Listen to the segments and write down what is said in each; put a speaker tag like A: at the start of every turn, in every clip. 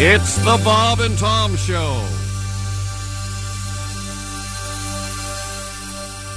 A: It's the Bob and Tom Show.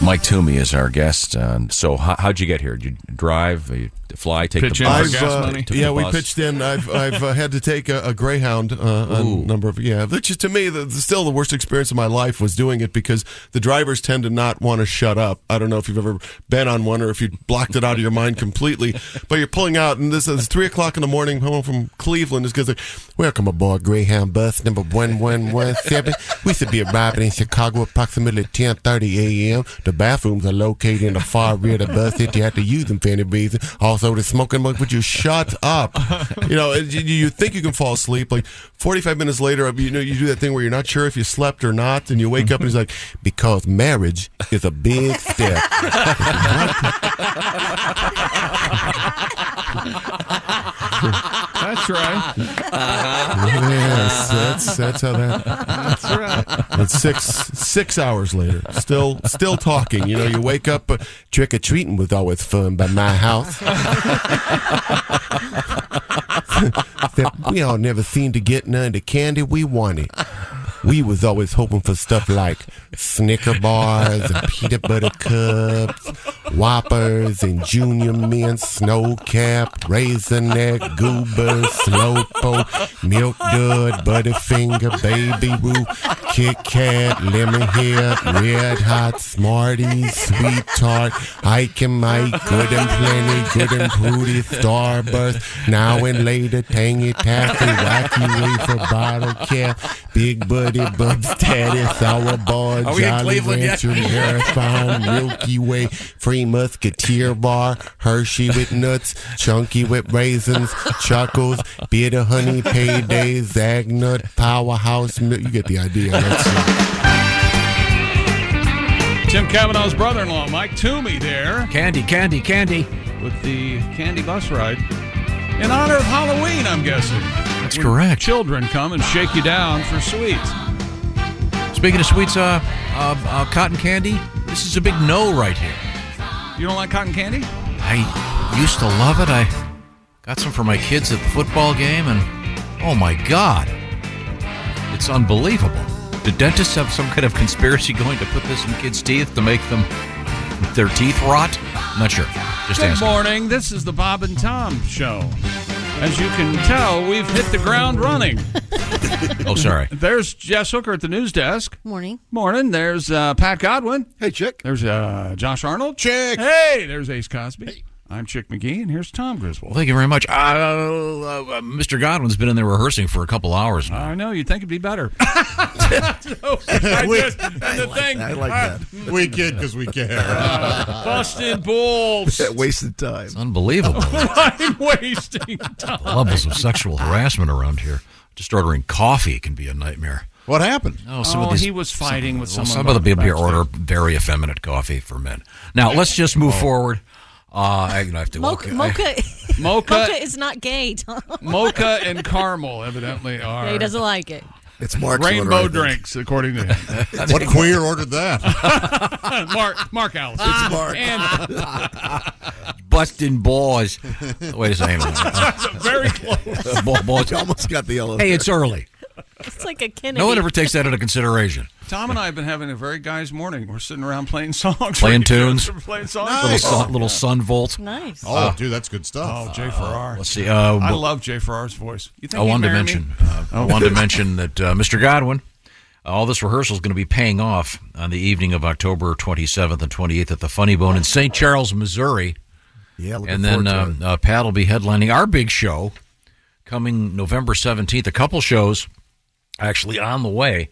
A: Mike Toomey is our guest. Um, so, how, how'd you get here? Did you drive, you fly, take
B: Pitch
A: the
B: in for
A: bus?
B: gas
A: Took
B: money?
A: the
B: Took
C: uh, yeah, we
A: bus?
C: pitched in. I've I've uh, had to take a, a Greyhound uh, a
A: Ooh.
C: number of yeah, which is to me the, the- still the worst experience of my life was doing it because the drivers tend to not want to shut up. I don't know if you've ever been on one or if you blocked it out of your mind completely, but you're pulling out and this is three o'clock in the morning home from Cleveland. This guy's like, "Welcome aboard Greyhound bus number one one one seven. We should be arriving in Chicago approximately ten thirty a.m. The bathrooms are located in the far rear of the bus if you have to use them for any reason. Also, the smoking mug. Would you shut up? You know, and you, you think you can fall asleep. Like 45 minutes later, you know, you do that thing where you're not sure if you slept or not, and you wake up and he's like, because marriage is a big step.
B: That's right.
C: yes, that's, that's how that.
B: That's right.
C: And six six hours later, still still talking. You know, you wake up. Uh, Trick or treating was always fun by my house. that we all never seemed to get none of the candy we wanted. We was always hoping for stuff like Snicker bars and peanut butter cups, Whoppers and Junior Mints, Snow Cap, Raisinette, Goober, Slowpoke, Milk Dud, Butterfinger, Baby Root, Kit Kat, Lemon Head, Red Hot, Smarties, Sweet Tart, Ike and Mike, Good and Plenty, Good and Prudy, Starburst, Now and Later, Tangy Taffy, Wacky Wafer, Bottle Cap, Big Buddy, Bub's Daddy, Sour Bar,
A: Are we in
C: Jolly
A: Cleveland yet?
C: Rancher, Marathon, Milky Way, Free Musketeer Bar, Hershey with nuts, Chunky with raisins, Chuckles, Bitter Honey, Payday, Zagnut, Powerhouse. Milk. You get the idea. That's it.
B: Tim Kavanaugh's brother-in-law, Mike Toomey, there
D: Candy, candy, candy.
B: with the candy bus ride in honor of Halloween. I'm guessing. That's
D: uh, correct.
B: Children come and shake you down for sweets.
D: Speaking of sweets, uh, uh, uh, cotton candy, this is a big no right here.
B: You don't like cotton candy?
D: I used to love it. I got some for my kids at the football game, and oh my God, it's unbelievable. The dentists have some kind of conspiracy going to put this in kids' teeth to make them their teeth rot? Not sure. Just
B: Good
D: asking.
B: morning. This is the Bob and Tom Show. As you can tell, we've hit the ground running.
D: Oh, sorry.
B: There's Jess Hooker at the news desk.
E: Morning.
B: Morning. There's uh, Pat Godwin.
F: Hey, chick.
B: There's uh, Josh Arnold.
F: Chick.
B: Hey, there's Ace Cosby. I'm Chick McGee, and here's Tom Griswold.
D: Well, thank you very much. Uh, uh, uh, Mr. Godwin's been in there rehearsing for a couple hours now.
B: I know you'd think it'd be better. So, I just, and the thing,
F: I like
B: I-
F: that.
C: We kid because we care.
B: busted balls.
F: That wasted time.
D: Unbelievable.
B: I'm wasting time.
D: levels of sexual harassment around here. Just ordering coffee can be a nightmare.
F: What happened?
D: Oh,
B: Oh, he was fighting with
D: well,
B: someone
D: Some of the people here
B: backstage.
D: order very effeminate coffee for men. Now let's just move forward. Uh, I, you know, I have to
E: Mocha.
D: walk- I-
E: Mocha,
B: Mocha,
E: mocha
B: mocha,
E: is not gay, Tom.
B: and caramel evidently are
E: he doesn't like it.
F: It's Mark's
B: rainbow
F: order, I
B: drinks, according to him.
F: think. What queer ordered that?
B: Mark, Mark Allison.
F: Mark.
B: And
D: busting balls. Wait a second.
B: very close.
D: Ball- balls.
F: Almost got the yellow.
D: Hey, it's early.
E: It's like a Kennedy.
D: No one ever takes that into consideration.
B: Tom and I have been having a very guys' morning. We're sitting around playing songs,
D: Playing tunes.
B: We're playing songs.
D: Little sun, little sun volt.
E: Nice.
F: oh, dude, that's good stuff.
B: Oh, Jay Farrar.
D: Let's see. Uh,
B: I love Jay Farrar's voice. You think
D: I
B: he'd
D: wanted to
B: marry me? Oh.
D: mention. Uh,
F: Oh.
D: I wanted to mention that uh, Mr. Godwin, all this rehearsal is going to be paying off on the evening of October 27th and 28th at the Funny Bone in St. Charles, Missouri,
F: yeah, looking
D: and then uh,
F: forward to
D: um, uh, Pat will be headlining our big show coming November 17th. A couple shows actually on the way,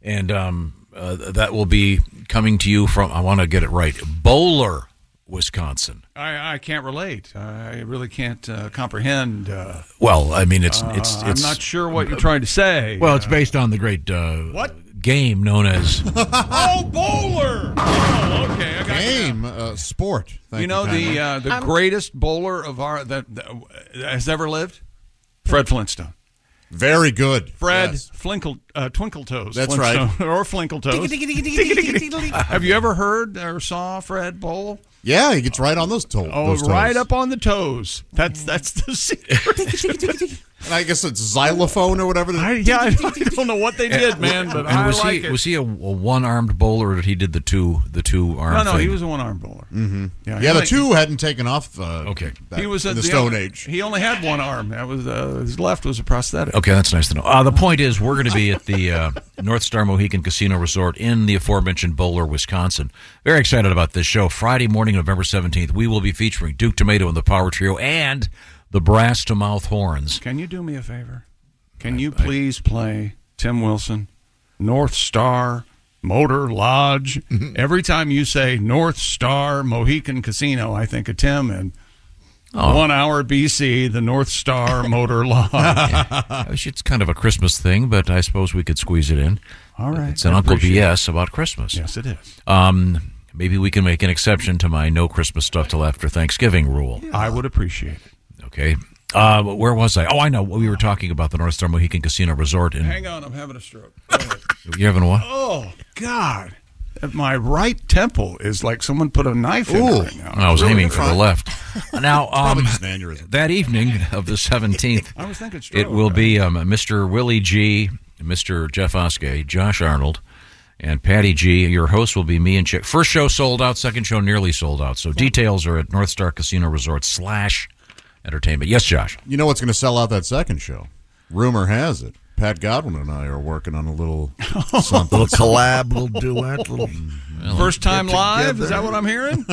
D: and um, uh, that will be coming to you from, I want to get it right, Bowler, Wisconsin.
B: I, I can't relate. I really can't uh, comprehend. Uh,
D: Well, I mean, it's, it's,
B: uh,
D: it's,
B: I'm not sure what you're trying to say.
D: Well, it's based on the great uh,
B: What?
D: game known as
B: oh, bowler! Oh, okay, I got you now.
F: Game, uh, sport. Thank
B: you know the
F: kindly.
B: uh, the greatest bowler of our that, that has ever lived, Fred Flintstone.
F: very good.
B: Fred
F: Yes.
B: Flinkle uh, Twinkle Toes.
F: That's
B: Flintstone, or Flinkle Toes. Have you ever heard or saw Fred bowl?
F: Yeah, he gets right on those, to-
B: Oh,
F: those toes.
B: right up on the toes. That's that's the secret.
F: And I guess it's xylophone or whatever.
B: I, yeah, I, I don't know what they did, man, but
D: and
B: I
D: was
B: like
D: he
B: it.
D: was he a, a one armed bowler or did he did the two the two arm?
B: no, no, he
D: thing?
B: was a one arm bowler. Mm-hmm. Yeah, he
F: yeah, the
B: only-
F: two hadn't taken off. Uh,
D: Okay.
F: back
B: He was
F: in
B: a-
F: the, Stone
B: only-
F: Age.
B: He only had one arm. That was uh, his left was a prosthetic.
D: Okay, that's nice to know. Uh, the point is, we're going to be at the uh, North Star Mohegan Casino Resort in the aforementioned Bowler, Wisconsin. Very excited about this show. Friday morning, November 17th, we will be featuring Duke Tomato and the Power Trio and the Brass to Mouth Horns.
B: Can you do me a favor? Can you please play Tim Wilson, North Star, Motor Lodge?
F: Mm-hmm.
B: Every time you say North Star Mohican Casino, I think of Tim and
F: Oh.
B: one hour BC, the North Star Motor Lodge.
D: Uh, It's kind of a Christmas thing, but I suppose we could squeeze it in.
B: All right.
D: It's an
B: I
D: Uncle
B: appreciate
D: BS about Christmas.
B: yes, it is.
D: Um, maybe we can make an exception to my no Christmas stuff till after Thanksgiving rule.
B: I would appreciate it.
D: Okay. Uh, where was I? Oh, I know. We were talking about the North Star Mohegan Casino Resort. And
B: Hang on, I'm having a stroke.
D: you having what?
B: oh, God. At my right temple is like someone put a knife in it
F: Ooh.
B: right now.
D: I was aiming for the left. Now, um,
F: just an aneurysm.
D: that evening of the 17th,
B: I was thinking stroke.
D: it will be um, Mr. Willie G., Mr. Jeff Oskey, Josh Arnold, and Patty G. Your host will be me and Chick. First show sold out, second show nearly sold out. So details are at North Star Casino Resort slash entertainment. Yes, Josh.
F: You know what's going to sell out that second show? Rumor has it. Pat Godwin and I are working on a little something. Mm-hmm.
G: little collab, little duet, little.
B: First time live? Is
G: together.
B: that what I'm hearing?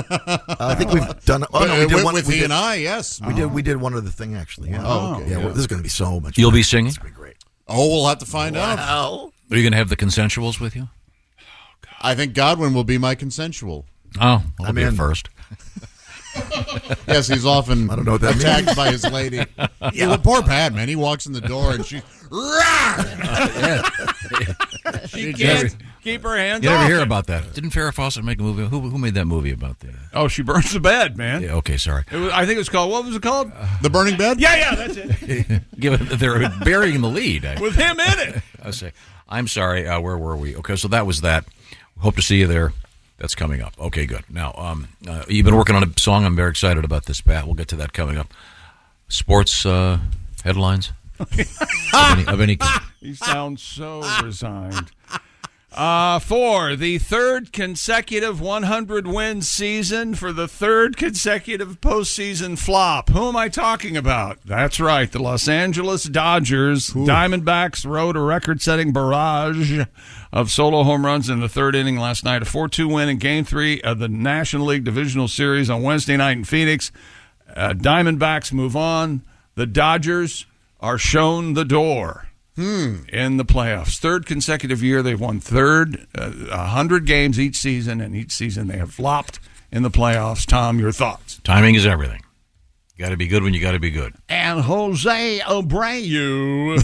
G: I think we've done. Oh no, we
F: with
G: did one.
F: with
G: we
F: he
G: did,
F: and I, yes. Uh-huh.
G: We did. We did one other thing actually. Yeah.
F: Oh, okay,
G: yeah.
F: yeah.
G: well, this is going to be so much.
D: You'll
G: fun.
D: be singing?
G: It's going to be great.
F: Oh, we'll have to find out.
G: Wow.
D: Are you going to have the consensuals with you?
F: I think Godwin will be my consensual.
D: Oh, well, I'll
G: I'm
D: be at
G: in.
D: first.
F: Yes, he's often
G: I don't know what that
F: attacked by his lady. Yeah. Well, poor Pat, man. He walks in the door and she. Rawr!
B: She
D: Every-
B: can't keep her hands
D: You never
B: off
D: hear
B: it.
D: about that. Didn't Farrah Fawcett make a movie? Who, who made that movie about the.
B: Oh, she burns the bed, man.
D: Yeah, okay, sorry.
B: It was, I think it was called. What was it called?
F: Uh, The burning bed?
B: yeah, yeah, that's it.
D: Given they're burying the lead. I,
B: With him in it.
D: I say, I'm sorry. Uh, where were we? Okay, so that was that. Hope to see you there. That's coming up. Okay, good. Now, um, uh, you've been working on a song. I'm very excited about this, Pat. We'll get to that coming up. Sports uh, headlines of any, of any kind.
B: He sounds so resigned. Uh, for the third consecutive 100 win season, for the third consecutive postseason flop. Who am I talking about? That's right, the Los Angeles Dodgers. Diamondbacks rode a record setting barrage of solo home runs in the third inning last night. A 4 2 win in game three of the National League Divisional Series on Wednesday night in Phoenix. Uh, Diamondbacks move on. The Dodgers are shown the door in the playoffs. Third consecutive year they've won third uh, 100 games each season and each season they have flopped in the playoffs. Tom, your thoughts?
D: Timing is everything. got to be good when you got to be good.
B: And Jose Abreu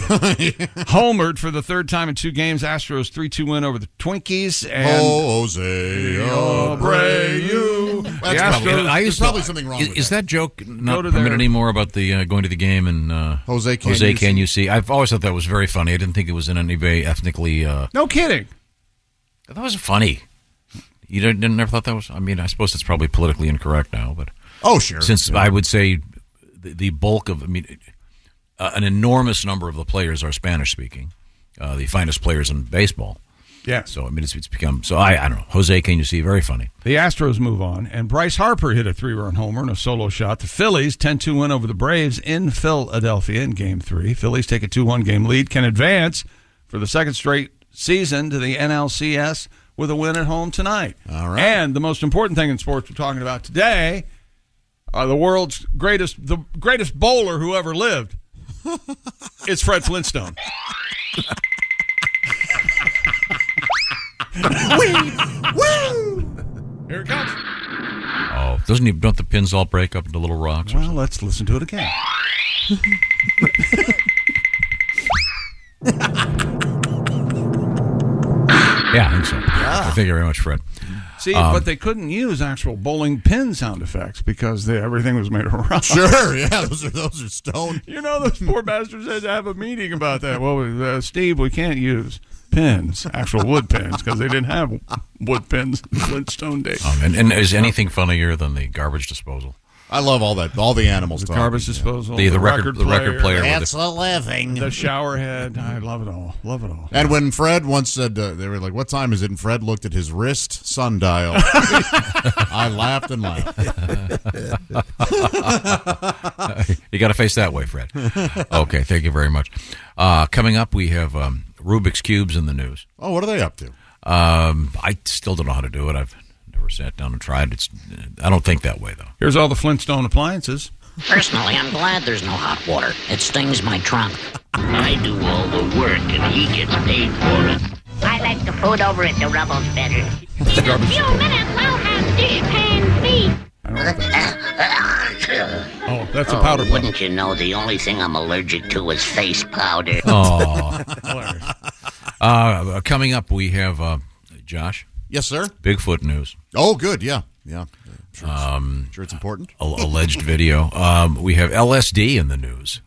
B: homered for the third time in two games. Astros 3-2 win over the Twinkies and
F: Oh, Jose
B: Abreu.
F: Abreu.
B: The
F: That's probably,
B: Astros-
D: I
F: there's
D: used to-
F: probably something wrong
D: Is,
F: with
D: is
F: that.
D: that joke not
B: Go to
D: permitted
B: their-
D: anymore about the uh, going to the game and uh,
F: Jose, can
D: Jose,
F: you
D: can
F: see?
D: you see? I've always thought that was very funny. I didn't think it was in any way ethnically. Uh,
B: No kidding.
D: that was funny. You didn't, didn't never thought that was. I mean, I suppose it's probably politically incorrect now, but
F: Oh, sure.
D: since I would say the, the bulk of, I mean, uh, an enormous number of the players are Spanish speaking, uh, the finest players in baseball.
B: Yeah.
D: So I mean, it's, it's become so. I I don't know. Jose, can you see? Very funny.
B: The Astros move on, and Bryce Harper hit a three run homer and a solo shot. The Phillies 10 2 win over the Braves in Philadelphia in game three. Phillies take a 2 1 game lead, can advance for the second straight season to the NLCS with a win at home tonight. All right. And the most important thing in sports we're talking about today are the world's greatest, the greatest bowler who ever lived. It's Fred Flintstone. Here it comes.
D: Oh, doesn't even don't the pins all break up into little rocks?
B: Well, let's listen to it again.
D: Yeah, I think so.
B: Ah.
D: Yeah. Thank you very much, Fred.
B: See, but they couldn't use actual bowling pin sound effects because they, everything was made of rock.
F: Sure, yeah, those are those are stone.
B: You know, those poor bastards had to have a meeting about that. Well, uh, Steve, we can't use pins, actual wood pins, because they didn't have wood pins in Flintstone days.
D: Um, and, and is anything funnier than the garbage disposal?
F: I love all that, all the animals. talking,
B: Garbage
F: yeah.
B: disposal,
D: The, the record, the record player. with
F: That's
D: the-
F: a living.
B: the shower head. I love it all. Love it all.
F: And when Fred once said, uh, they were like, "What time is it?" and Fred looked at his wrist sundial. I laughed and laughed.
D: you got to face that way, Fred. okay, thank you very much. Uh, coming up, we have um, Rubik's cubes in the news.
F: Oh, what are they up to?
D: Um, I still don't know how to do it. I've never sat down and tried. It's I don't think that way though.
B: Here's all the Flintstone appliances.
H: Personally, I'm glad there's no hot water. It stings my trunk. I do all the work and he gets paid for it. I like the food over at the rubble's better. In a few minutes, I'll have dishpan feet.
B: Oh, that's a powder puff.
H: Wouldn't you know, the only thing I'm allergic to is face powder.
D: Oh,
B: Hilarious.
D: uh, coming up, we have uh, Josh
F: Yes, sir.
D: Bigfoot news.
F: Oh, good. Yeah, yeah. I'm sure, it's,
D: Um,
F: sure it's important.
D: a- alleged video. Um, we have LSD in the news.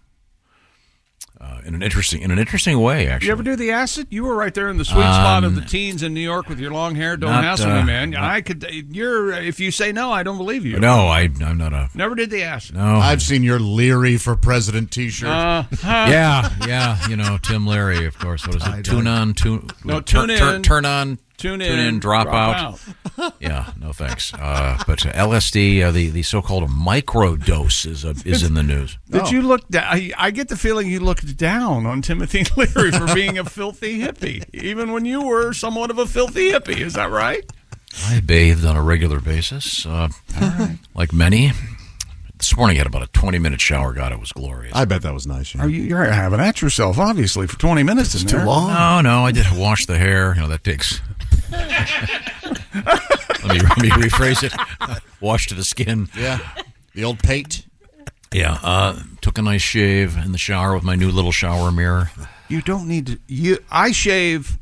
D: Uh, in an interesting, in an interesting way, actually. Um,
B: You ever do the acid? You were right there in the sweet spot of the teens in New York with your long hair. Don't
D: not,
B: hassle
D: uh,
B: me, man. I could. You're. If you say no, I don't believe you.
D: no, I, I'm not a.
B: Never did the acid.
D: No.
F: I've seen your Leary for President T-shirt.
B: Uh-huh.
D: yeah, yeah. You know, Tim Leary, of course. What is it? Tune on, tune.
B: No,
D: tur-
B: tune
D: tur-
B: in.
D: turn on.
B: Tune in.
D: drop, out. Yeah, no thanks. Uh, but uh, LSD, uh, the the so-called microdose, is a, is in the news.
B: Did you look down? I, I get the feeling you looked down on Timothy Leary for being a filthy hippie, even when you were somewhat of a filthy hippie. Is that right?
D: I bathed on a regular basis, uh, like many. This morning, I had about a twenty-minute shower. God, it was glorious.
F: I bet that was nice. you know.
B: Are you, you're having at yourself, obviously, for 20 minutes. It's too long.
D: No, no, I did wash the hair. You know that takes. let, me, let me rephrase it. Wash to the skin.
F: yeah, the old pate.
D: Yeah. Uh, took a nice shave in the shower with my new little shower mirror.
B: You don't need to. You, I shave,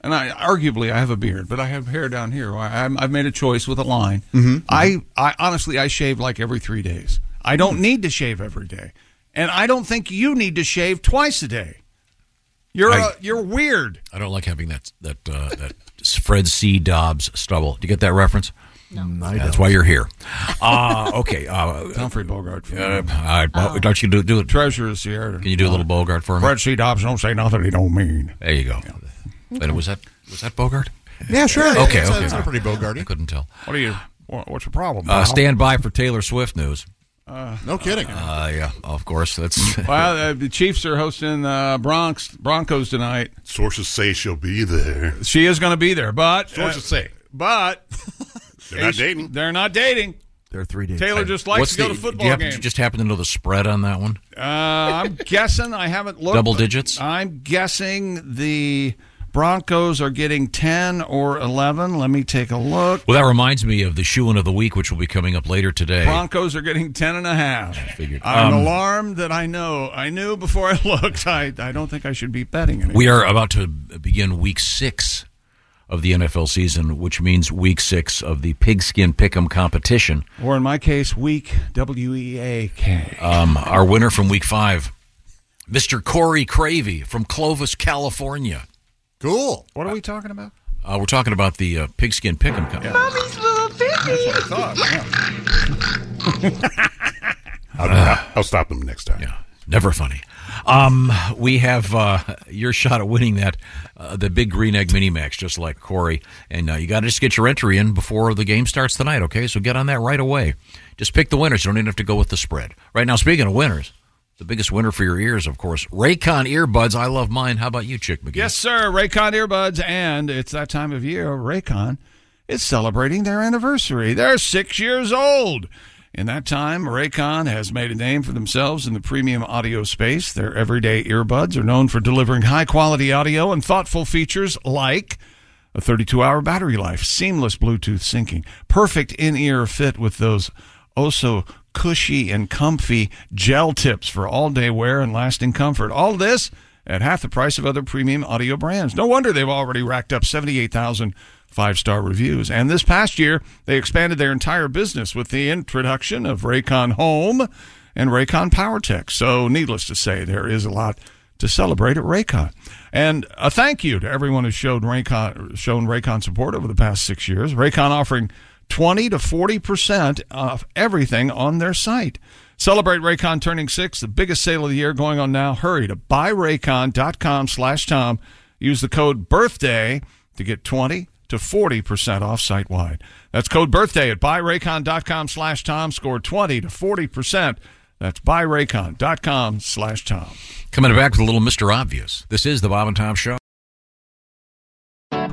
B: and I arguably I have a beard, but I have hair down here. I, I'm, I've made a choice with a line. I, I honestly, I shave like every three days. I don't need to shave every day, and I don't think you need to shave twice a day. You're
D: I-
B: a, you're weird.
D: I don't like having that that uh, that Fred C. Dobbs stubble. Do you get that reference?
F: Mm,
D: No, that's why you're here.
B: Ah,
D: Uh, okay. Uh,
B: Humphrey Bogart,
D: uh, I, don't you do, do it? Can
B: treasurer of Sierra.
D: you do a little
F: Uh,
D: Bogart for me?
B: uh, Fred C. Dobbs don't say nothing he don't mean.
D: There you go. And was that was that Bogart?
F: Yeah, sure.
D: Okay,
F: It's,
D: okay.
F: it's a pretty
D: I
F: Bogarty. Oh,
D: couldn't tell.
B: What are you? wha- What's the problem?
D: Uh,
B: Al?
D: stand by for Taylor Swift news.
F: No kidding.
D: Uh, yeah, of course. That's
B: Well, uh, the Chiefs are hosting uh, Bronx Broncos tonight.
I: Sources say she'll be there.
B: She is going to be there, but uh,
I: Sources say
B: but
I: they're not dating.
B: They're not dating.
G: They're three days.
B: Taylor just likes to go
D: the-
B: to
D: do you
B: football
D: happen-
B: games.
D: you just happen to know the spread on that one?
B: uh, I'm guessing. I haven't looked.
D: Double digits?
B: I'm guessing the Broncos are getting ten or eleven. Let me take a look.
D: Well, that reminds me of the shoe in of the week, which will be coming up later today.
B: Broncos are getting ten and a half.
D: Figured.
B: I'm
D: Um,
B: alarmed that I know. I knew before I looked. I, I don't think I should be betting anymore.
D: We are about to begin week six of the NFL season, which means week six of the pigskin pick'em competition.
B: or in my case, weak W E A K.
D: Um, our winner from week five, Mr. Corey Cravey from Clovis, California.
F: Cool.
B: What are we talking about?
D: Uh, we're talking about the uh, pigskin pick'em. Com-
I: I'll, I'll stop them next time.
D: Yeah, never funny. Um, we have uh, your shot at winning that uh, the big green egg mini max, just like Corey. And uh, you got to just get your entry in before the game starts tonight. Okay, so get on that right away. Just pick the winners. You don't even have to go with the spread. Right now, speaking of winners, the biggest winner for your ears, of course, Raycon earbuds. I love mine. How about you, Chick McGee?
B: Yes, sir. Raycon earbuds, and it's that time of year. Raycon is celebrating their anniversary. They're six years old. In that time, Raycon has made a name for themselves in the premium audio space. Their everyday earbuds are known for delivering high quality audio and thoughtful features like a 32 hour battery life, seamless Bluetooth syncing, perfect in ear fit with those oh so cushy and comfy gel tips for all day wear and lasting comfort. All this at half the price of other premium audio brands. No wonder they've already racked up 78,000 five star reviews. And this past year, they expanded their entire business with the introduction of Raycon Home and Raycon PowerTech. So, needless to say, there is a lot to celebrate at Raycon. And a thank you to everyone who showed Raycon, shown Raycon support over the past six years. Raycon offering 20 to 40% off everything on their site. Celebrate Raycon turning six, the biggest sale of the year going on now. Hurry to buyraycon.com slash Tom. Use the code BIRTHDAY to get 20 to 40% off site wide. That's code BIRTHDAY at buyraycon.com slash Tom. Score 20 to 40%. That's buyraycon.com slash Tom.
D: Coming back with a little Mr. Obvious. This is the Bob and Tom Show.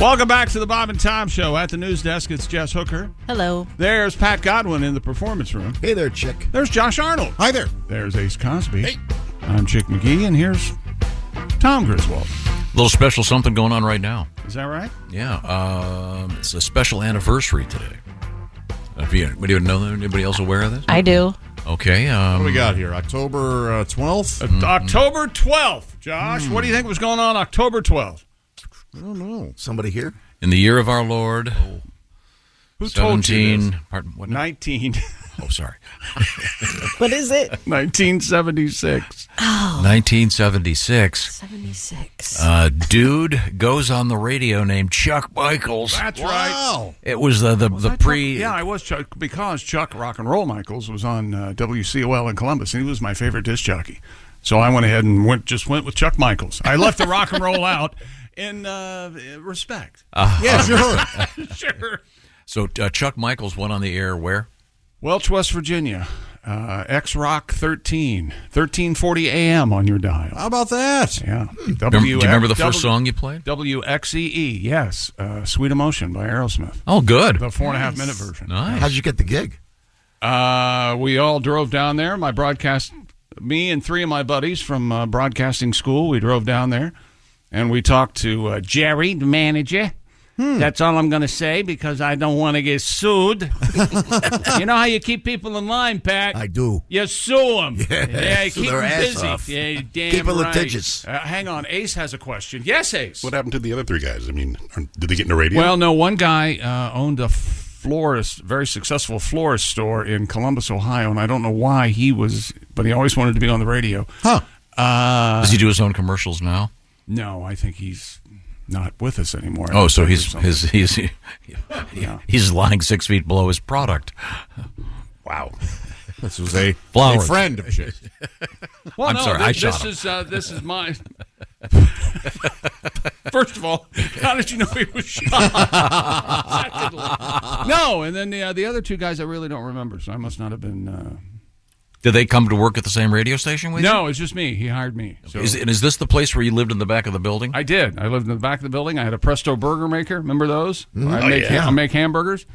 B: Welcome back to the Bob and Tom Show. At the news desk, it's Jess Hooker.
E: Hello.
B: There's Pat Godwin in the performance room.
G: Hey there, Chick.
B: There's Josh Arnold.
G: Hi there.
B: There's Ace Cosby. Hey. I'm Chick McGee, and here's Tom Griswold.
D: A little special something going on right now.
B: Is that right?
D: Yeah, um, it's a special anniversary today. If you, anybody know that? Anybody else aware of this?
E: I do.
D: Okay. Um, Mm-hmm.
F: What do we got here? October uh, twelfth.
B: Uh, October 12th, Josh. What do you think was going on October 12th?
G: Hmm. I don't know. Somebody here?
D: In the year of our Lord.
B: Oh. Who told you this?
D: 17 Pardon, what?
B: 19.
D: Oh, sorry.
E: What is it?
B: 1976.
E: Oh,
D: 1976.
E: 76.
D: Uh, dude goes on the radio named Chuck Michaels.
B: That's right.
D: It was the the,
B: Was
D: the
B: I
D: pre.
B: Chuck? Yeah, I was Chuck because Chuck Rock and Roll Michaels was on uh, WCOL in Columbus, and he was my favorite disc jockey. So I went ahead and went just went with Chuck Michaels. I left the rock and roll out in uh, respect.
D: Uh,
B: sure.
D: So uh, Chuck Michaels went on the air where?
B: Welch, West Virginia, uh, X Rock 13, 1340 a.m. on your dial. How
F: about that?
B: Yeah.
G: Hmm.
D: Do you remember the first song you played?
B: WXEE, E yes. Uh, Sweet Emotion by Aerosmith.
D: Oh, good.
B: The four and a half
D: Nice.
B: minute version.
D: Nice.
G: How'd you get the gig?
B: Uh, we all drove down there. My broadcast, me and three of my buddies from uh, broadcasting school, we drove down there and we talked to uh, Jerry, the manager.
G: Hmm.
B: That's all I'm going to say because I don't want to get sued. you know how you keep people in line, Pat?
G: I do.
B: You sue them.
G: Yes,
B: yeah, you keep
G: their
B: them
G: ass
B: busy.
G: off.
B: Yeah, you're damn
G: Keep it
B: right.
G: litigious.
B: Uh, hang on. Ace has a question. Yes, Ace.
I: What happened to the other three guys? I mean, are- did they get into radio?
B: Well, no, one guy uh, owned a florist, very successful florist store in Columbus, Ohio, and I don't know why he was, but he always wanted to be on the radio.
D: Huh.
B: Uh,
D: Does he do his own commercials now?
B: no, I think he's not with us anymore.
D: Oh, so he's
B: Or something.
D: his he's he-
B: Yeah.
D: he's lying six feet below his product.
F: Wow. This was a, a
D: Flowers.
F: friend of Chick.
B: Well,
D: I'm
B: no,
D: sorry,
B: thi-
D: I
B: this,
D: shot him.
B: is uh, this is my. First of all, how did you know he was shot? Secondly- no, and then the uh, the other two guys I really don't remember, so I must not have been. Uh,
D: Did they come to work at the same radio station with
B: no, it's just me. He hired me. So.
D: you? Is, and is this the place where you lived in the back of the building?
B: I did. I lived in the back of the building. I had a Presto burger maker. Remember those? I
F: Mm-hmm.
I: Oh,
B: make
I: yeah.
B: I make hamburgers,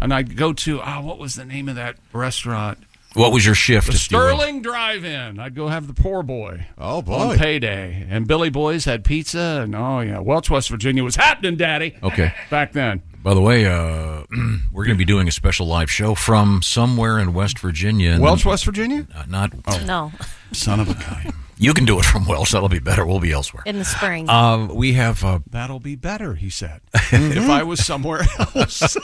B: and I'd go to ah, what was the name of that restaurant?
D: What was your shift?
B: The
D: if you will?
B: Sterling Drive-In. I'd go have the poor boy
F: Oh
B: on
F: boy.
B: payday, and Billy Boys had pizza, and oh yeah, Welch, West Virginia was happening, Daddy.
D: Okay.
B: back then.
D: By the way, uh, we're going to be doing a special live show from somewhere in West Virginia. in the-
B: Welch, West Virginia?
D: Uh, not.
J: No,
B: Son of a gun.
D: You can do it from Welch. That'll be better. We'll be elsewhere.
J: in the spring.
D: Uh, we have. Uh,
B: That'll be better, he said. if I was somewhere else.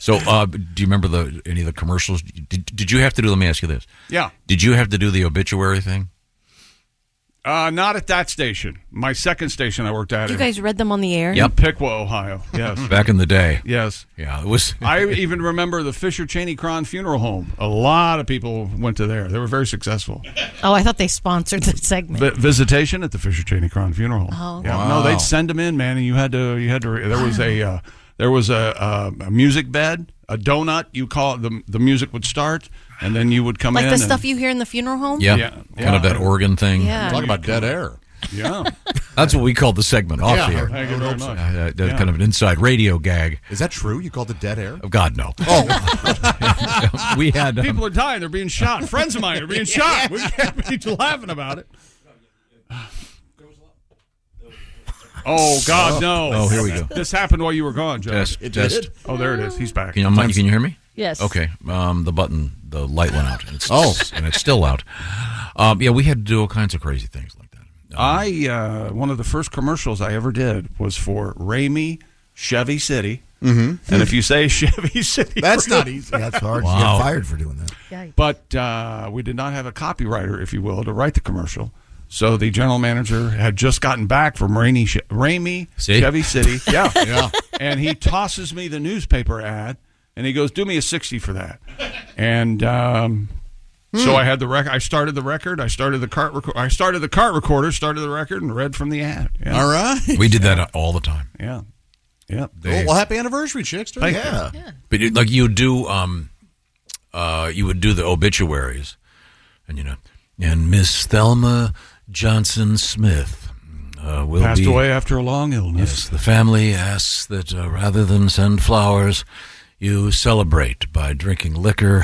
D: so, uh, do you remember the any of the commercials? Did, did you have to do? Let me ask you this.
B: Yeah.
D: Did you have to do the obituary thing?
B: uh, not at that station. My second station I worked at.
J: you
B: in-
J: guys read them on the air?
B: in Piqua, Ohio. Yes.
D: Back in the day.
B: Yes.
D: Yeah. It was.
B: I even remember the Fisher Cheney Cron Funeral Home. A lot of people went to there. They were very successful.
J: Oh, I thought they sponsored the segment.
B: Vi- visitation at the Fisher Cheney Cron Funeral Home.
J: Oh.
B: yeah.
J: Wow.
B: No, they'd send them in, man, and you had to. You had to. There was a. Uh, there was a, uh, a music bed, a donut. You call it. The, the music would start, and then you would come
J: like
B: in.
J: the
B: and-
J: stuff you hear in the funeral home?
D: Yeah. Kind of that organ thing.
J: Yeah. Talk
D: about dead air.
B: Yeah.
D: That's what we called the segment off
F: Yeah,
D: the air.
F: thank you very much.
D: Uh, that
F: Yeah.
D: Kind of an inside radio gag.
F: Is that true? You called it dead air?
D: Oh, God, no. Oh. we had. um,
B: People are dying. They're being shot. Friends of mine are being shot. We can't be laughing about it. Oh God, no!
D: Oh, here we go.
B: This happened while you were gone, Josh.
D: Test, It test. did?
B: Oh, there it is. He's back.
D: Can you, Mike, can you hear me?
B: Yes.
D: Okay. Um, the button, the light went out. And it's,
B: Oh.
D: and it's still out. Um, yeah, we had to do all kinds of crazy things. Like
B: I uh, one of the first commercials I ever did was for Ramey Chevy City.
F: Mhm.
B: And if you say Chevy City,
F: That's not easy. That's hard. You get Wow. fired for doing
B: that. But uh, we did not have a copywriter, if you will, to write the commercial. So the general manager had just gotten back from Rainy Che- Ramey
D: See?
B: Chevy City, yeah,
D: Yeah.
B: and he tosses me the newspaper ad, and he goes, "Do me a sixty for that." And um, so
D: Hmm.
B: I had the record. I started the record. I started the cart. Reco- I started the cart recorder. Started the record and read from the ad. Yeah.
D: that. We did that all the time.
B: Yeah. Yeah.
D: They-
F: well, happy anniversary, Chickster.
D: Thank
F: yeah.
D: But you- like you do, um, uh, you would do the obituaries, and you know, and Miss Thelma Johnson Smith uh, will
B: Passed
D: be-
B: away after a long illness.
D: Yes, the family asks that uh, rather than send flowers, you celebrate by drinking liquor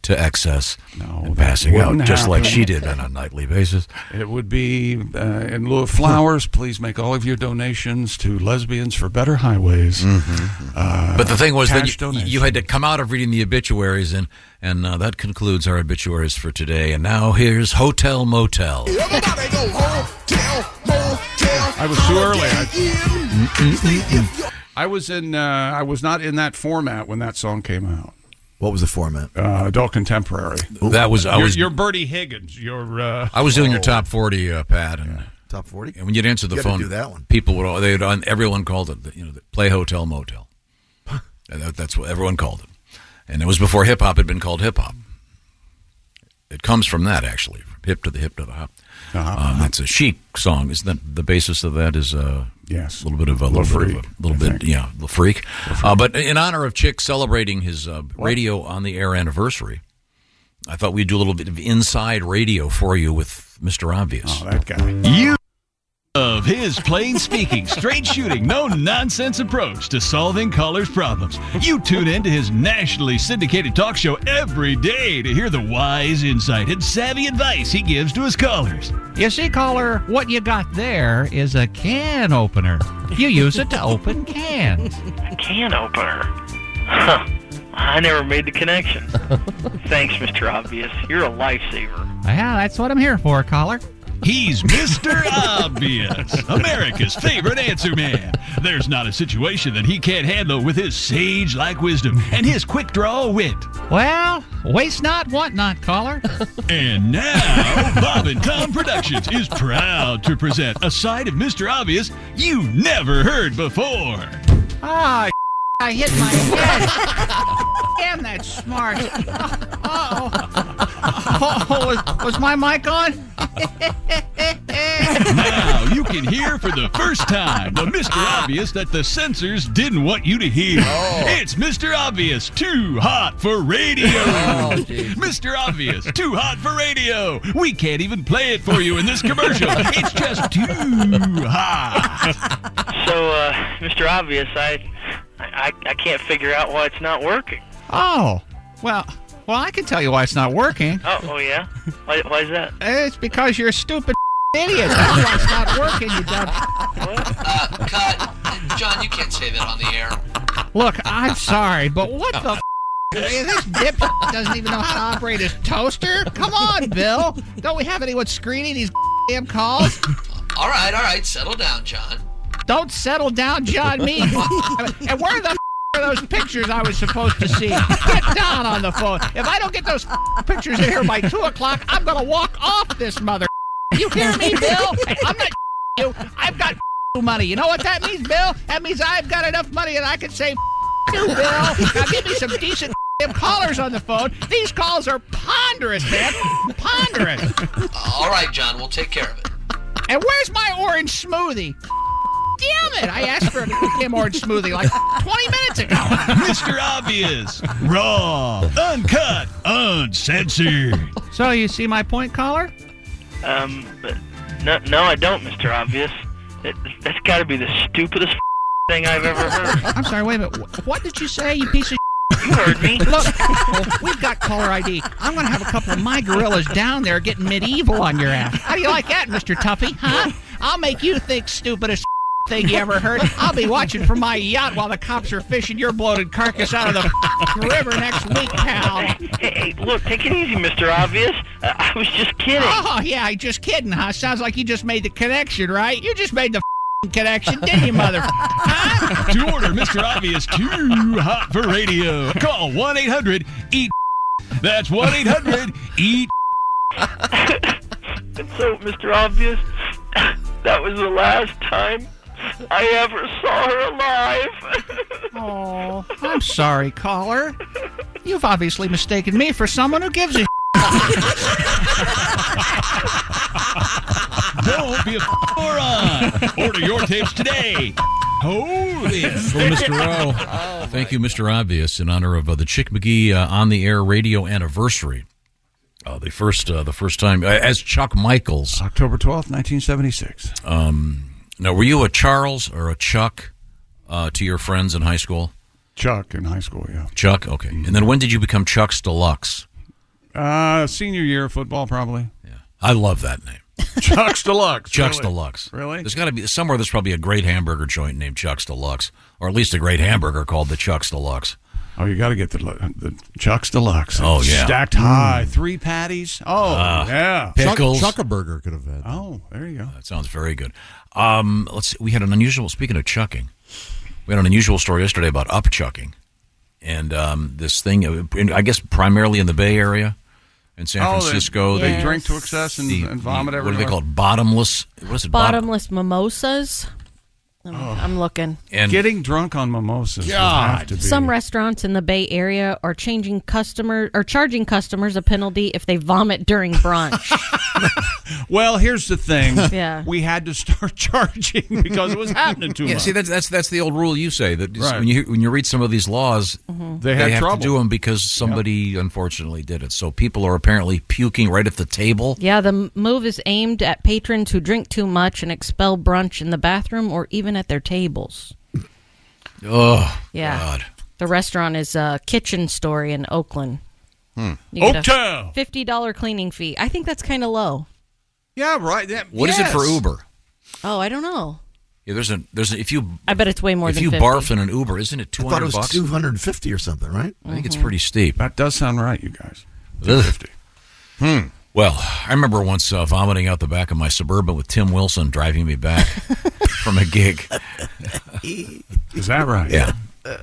D: to excess and passing out,
B: wouldn't
D: just like
B: happen.
D: she did on a nightly basis.
B: It would be uh, in lieu of flowers. Please make all of your donations to Lesbians for Better Highways. Uh,
D: But the thing was
B: cash
D: that you,
B: donation.
D: you had to come out of reading the obituaries, and and uh, that concludes our obituaries for today. And now here's Hotel Motel.
B: I was too early. I, I was in. Uh, I was not in that format when that song came out.
G: What was the format?
B: Uh, adult contemporary.
D: That was I
B: You're,
D: was
B: you're Bertie Higgins. You're. Uh,
D: I was doing your
B: oh.
D: top forty, uh, Pat, and
G: top forty.
D: And when you'd answer the
G: You gotta
D: phone,
G: do that one.
D: people would all they'd on everyone called it. the- You know, the play hotel motel. and that, that's what everyone called it, and it was before hip hop had been called hip hop. It comes from that actually, from hip to the hip to the hop.
G: Uh-huh.
D: Um, that's a chic song, isn't that? The basis of that is uh,
B: yes,
D: a little bit of a little, bit,
B: freak,
D: of a, little bit, yeah, little freak. Uh, but in honor of Chick celebrating his uh, radio on the air anniversary, I thought we'd do a little bit of inside radio for you with Mister Obvious. Oh,
B: that guy.
K: You of his plain speaking, straight shooting, no nonsense approach to solving callers' problems. You tune in to his nationally syndicated talk show every day to hear the wise insight and savvy advice he gives to his callers.
L: You see, caller, what you got there is a can opener. You use it to open cans.
M: A can opener. Huh. I never made the connection. Thanks, Mr. Obvious. You're a lifesaver.
L: Yeah, that's what I'm here for, caller.
K: He's Mr. Obvious, America's favorite answer man. There's not a situation that he can't handle with his sage like wisdom and his quick draw wit.
L: Well, waste not, want not, caller.
K: And now, Bob and Tom Productions is proud to present a side of Mr. Obvious you never heard before.
L: Ah, I hit my head. Damn, that's smart. Oh, oh was, was my mic on?
K: Now you can hear for the first time the Mr. Obvious that the censors didn't want you to hear. It's Mr. Obvious, too hot for radio.
M: Oh,
L: Oh,
K: Mr. Obvious, too hot for radio. We can't even play it for you in this commercial. It's just too hot.
M: So, uh, Mr. Obvious, I, I, I can't figure out why it's not working.
L: Oh, well, well, I can tell you why it's not working.
M: Oh, oh yeah. Why, why is that?
L: It's because you're a stupid idiot. That's why it's not working, you dumb.
N: Uh, John, you can't say that on the air.
L: Look, I'm sorry, but what the? F- this dip doesn't even know how to operate his toaster. Come on, Bill. Don't we have anyone screening these damn calls?
N: All right, all right, settle down, John.
L: Don't settle down, John. Me. and where the f- are those pictures I was supposed to see? Get down on the phone. If I don't get those f- pictures in here by two o'clock, I'm gonna walk off this mother. You hear me, Bill? I'm not you. I've got money. You know what that means, Bill? That means I've got enough money that I can say you, Bill. Now give me some decent callers on the phone. These calls are ponderous, man. Ponderous.
N: All right, John, we'll take care of it.
L: And where's my orange smoothie? Damn it! I asked for a damn orange smoothie like 20 minutes ago.
K: Mr. Obvious, raw, uncut, uncensored.
L: So you see my point, caller?
M: Um, but no, no, I don't, Mr. Obvious. That, that's got to be the stupidest thing I've ever heard.
L: I'm sorry. Wait a minute. Wh- What did you say? You piece of.
M: You heard me.
L: Look, we've got caller ID. I'm going to have a couple of my gorillas down there getting medieval on your ass. How do you like that, Mr. Tuffy? Huh? I'll make you think stupidest thing you ever heard. I'll be watching from my yacht while the cops are fishing your bloated carcass out of the river next week, pal.
M: Hey, hey, look, take it easy, Mr. Obvious. Uh, I was just kidding.
L: Oh, yeah, just kidding, huh? Sounds like you just made the connection, right? You just made the connection, didn't you, mother?
K: to order Mr. Obvious too hot for radio, call 1 800 EAT. E That's 1 800 EAT.
M: And so, Mr. Obvious, that was the last time I ever saw her alive.
L: Oh, I'm sorry, caller. You've obviously mistaken me for someone who gives a.
K: Don't be a moron. Order your tapes today. Holy.
D: Well, Mr. Rowe, thank you, Mr. Obvious, in honor of uh, the Chick McGee uh, on the air radio anniversary. Uh, the first, uh, the first time uh, as Chuck Michaels,
B: October twelfth, nineteen seventy six.
D: Um, now, were you a Charles or a Chuck uh, to your friends in high school?
B: Chuck in high school, yeah.
D: Chuck, okay. And then when did you become Chuck's Deluxe?
B: Uh, senior year of football, probably.
D: I love that name.
B: Chuck's Deluxe.
D: Chuck's
B: really.
D: Deluxe.
B: Really?
D: There's got to be somewhere. There's probably a great hamburger joint named Chuck's Deluxe, or at least a great hamburger called the Chuck's Deluxe.
B: Oh, you got to get the the Chuck's Deluxe.
D: Oh yeah,
B: Stacked high. Three patties. Oh,
D: Ah.
B: yeah.
D: Pickles.
B: Chuck-
D: Chuckaburger could have had.
B: Oh, there you go.
D: That sounds very good. Um, let's. See, we had an unusual. Speaking of chucking, we had an unusual story yesterday about upchucking, and um, this thing. uh, in- I guess primarily in the Bay Area, in San
B: Oh, they-
D: Francisco,
B: they drink to excess and- and vomit
D: What are they
B: everywhere.
D: called? Bottomless. What is it? Bottom-
J: Bottomless mimosas. I'm, I'm looking.
D: And-
B: Getting drunk on mimosas Oh. would
D: God.
B: have to be.
J: Some restaurants in the Bay Area are changing customer or charging customers a penalty if they vomit during brunch.
B: well, here's the thing.
J: Yeah.
B: We had to start charging because it was happening too
D: yeah,
B: much.
D: see that's that's that's the old rule you say that just-
B: Right. Mm-hmm.
D: when you when you read some of these laws,
B: They had
D: have
B: trouble.
D: to do them because somebody unfortunately did it. So people are apparently puking right at the table.
J: yeah, the m- move is aimed at patrons who drink too much and expel brunch in the bathroom or even at their tables.
D: Oh,
J: Yeah. The restaurant is a kitchen story in Oakland.
D: Hmm.
J: You get a
B: Oaktown.
J: $50 cleaning fee. I think that's kind of low.
B: Yeah, right. That,
D: What is it for Uber?
J: Oh, I don't know.
D: Yeah, there's a there's a, if you
J: I bet it's way more
D: if
J: than
D: you
J: 50.
D: barf in an Uber, isn't it two
G: I thought it
D: hundred
G: was
D: bucks?
G: 250 or something, right?
D: I think it's pretty steep.
B: Mm-hmm. That does sound right, you guys.
D: Fifty. Hmm. Well, I remember once uh, vomiting out the back of my suburban with Tim Wilson driving me back from a gig.
B: Is that right?
D: Yeah,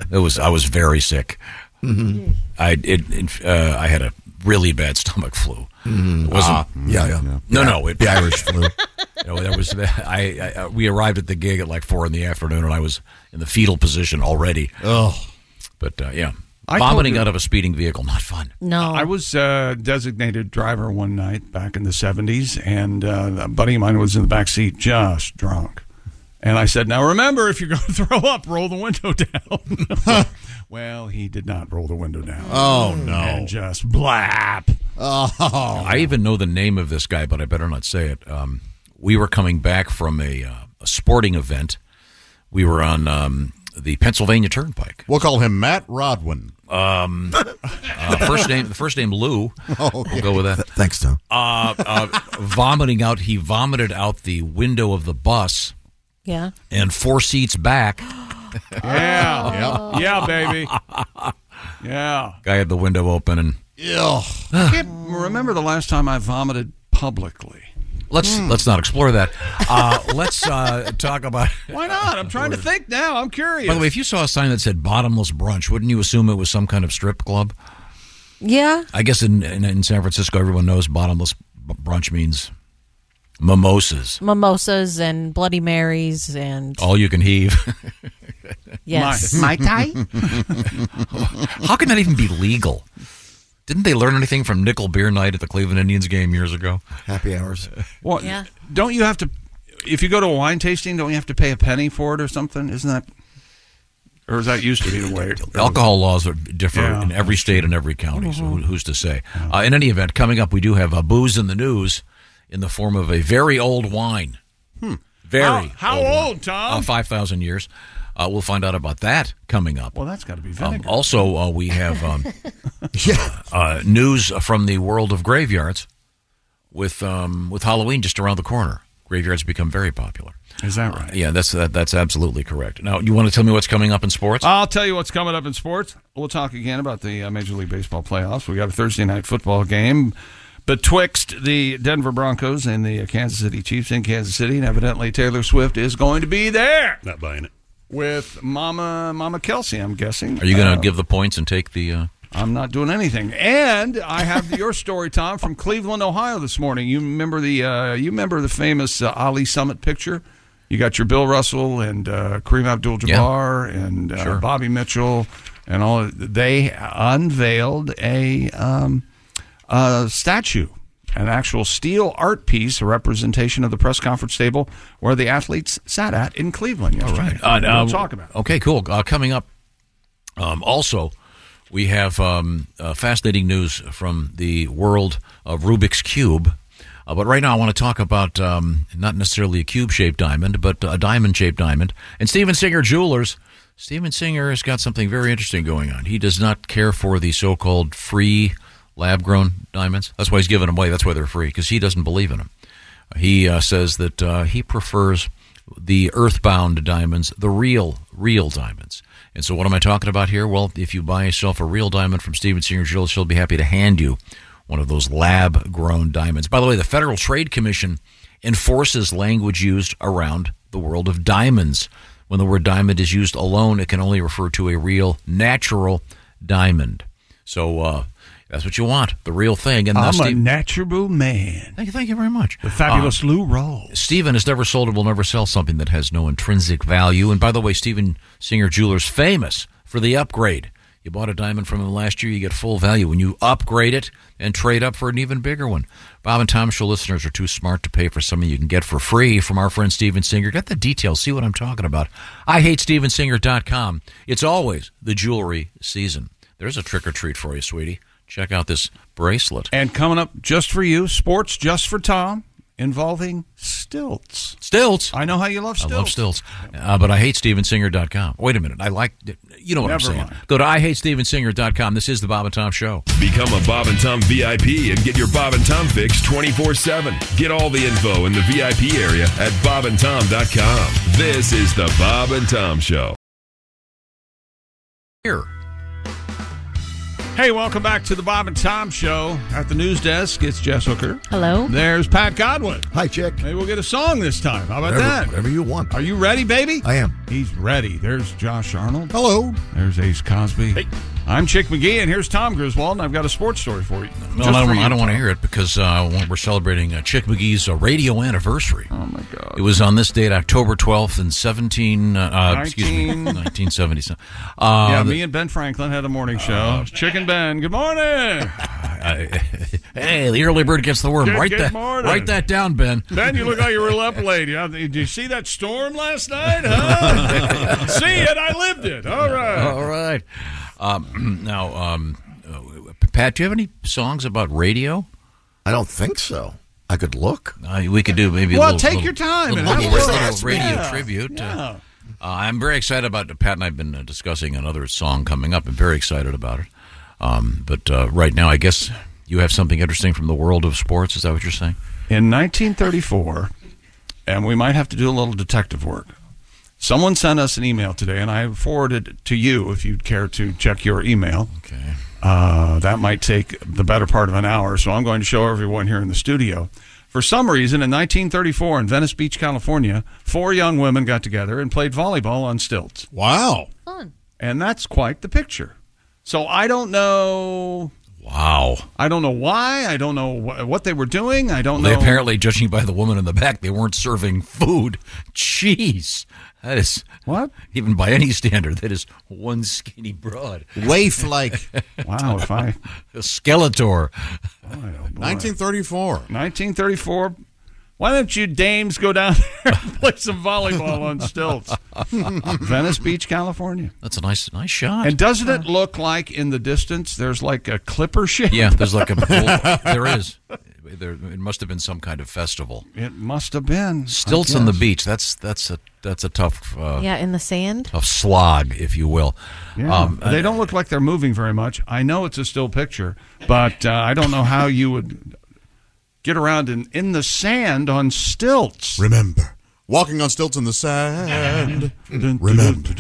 D: it was. I was very sick.
G: Mhm.
D: I it, it uh, I had a really bad stomach flu.
G: Mhm.
D: It wasn't.
G: Ah, yeah, yeah.
D: No,
G: Yeah.
D: no, it,
G: The Irish flu.
D: No, there was. I, I we arrived at the gig at like four in the afternoon, and I was in the fetal position already.
G: Oh,
D: but uh, yeah,
B: I told
D: vomiting
B: you-
D: out of a speeding vehicle, not fun.
J: No.
B: I was uh, designated driver one night back in the 70s, and uh, a buddy of mine was in the back seat just drunk. And I said, Now remember, if you're going to throw up, roll the window
K: Oh,
B: down. well, he did not roll the window down.
D: Oh, no.
B: And just blap.
D: Oh, I even know the name of this guy, but I better not say it. Um, we were coming back from a, uh, a sporting event. We were on um, the Pennsylvania Turnpike.
F: We'll call him Matt Rodwin.
D: Um, uh, first name, the first name Lou.
F: Oh,
D: We'll go with that.
G: Thanks, Tom.
D: Uh, uh, vomiting out, he vomited out the window of the bus
J: Yeah.
D: and four seats back
B: Yeah. Yeah, baby. Yeah.
D: Guy had the window open and
B: Ugh. I can't remember the last time I vomited publicly.
D: let's
F: Hmm.
D: let's not explore that. Uh, let's uh, talk about.
B: Why not? I'm trying to think now. I'm curious.
D: By the way, if you saw a sign that said "bottomless brunch," wouldn't you assume it was some kind of strip club?
O: Yeah.
D: I guess in in, in San Francisco, everyone knows bottomless b- brunch means mimosas,
J: Mimosas and Bloody Marys and
D: all you can heave.
J: Yes. My- Mai Tai?
D: How can that even be legal? Didn't they learn anything from nickel beer night at the Cleveland Indians game years ago?
G: Happy hours.
B: Well,
J: Yeah.
B: don't you have to? If you go to a wine tasting, don't you have to pay a penny for it or something? Isn't that? Or is that used to be the way?
D: Alcohol laws are differ
B: Yeah. Mm-hmm.
D: in every state and every county, so who- who's to say? Uh, in any event, coming up, we do have a booze in the news in the form of a very old wine.
B: Hmm.
D: Very.
B: How- how
D: wine.
B: old, Tom?
D: Uh, 5,000 years. Uh, we'll find out about that coming up.
B: Well, that's got to be
D: Um,
B: vinegar.
D: also, uh, we have um, uh, news from the world of graveyards with um, with Halloween just around the corner. Graveyards become very popular.
B: Is that right?
D: Yeah, that's that, that's absolutely correct. Now, you want to tell me what's coming up in sports?
B: I'll tell you what's coming up in sports. We'll talk again about the uh, Major League Baseball playoffs. We got a Thursday night football game betwixt the Denver Broncos and the uh, Kansas City Chiefs in Kansas City, and evidently Taylor Swift is going to be there.
I: Not buying it.
B: With Mama Mama Kelsey, I'm guessing.
D: Are you going
B: Uh,
D: to give the points and take the? Uh,
B: I'm not doing anything. And I have your story, Tom, from Cleveland, Ohio, this morning. You remember the uh, you remember the famous uh, Ali Summit picture? You got your Bill Russell and uh, Kareem Abdul-Jabbar and uh,
D: Sure.
B: Bobby Mitchell and all. They unveiled a, um, a statue, an actual steel art piece, a representation of the press conference table where the athletes sat at in Cleveland. Yesterday.
D: Uh,
B: We'll
D: uh,
B: talk about. it.
D: Okay, cool. Uh, coming up, um, also, we have um, uh, fascinating news from the world of Rubik's Cube. Uh, but right now, I want to talk about um, not necessarily a cube shaped diamond, but a diamond shaped diamond. And Steven Singer Jewelers. Steven Singer has got something very interesting going on. He does not care for the so called free lab grown diamonds. That's why he's giving them away. That's why they're free, because he doesn't believe in them. He uh, says that uh, he prefers the earthbound diamonds, the real, real diamonds. And so, what am I talking about here? Well, if you buy yourself a real diamond from Steven Singer Jewelers, she'll be happy to hand you one of those lab grown diamonds. By the way, the Federal Trade Commission enforces language used around the world of diamonds. When the word diamond is used alone, it can only refer to a real, natural diamond. So, uh, that's what you want, the real thing. And now
B: I'm a
D: Steve-
B: natural man.
D: Thank you, thank you very much. Uh,
B: The fabulous Lou Roll.
D: Stephen has never sold and will never sell something that has no intrinsic value. And by the way, Stephen Singer Jewelers famous for the upgrade. You bought a diamond from him last year, you get full value when you upgrade it and trade up for an even bigger one. Bob and Tom Show listeners are too smart to pay for something you can get for free from our friend Steven Singer. Get the details, see what I'm talking about. I hate stevensinger.com. It's always the jewelry season. There's a trick or treat for you, sweetie. Check out this bracelet.
B: And coming up just for you, sports just for Tom, involving stilts.
D: Stilts.
B: I know how you love stilts.
D: I love stilts, uh, but I hate stevensinger.com. Wait a minute. I like, you know what I'm
B: Never
D: saying.
B: mind.
D: Go to ihateStevensinger.com. This is the Bob and Tom Show.
P: Become a Bob and Tom VIP and get your Bob and Tom fix 24 7. Get all the info in the VIP area at bobandtom.com. This is the Bob and Tom Show.
D: Here.
B: Hey, welcome back to the Bob and Tom Show. At the news desk, it's Jess Hooker.
J: Hello.
B: There's Pat Godwin.
G: Hi, Chick.
B: Maybe we'll get a song this time. How about
G: Whatever-
B: that?
G: whatever you want.
B: Are you ready, baby?
G: I am.
B: He's ready. There's Josh Arnold.
G: Hello.
B: There's Ace Cosby. I'm Chick McGee, and here's Tom Griswold, and I've got a sports story for you.
D: No, I don't, I don't want to hear it because uh, we're celebrating uh, Chick McGee's uh, radio anniversary. Oh, my God. It was on this date, October 12th, in 17, uh, uh, excuse me,
B: Nineteen-
D: 1977.
B: yeah,
D: Uh,
B: me and Ben Franklin had a morning show. Chick and Ben, good morning.
D: I- hey, the early bird gets the worm.
B: Good-
D: write,
B: good
D: that,
B: morning.
D: write that down, Ben.
B: Ben, you look like you were up late. Yeah, Did you see that storm last night? Huh? Oh. see it? I lived it. All right.
D: All right. Um, now, um, uh, Pat, do you have any songs about radio?
G: I don't think so. I could look.
D: Uh, we could do maybe. a
B: Well,
D: little-
B: take
D: little-
B: your time
D: Little,
B: and have
D: little,
B: a
D: little
B: listen.
D: radio
B: Yeah.
D: tribute.
B: Yeah.
D: Uh, uh, I'm very excited about Pat and I've been uh, discussing another song coming up. I'm very excited about it. Um, but uh, right now, I guess you have something interesting from the world of sports. Is that what you're saying?
B: In 1934, and we might have to do a little detective work. Someone sent us an email today, and I forwarded it to you if you'd care to check your email. Okay. Uh, that might take the better part of an hour, so I'm going to show everyone here in the studio. For some reason, in 1934 in Venice Beach, California, four young women got together and played volleyball on stilts. Wow.
J: Fun.
B: And that's quite the picture. So I don't know. Wow. I don't know why. I don't know wh- what they were doing. I don't
D: Well, they
B: know.
D: apparently, judging by the woman in the back, they weren't serving food. Jeez, that is
B: what
D: even by any standard, that is one skinny broad,
F: waif like.
B: wow, if I oh,
D: Skeletor.
B: 1934. 1934. Why don't you dames go down there and play some volleyball on stilts? Venice Beach, California.
D: That's a nice, nice shot.
B: And doesn't it look like in the distance there's like a clipper shape?
D: Yeah, there's like a bull- there is. There, it must have been some kind of festival.
B: It must have been I
D: Stilts on the
B: guess.
D: beach. That's that's a that's a tough uh,
E: yeah, in the sand.
D: tough slog, if you will. Um,
B: Yeah.
D: uh,
B: they don't look like they're moving very much. I know it's a still picture, but uh, I don't know how you would get around in, in the sand on stilts.
F: Remember, walking on stilts in the sand.
B: Remember,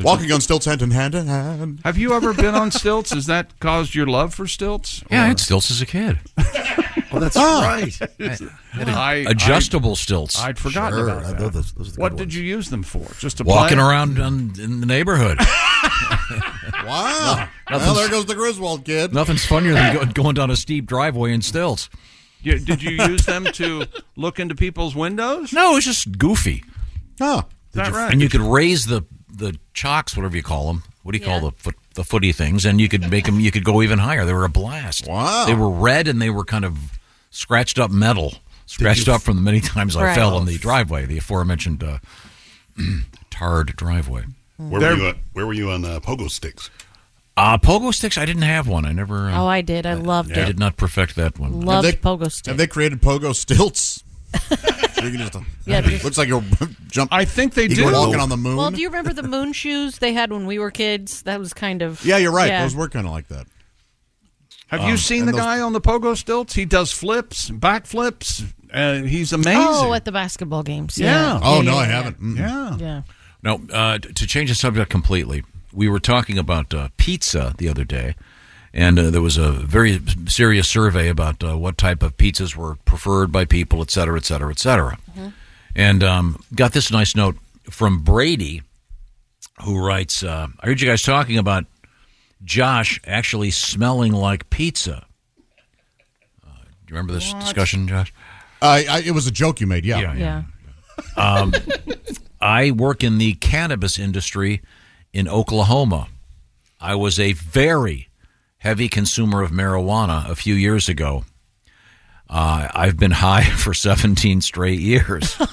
F: walking on stilts hand in hand in hand.
B: Have you ever been on stilts? Has that caused your love for stilts?
D: Yeah, I had stilts as a kid.
B: Oh,
D: that's Oh. right. adjustable
B: I,
D: stilts.
B: I'd forgotten
D: Sure,
B: about
D: I
B: that.
D: know those- those are the
B: what
D: good
B: did you use them for? Just to
D: Walking
B: play?
D: around on, in the neighborhood.
F: Wow.
D: No,
F: well,
D: nothing's-
F: there goes the Griswold kid.
D: Nothing's funnier than go, going down a steep driveway in stilts.
B: You- did you use them to look into people's windows?
D: No, it's just goofy.
F: Oh,
B: that right?
D: And you could raise the the chocks, whatever you call them. What do you call the foot, the footy things? And you could make them. You could go even higher. They were a blast.
F: Wow.
D: They were red and they were kind of scratched up metal, scratched
F: you-
D: up from the many times I
F: Right.
D: fell in the driveway, the aforementioned uh, tarred driveway.
J: Hmm.
I: Where
D: There-
I: were you? At, where were you on uh, pogo sticks?
D: Uh, pogo sticks. I didn't have one. I never. Uh,
J: Oh, I did. I loved
D: I
J: it.
D: did not perfect that one.
J: Loved
F: Have they-
J: pogo sticks.
F: Have they created pogo stilts? So you can just, uh,
J: Yeah, just-
F: looks like you're jump.
B: I think they
F: you
B: do.
F: Go walking on the moon.
J: Well, do you remember the moon shoes they had when we were kids? That was kind of
F: yeah, you're right. Those were kind of like that.
B: Have you
F: Um,
B: seen
F: and
B: the
F: those-
B: guy on the pogo stilts? He does flips, back flips, and he's amazing.
J: Oh, at the basketball games. Yeah.
D: Yeah. Oh,
J: Yeah,
D: no, I
J: yeah,
D: haven't. Mm-mm.
B: Yeah.
J: Yeah.
D: No, uh, t- to change the subject completely, we were talking about uh, pizza the other day, and uh, there was a very serious survey about uh, what type of pizzas were preferred by people, et cetera, et cetera, et cetera.
J: Mm-hmm.
D: And um, got this nice note from Brady, who writes uh, I heard you guys talking about Josh actually smelling like pizza. Uh, do you remember this discussion, Josh?
F: I, I, it was a joke you made. Yeah.
J: Yeah.
D: Um, I work in the cannabis industry in Oklahoma. I was a very heavy consumer of marijuana a few years ago. Uh, I've been high for 17 straight years.
J: All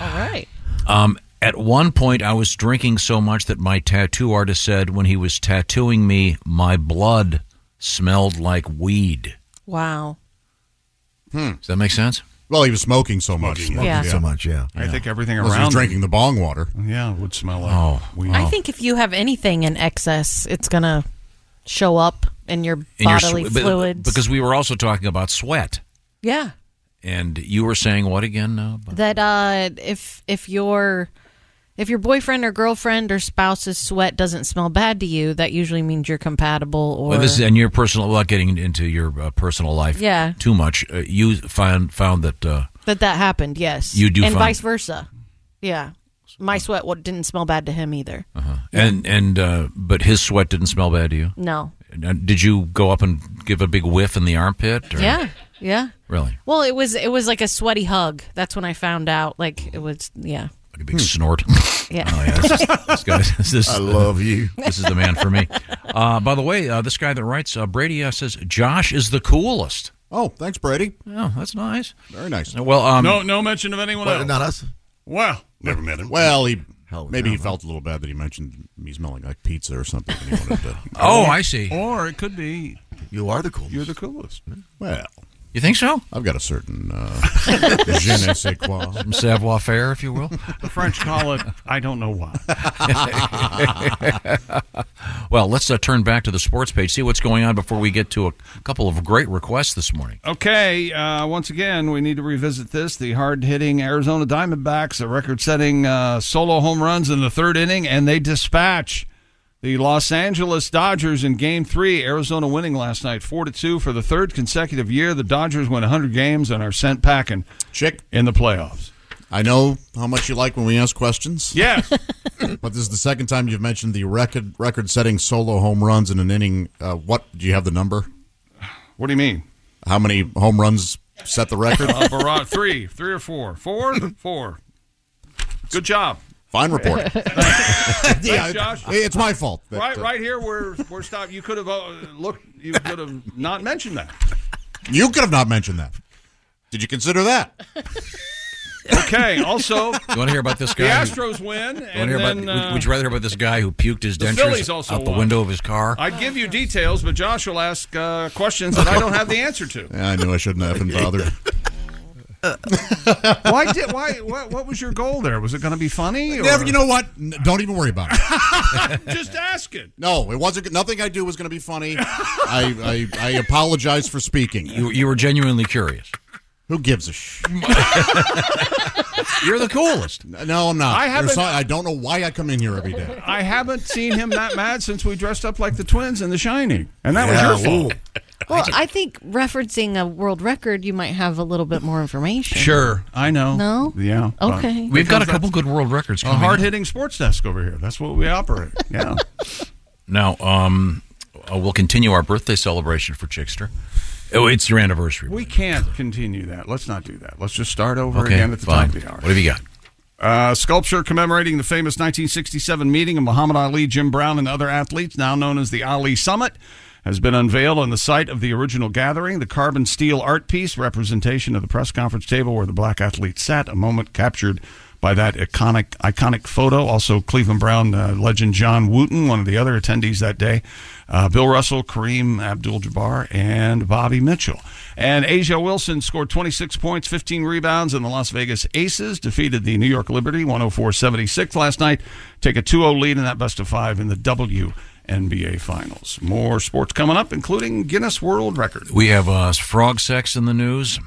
J: right.
D: Um, at one point, I was drinking so much that my tattoo artist said when he was tattooing me, my blood smelled like weed.
J: Wow.
D: Does that make sense?
F: Hmm. Well, he was smoking so much.
J: Smoking Yeah. so
D: much, yeah.
B: I think everything
F: Unless he
B: around
F: was drinking the bong water.
B: Yeah, it would smell like.
D: Oh,
J: I think if you have anything in excess, it's going to show up in your
D: In your
J: bodily
D: swe- but-
J: fluids.
D: Because we were also talking about sweat.
J: yeah.
D: And you were saying what again now?
J: That uh if if your if your boyfriend or girlfriend or spouse's sweat doesn't smell bad to you, that usually means you're compatible or
D: Well, this is and your personal without getting into your uh, personal life
J: Yeah.
D: too much. Uh, you found found that uh,
J: that that happened. Yes,
D: You do
J: and
D: find-
J: vice versa. Yeah, my sweat wa- didn't smell bad to him either.
D: Uh-huh. and and uh, but his sweat didn't smell bad to you.
J: No.
D: Now, Did you go up and give a big whiff in the armpit? Or?
J: Yeah, yeah.
D: Really?
J: Well, it was it was like a sweaty hug. That's when I found out. Like it was, yeah.
D: Like a big snort.
J: Yeah.
D: Oh, yeah. This, is- this guy, this is-
G: Hmm. I love you.
D: This is the man for me. Uh, by the way, uh, this guy that writes uh, Brady uh, says Josh is the coolest.
F: Oh, thanks, Brady.
D: Oh, that's nice.
F: Very nice.
D: Well, um,
B: no, no mention of anyone
F: What,
B: else.
F: not us?
B: Well,
I: Never met him.
F: Well, he
I: Hell,
F: maybe he
I: no.
F: felt a little bad that he mentioned me smelling like pizza or something. And he wanted to,
D: Oh, I see.
B: Or it could be
G: You are the coolest.
B: you're the coolest.
F: Well,
D: You think so?
F: I've got a certain uh, je ne sais quoi.
D: Some savoir faire, if you will.
B: The French call it, I don't know why.
D: well, let's uh, turn back to the sports page, see what's going on before we get to a couple of great requests this morning.
B: Okay, uh, once again, we need to revisit this. The hard hitting Arizona Diamondbacks, a record setting uh, solo home runs in the third inning, and they dispatch the Los Angeles Dodgers in game three. Arizona winning last night 4 to 2 for the third consecutive year. The Dodgers win 100 games and are sent packing
F: Chick.
B: in the playoffs.
F: I know how much you like when we ask questions.
B: Yes.
F: but this is the second time you've mentioned the record record setting solo home runs in an inning. Uh, what do you have the number?
B: What do you mean?
F: How many home runs set the record?
B: Uh, Barad, three, three or four, four, four. Good job.
F: Fine report.
B: Thanks,
F: Yeah,
B: Josh.
F: hey, it's my fault that,
B: right,
F: uh,
B: right here, we're we're stopped. You could have uh, looked. You could have not mentioned that.
F: You could have not mentioned that. Did you consider that?
B: Okay. Also, you
D: want to hear about this
B: the
D: guy? who-
B: Astros win,
D: you wanna
B: and
D: hear about-
B: then
D: would-
B: uh,
D: would, you rather hear about this guy who puked his
B: the
D: dentures
B: Phillies also
D: out the
B: won.
D: window of his car?
B: I'd give you details, but Josh will ask uh, questions that I don't have the answer to.
F: Yeah, I knew I shouldn't have been bothered.
B: Why did why what, what was your goal there? Was it going to be funny? Or?
F: Never, you know what? N- don't even worry about it.
B: Just asking.
F: No, it wasn't. Nothing I do was going to be funny. I, I I apologize for speaking.
D: You, you were genuinely curious.
F: Who gives a sh?
D: You're the coolest.
F: No, I'm not.
B: I
F: You're
B: haven't-
F: so- I don't know why I come in here every day.
B: I haven't seen him that mad since we dressed up like the twins in The Shining, and that
F: Yeah,
B: was your fault.
J: Well, I think referencing a world record, you might have a little bit more information.
B: Sure, I know.
J: No?
B: Yeah.
J: Okay. We've
D: got a couple good world records
B: A
D: coming
B: hard hitting sports desk over here. That's what we operate. Yeah.
D: Now, um, uh, we'll continue our birthday celebration for Chickster. Oh, it's your anniversary.
B: we can't continue that. Let's not do that. Let's just start over
D: Okay,
B: again at the
D: fine.
B: top of the hour.
D: What have you got?
B: Uh, sculpture commemorating the famous 1967 meeting of Muhammad Ali, Jim Brown, and other athletes, now known as the Ali Summit, has been unveiled on the site of the original gathering. The carbon steel art piece, representation of the press conference table where the black athletes sat, a moment captured by that iconic iconic photo. Also, Cleveland Brown uh, legend John Wooten, one of the other attendees that day, uh, Bill Russell, Kareem Abdul-Jabbar, and Bobby Mitchell. And Asia Wilson scored 26 points, 15 rebounds, and the Las Vegas Aces defeated the New York Liberty 104-76 last night. Take a 2-0 lead in that best of five in the WNBA Finals. More sports coming up, including Guinness World Record.
D: We have uh, frog sex in the news,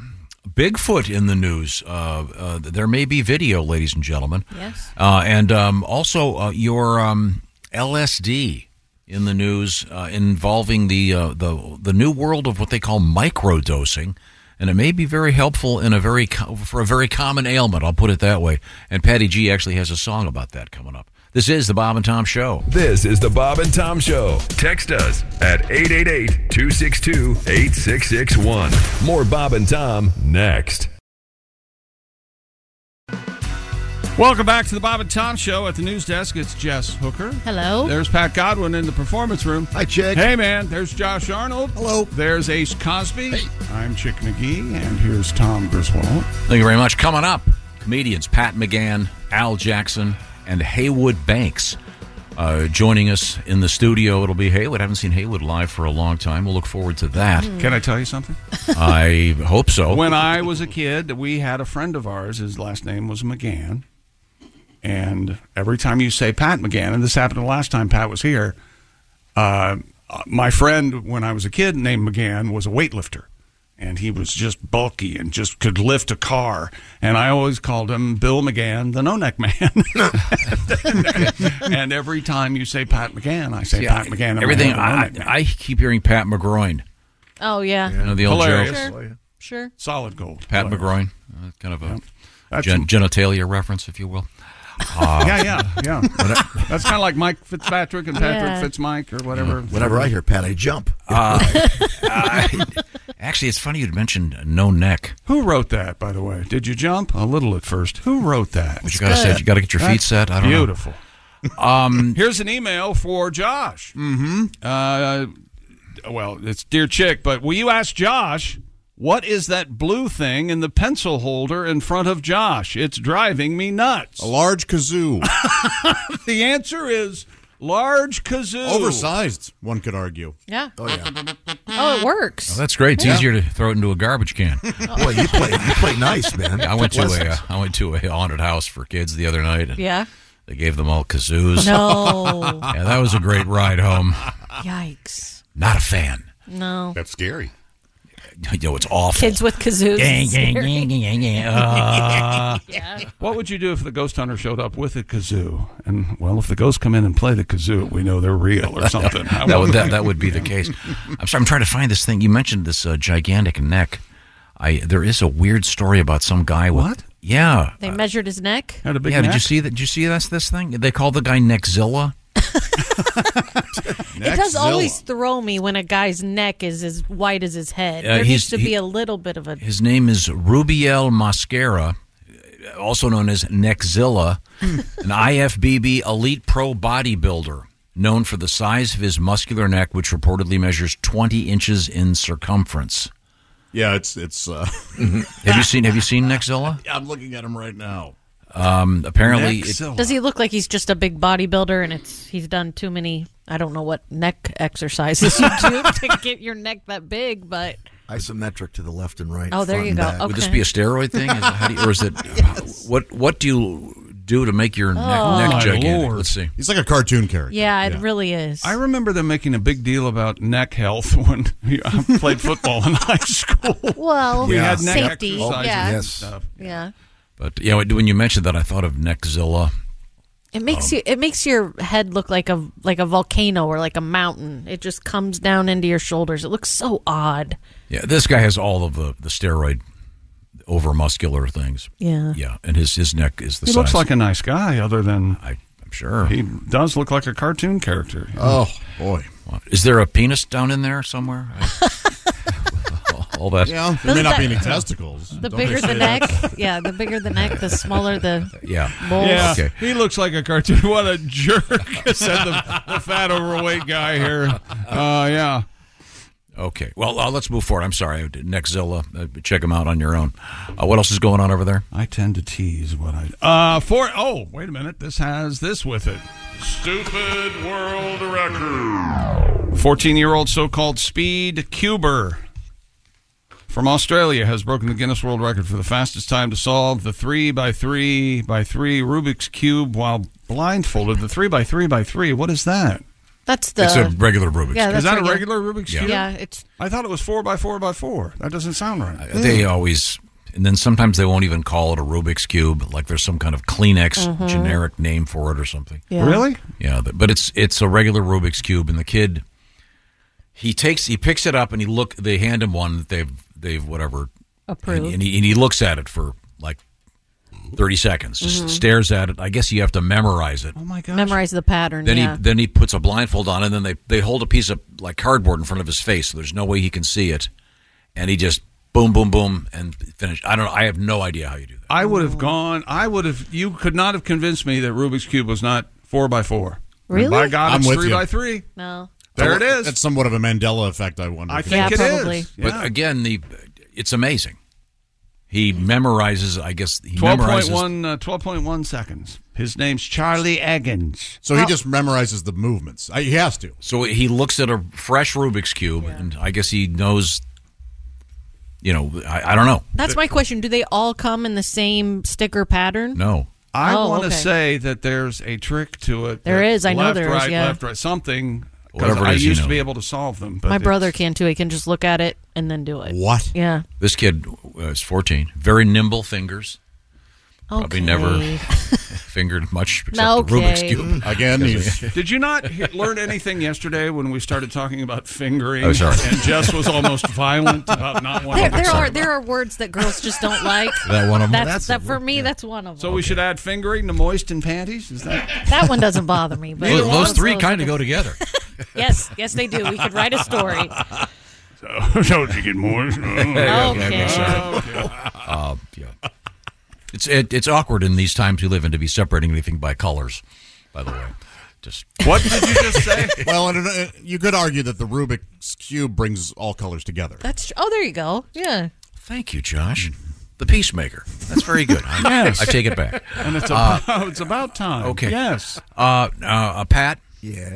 D: Bigfoot in the news. Uh, uh, there may be video, ladies and gentlemen.
J: Yes.
D: Uh, and um, also uh, your um, LSD in the news uh, involving the uh, the the new world of what they call microdosing, and it may be very helpful in a very co- for a very common ailment. I'll put it that way. And Patty G actually has a song about that coming up. This is the Bob and Tom Show.
P: This is the Bob and Tom Show. Text us at 888 262 8661. More Bob and Tom next.
B: Welcome back to the Bob and Tom Show. At the news desk, it's Jess Hooker.
J: Hello.
B: There's Pat Godwin in the performance room. Hi,
G: Chick.
B: Hey, man. There's Josh Arnold. Hello. There's Ace Cosby. I'm Chick McGee, and here's Tom Griswold.
D: Thank you very much. Coming up, comedians Pat McGann, Al Jackson, and Haywood Banks uh, joining us in the studio. It'll be Haywood. I haven't seen Haywood live for a long time. We'll look forward to that.
B: Mm. Can I tell you something?
D: I hope so.
B: When I was a kid, we had a friend of ours. His last name was McGann. And every time you say Pat McGann, and this happened the last time Pat was here, uh, my friend, when I was a kid, named McGann, was a weightlifter. And he was just bulky and just could lift a car. And I always called him Bill McGann, the no neck man. and every time you say Pat McGann, I say
D: See,
B: Pat
D: I-
B: McGann. I'm
D: Everything.
B: a no-neck
D: I, I, I keep hearing Pat McGroin.
J: Oh yeah.
D: You know, the old
B: Hilarious.
D: joke.
J: Sure. Sure.
B: Solid gold.
D: Pat
B: Hilarious.
D: McGroin. Uh, kind of a
B: That's-
D: gen- genitalia reference, if you will. Uh,
B: yeah, yeah, yeah. That's kind of like Mike Fitzpatrick and
G: Yeah.
B: Patrick Fitzmike or whatever.
G: Whenever I hear Pat, I jump.
D: Uh, I- actually, it's funny you'd mentioned uh, no neck.
B: Who wrote that, by the way? Did you jump a little at first? Who wrote that?
D: But you gotta say you gotta get your feet
B: That's
D: set. I don't know.
B: beautiful.
D: Um,
B: Here's an email for Josh. Mm-hmm. Uh, well, it's dear chick, but will you ask Josh what is that blue thing in the pencil holder in front of Josh? It's driving me nuts.
F: A large kazoo.
B: the answer is Large kazoo.
F: Oversized, one could argue.
J: Yeah.
F: Oh, yeah.
J: Oh, it works.
D: Well, that's great. It's
J: Yeah.
D: easier to throw it into a garbage can.
G: Well, you play, you play nice, man.
D: I went to a,
G: Lessons.
D: uh, I went to a haunted house for kids the other night. And
J: Yeah.
D: They gave them all kazoos.
J: No.
D: yeah, that was a great ride home.
J: Yikes.
D: Not a fan.
J: No.
D: That's scary. You know, it's awful.
J: Kids with kazoos.
D: Gang,
J: is
D: gang,
J: scary.
D: gang, gang, gang, gang. Uh,
B: What would you do if the ghost hunter showed up with a kazoo? And well, if the ghosts come in and play the kazoo, we know they're real or something.
D: that, would, that, that would be the case. I'm sorry. I'm trying to find this thing. You mentioned this uh, gigantic neck. I there is a weird story about some guy. With,
B: What?
D: Yeah.
J: They measured his neck.
D: yeah. Did you see that? Did you see that's this thing? They call the guy Neckzilla.
J: It does always throw me when a guy's neck is as white as his head.
D: Uh,
J: there
D: he's-
J: needs to be
D: he-
J: a little bit of a.
D: His name is Rubiel Mascara, also known as Neckzilla, an IFBB elite pro bodybuilder known for the size of his muscular neck, which reportedly measures 20 inches in circumference.
F: Yeah, it's it's. Uh...
D: Mm-hmm. have you seen Have you seen Neckzilla?
F: I'm looking at him right now.
D: Um, apparently, it-
J: Does he look like he's just a big bodybuilder and it's he's done too many? I don't know what neck exercises you do to get your neck that big, but
G: Isometric to the left and right.
J: Oh, there
G: front
J: you
G: and
J: go.
G: back.
D: would this be a steroid thing, is it, how do you- or is it what What do you do to make your
J: Oh.
D: neck,
B: My
D: neck gigantic?
B: lord.
D: Let's see.
F: He's like a cartoon character.
J: yeah, it really is.
B: I remember them making a big deal about neck health when I played football in high school.
J: Well,
B: we
D: Yeah.
B: had neck
J: safety.
B: exercises
J: Yeah.
B: and
D: Yes.
B: stuff.
J: yeah.
D: But yeah, when you mentioned that, I thought of Neckzilla.
J: It makes you. It makes your head look like a like a volcano or like a mountain. It just comes down into your shoulders. It looks so odd.
D: Yeah, this guy has all of the, the steroid over muscular things.
J: Yeah.
D: Yeah, and his, his neck is the
B: He
D: size.
B: looks like a nice guy, other than
D: I, I'm sure
B: he does look like a cartoon character.
D: Oh, boy. Is there a penis down in there somewhere? I- all that.
F: Yeah, there may not be any testicles.
J: The
F: Don't
J: bigger
F: they
J: the
F: say
J: neck,
F: that?
J: yeah, the bigger the neck, the smaller the
D: Yeah.
J: Balls.
B: Yeah,
D: Okay.
B: he looks like a cartoon. What a jerk! said the, the fat, overweight guy here. Uh, yeah.
D: Okay. Well, uh, let's move forward. I'm sorry. Nexzilla, uh, check him out on your own. Uh, what else is going on over there?
B: I tend to tease what I. Uh, for oh, wait a minute. This has this with it. Stupid world record. Fourteen-year-old so-called speed cuber from Australia has broken the Guinness World Record for the fastest time to solve the three by three by three Rubik's cube while blindfolded. The three by three by three. What is that?
J: That's the.
D: It's a regular Rubik's
J: Yeah,
D: cube.
J: that's
B: Is that a regular Rubik's
D: Yeah.
B: cube?
J: Yeah, it's.
B: I thought it was four by four by four. That doesn't sound right.
D: Uh,
B: Hmm.
D: They always, and then sometimes they won't even call it a Rubik's Cube. Like there's some kind of Kleenex
B: Mhm.
D: generic name for it or something.
B: Yeah. Really?
D: Yeah, th- but it's it's a regular Rubik's Cube, and the kid he takes he picks it up and he look they hand him one that they've they've whatever
J: Approved.
D: and, and he and he looks at it for like thirty seconds, just
J: Mhm.
D: stares at it. I guess you have to memorize it.
B: Oh my god!
J: Memorize the pattern.
D: Then
J: yeah.
D: he then he puts a blindfold on, and then they they hold a piece of like cardboard in front of his face, so there's no way he can see it, and he just boom, boom, boom, and finish. I don't. know. I have no idea how you do that.
B: I would have gone. I would have. You could not have convinced me that Rubik's cube was not four by four. And
J: Really?
B: by God,
F: I'm
B: it's
F: with
B: three
F: you.
B: by three.
J: No.
B: There it is.
F: That's somewhat of a Mandela effect. I wonder.
B: I think it is.
D: But again, the it's amazing. He memorizes. I guess he memorizes.
B: 12.1, uh, 12.1 seconds. His name's Charlie Eggins.
F: So he just memorizes the movements. I, Uh, he has to.
D: So he looks at a fresh Rubik's cube, and I guess he knows. You know, I, I don't know.
J: That's my question. Do they all come in the same sticker pattern?
D: No.
B: I
J: Oh,
B: want to
J: okay.
B: say that there's a trick to it.
J: There
B: that
J: is. I know
B: left,
J: there is,
B: Right,
J: yeah.
B: Left, right, something. 'cause
D: Whatever it
B: I
D: is, you
B: used
D: know.
B: to be able to solve them. But
J: my
B: it's-
J: brother can too. He can just look at it and then do it.
D: What?
J: Yeah.
D: This kid was 14. Very nimble fingers. Probably
J: Okay.
D: never fingered much except
J: Okay.
D: the Rubik's cube.
F: Mm, Again, he's-
B: Did you not he- learn anything yesterday when we started talking about fingering?
D: Oh, sorry.
B: And Jess was almost violent about not wanting
J: There,
B: to
J: there
B: solve
J: are there are words that girls just don't like.
D: That one of 'em?
J: That's,
D: That's
J: that for me. That's one of them.
B: So we should add fingering to moist and panties. Is that
J: That one doesn't bother me. But
D: Those,
J: one
D: those three
J: those-
D: kind of go together.
J: Yes, yes, they do. We could write a story.
B: So, don't you get more?
D: Yeah, yeah, yeah, sorry. Uh, yeah. It's it, it's awkward in these times we live in to be separating anything by colors. By the way, just
B: what did you just say?
F: well, I don't know, you could argue that the Rubik's cube brings all colors together. Mm-hmm.
J: That's tr- oh, there you go. Yeah.
D: Thank you, Josh. The peacemaker. That's very good. I,
B: Yes.
D: I take it back.
B: And it's
D: Uh,
B: about, it's about time.
D: okay.
B: Yes.
D: Uh, uh, Pat,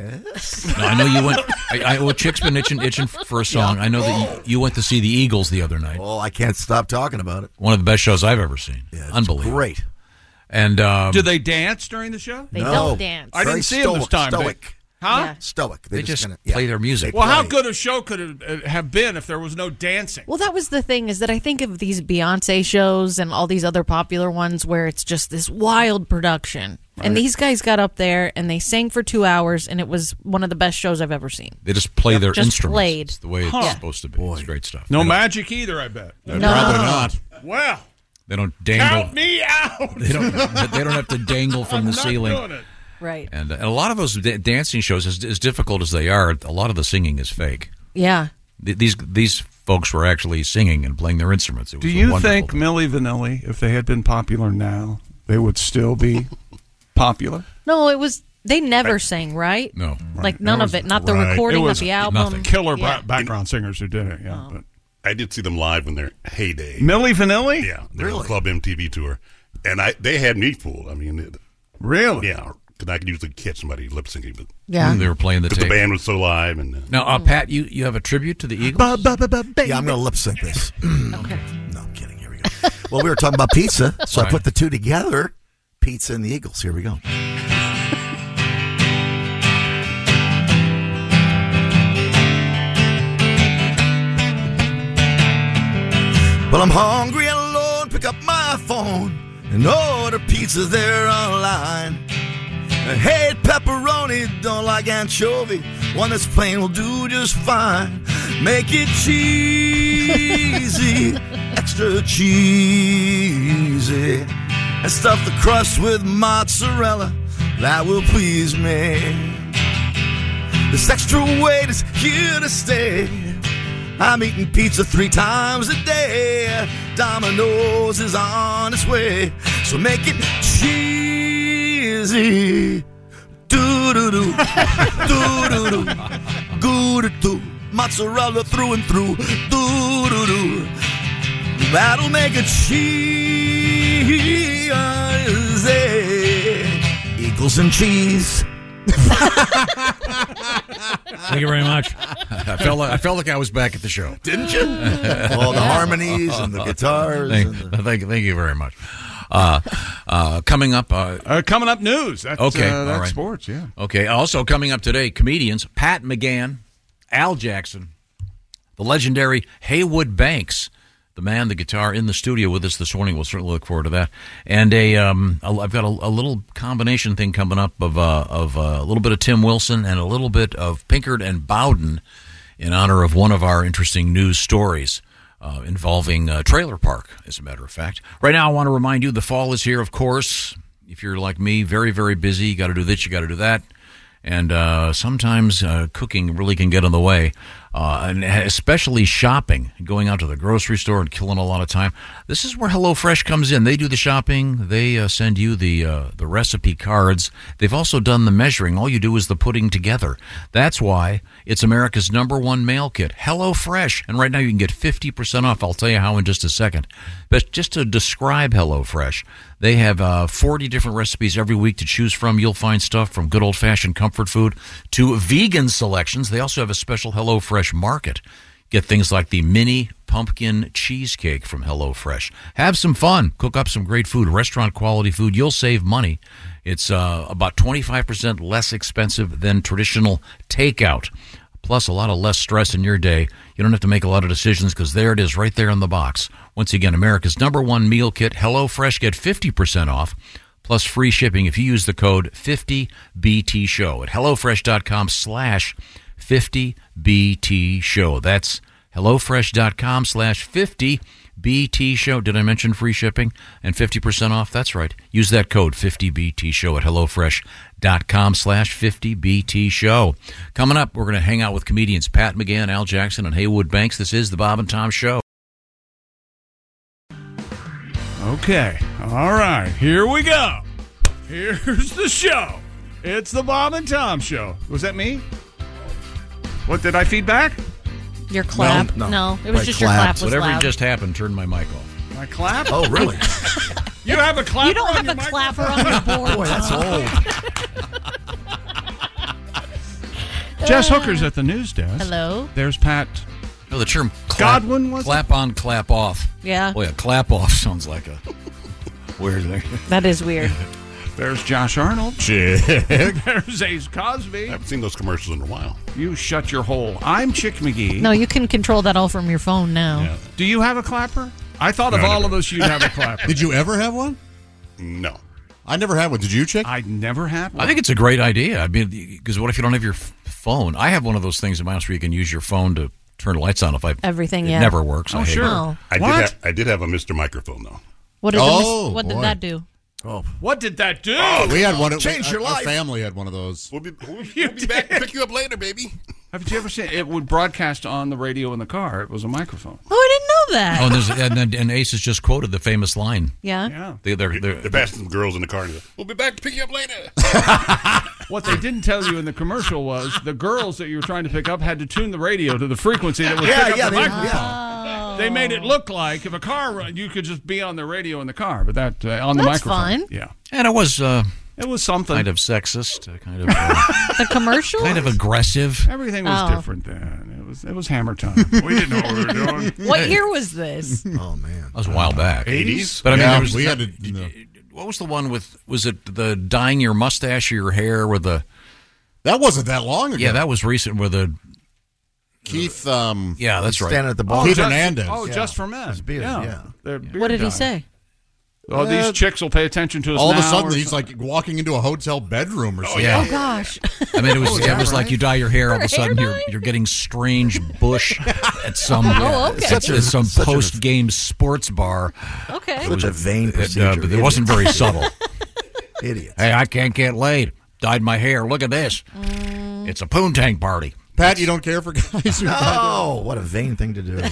K: Yes.
D: No, I know you went. I, I, well, Chick's been itching, itching for a song. I know that you, you went to see the Eagles the other night.
K: Oh, I can't stop talking about it.
D: One of the best shows I've ever seen. Unbelievable.
K: Great.
D: And um,
B: Do they dance during the show?
K: They No. don't dance.
B: I didn't
K: Very
B: see them this
K: stoic-
B: time. but-
K: stoic.
B: Huh?
K: Yeah. Stoic. They're
D: They
K: just
D: just
K: gonna- yeah.
D: play their music.
B: Well, how good a show could it uh, have been if there was no dancing?
J: Well, that was the thing is that I think of these Beyonce shows and all these other popular ones where it's just this wild production.
D: Right.
J: And these guys got up there and they sang for two hours, and it was one of the best shows I've ever seen.
D: They just play their
J: Just
D: instruments.
J: played.
D: It's the way it's
J: Huh. Yeah.
D: supposed to be. It's great stuff.
B: No
D: They don't-
B: magic either, I bet.
D: No. Probably not.
B: Well,
D: They don't dangle.
B: count me out.
D: They don't. They don't have to dangle from
B: I'm
D: the
B: not
D: ceiling.
B: doing it.
J: Right.
D: And, and a lot of those da- dancing shows, as, as difficult as they are, a lot of the singing is fake.
J: Yeah.
D: Th- These these folks were actually singing and playing their instruments. It was
B: Do
D: a
B: you
D: wonderful-
B: think Millie Vanilli, if they had been popular now, they would still be popular?
J: No, it was they never sang right.
B: No.
J: like none of it. Not the recording of the album.
B: Killer
J: Yeah. Oh.
B: ba- background singers who did it. Yeah, but
I: I did see them live in their heyday.
B: Milli Vanilli.
I: Yeah, their Club MTV tour, and I they had me fooled. I mean, it,
B: really?
I: Yeah, because I could usually catch somebody lip syncing, but
D: Yeah. Mm, they were playing the
I: 'Cause
D: tape.
I: the band was so live and. Uh,
D: Now,
J: Mm.
D: uh, Pat, you, you have a tribute to the Eagles.
K: Yeah, I'm going to lip sync this. okay. No, I'm kidding. Here we go. Well, we were talking about pizza, so I
D: Right.
K: put the two together pizza and the Eagles. Here we go.
G: Well, I'm hungry and alone. Pick up my phone and order pizzas there online. I hate Uh, pepperoni, don't like anchovy. One that's plain will do just fine. Make it cheesy, extra cheesy. And stuff the crust with mozzarella. That will please me. This extra weight is here to stay. I'm eating pizza three times a day. Domino's is on its way, so make it cheesy. Doo doo doo, doo doo doo, goo doo doo, mozzarella through and through. Doo doo doo, that'll make it cheesy. Eagles and cheese.
D: Thank you very much. I felt like, I felt like I was back at the show.
K: Didn't you? All the harmonies and the guitars
D: Thank, thank, thank you very much. Uh, uh, coming up. Uh,
B: coming up news. That's,
D: okay.
B: uh,
D: all
B: that's
D: right.
B: sports, yeah.
D: Okay. Also coming up today, comedians Pat McGann, Al Jackson, the legendary Haywood Banks, the man, the guitar in the studio with us this morning. We'll certainly look forward to that. And a, um, a I've got a, a little combination thing coming up of uh, of uh, a little bit of Tim Wilson and a little bit of Pinkard and Bowden, in honor of one of our interesting news stories. Uh, involving uh, Trailer Park, as a matter of fact. Right now, I want to remind you the fall is here, of course. If you're like me, very, very busy, you got to do this, you got to do that and uh, sometimes uh, cooking really can get in the way, uh, and especially shopping, going out to the grocery store and killing a lot of time. This is where HelloFresh comes in. They do the shopping. They uh, send you the uh, the recipe cards. They've also done the measuring. All you do is the putting together. That's why it's America's number one mail kit, HelloFresh. And right now you can get fifty percent off. I'll tell you how in just a second. But just to describe HelloFresh, they have uh, 40 different recipes every week to choose from. You'll find stuff from good old fashioned comfort food to vegan selections. They also have a special HelloFresh market. Get things like the mini pumpkin cheesecake from HelloFresh. Have some fun. Cook up some great food, restaurant quality food. You'll save money. It's uh, about 25% less expensive than traditional takeout. Plus, a lot of less stress in your day. You don't have to make a lot of decisions because there it is right there in the box. Once again, America's number one meal kit, HelloFresh. Get 50% off plus free shipping if you use the code 50BTShow at HelloFresh.com slash 50BTShow. That's HelloFresh.com slash 50BTShow. Did I mention free shipping and 50% off? That's right. Use that code 50BTShow at HelloFresh.com slash 50BTShow. Coming up, we're going to hang out with comedians Pat McGann, Al Jackson, and Haywood Banks. This is the Bob and Tom Show.
B: Okay. All right. Here we go. Here's the show. It's the Bob and Tom Show. Was that me? What did I feedback?
J: Your clap. No, it was just your clap was
D: Whatever
J: loud.
D: just happened, turn my mic off.
B: My clap?
D: Oh, really?
B: you have a clap.
J: You don't have a clapper on your board.
B: Boy, that's
J: Tom.
B: old. Jess Hooker's at the news desk.
J: Hello.
B: There's Pat.
D: No, Oh, the term clap,
B: Godwin was
D: clap on, clap off.
J: Yeah.
D: Boy, a clap off sounds like a weird thing.
J: That is weird.
B: There's Josh Arnold. There's Ace Cosby. I
I: haven't seen those commercials in a while.
B: You shut your hole. I'm Chick McGee.
J: No, you can control that all from your phone now.
B: Do you have a clapper? I thought of
I: No, I
B: all of
I: never-
B: us, you'd have a clapper.
F: Did you ever have one?
I: No.
F: I never had one. Did you, Chick?
B: I never had one.
D: I think it's a great idea. I mean, because what if you don't have your f- phone? I have one of those things in my house where you can use your phone to turn lights on. If I
J: Everything,
D: it
J: yeah. Oh.
D: never
B: Oh,
D: works. I hate it.
I: I did,
J: What?
I: ha- I did have a Mr. Microphone, though.
J: What did, the
F: Oh,
J: mis- what
F: boy.
J: did that do?
G: Oh.
B: What did that do?
F: Oh, we had one.
I: Change
F: we-
I: your
F: our- our
I: life.
F: family had one of those.
I: We'll be, we'll be we'll be back to pick you up later, baby.
B: Have you ever seen it? Would broadcast on the radio in the car. It was a microphone.
J: Oh, I didn't know that.
D: Oh, and, there's, and, and, and Ace has just quoted the famous line.
J: Yeah.
D: They, they're, they're,
I: They're passing girls in the car. And they're like, we'll be back to pick you up later.
B: What they didn't tell you in the commercial was the girls that you were trying to pick up had to tune the radio to the frequency that was
G: Yeah,
B: pick
G: yeah,
B: up the
G: they-
B: microphone. They made it look like if a car run, you could just be on the radio in the car, but that uh, on the
J: That's
B: microphone.
J: fun.
B: Yeah,
D: and it was uh,
B: it was something
D: kind of sexist, uh, kind of uh,
J: The commercial?
D: kind of aggressive.
B: Everything was
J: Oh.
B: different then. It was it was hammer time. we didn't know what we were doing.
J: What year was this?
G: Oh man,
D: that was a while back.
B: 80s?
D: But I mean,
F: Yeah,
D: there was
F: we
D: the-
F: had to-
D: d- What was the one with? Was it the dyeing your mustache or your hair with the?
F: That wasn't that long ago.
D: Yeah, that was recent. Where the uh,
F: Keith. Um,
D: yeah, that's right.
G: Standing at the bar.
F: Keith
B: just,
F: Hernandez.
B: Oh,
F: Yeah.
B: just for men.
G: His beard, yeah.
B: Their beard
J: What did he
B: dye.
J: say?
B: Oh,
F: Uh,
B: these chicks will pay attention to us.
F: All of a
B: now
F: sudden,
B: or
F: he's like walking into a hotel bedroom or something.
D: yeah.
J: Oh, gosh.
D: I mean, it was
F: Oh,
D: it
F: yeah,
D: was
F: right.
D: like you dye your hair. All of
J: Her
D: a sudden,
J: hair
D: you're you're getting strange bush at some
J: Oh, okay.
D: at
J: Such
G: a-
D: some
G: such a-
D: post game sports bar.
J: Okay.
G: Such a vain
D: It,
G: procedure.
D: uh, but it wasn't very subtle.
G: Idiot.
D: hey, I can't get laid. Dyed my hair. Look at this. It's a poontang party.
F: Pat, you don't care for guys? who-
G: Oh, what a vain thing to do.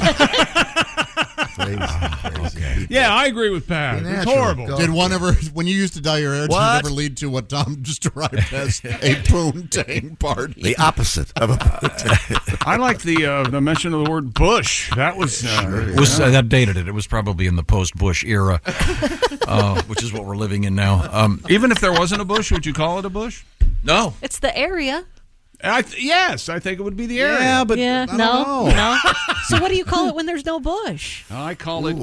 G: Crazy, crazy.
B: Yeah, I agree with Pat.
G: Be
B: It's
G: natural.
B: horrible.
G: Go.
F: Did one ever, when you used to dye your hair,
G: What?
F: did it ever lead to what Tom just described as a poontang party?
G: The opposite of a.
B: I like the uh, the mention of the word bush. That was uh,
D: It was uh, that dated it. It was probably in the post Bush era, uh, which is what we're living in now. Um,
B: even if there wasn't a bush, would you call it a bush?
D: no,
J: It's the area.
B: I th- yes, I think it would be the area.
F: but
J: yeah.
F: I don't know.
J: no. No. So what do you call it when there's no bush?
B: Oh, I call it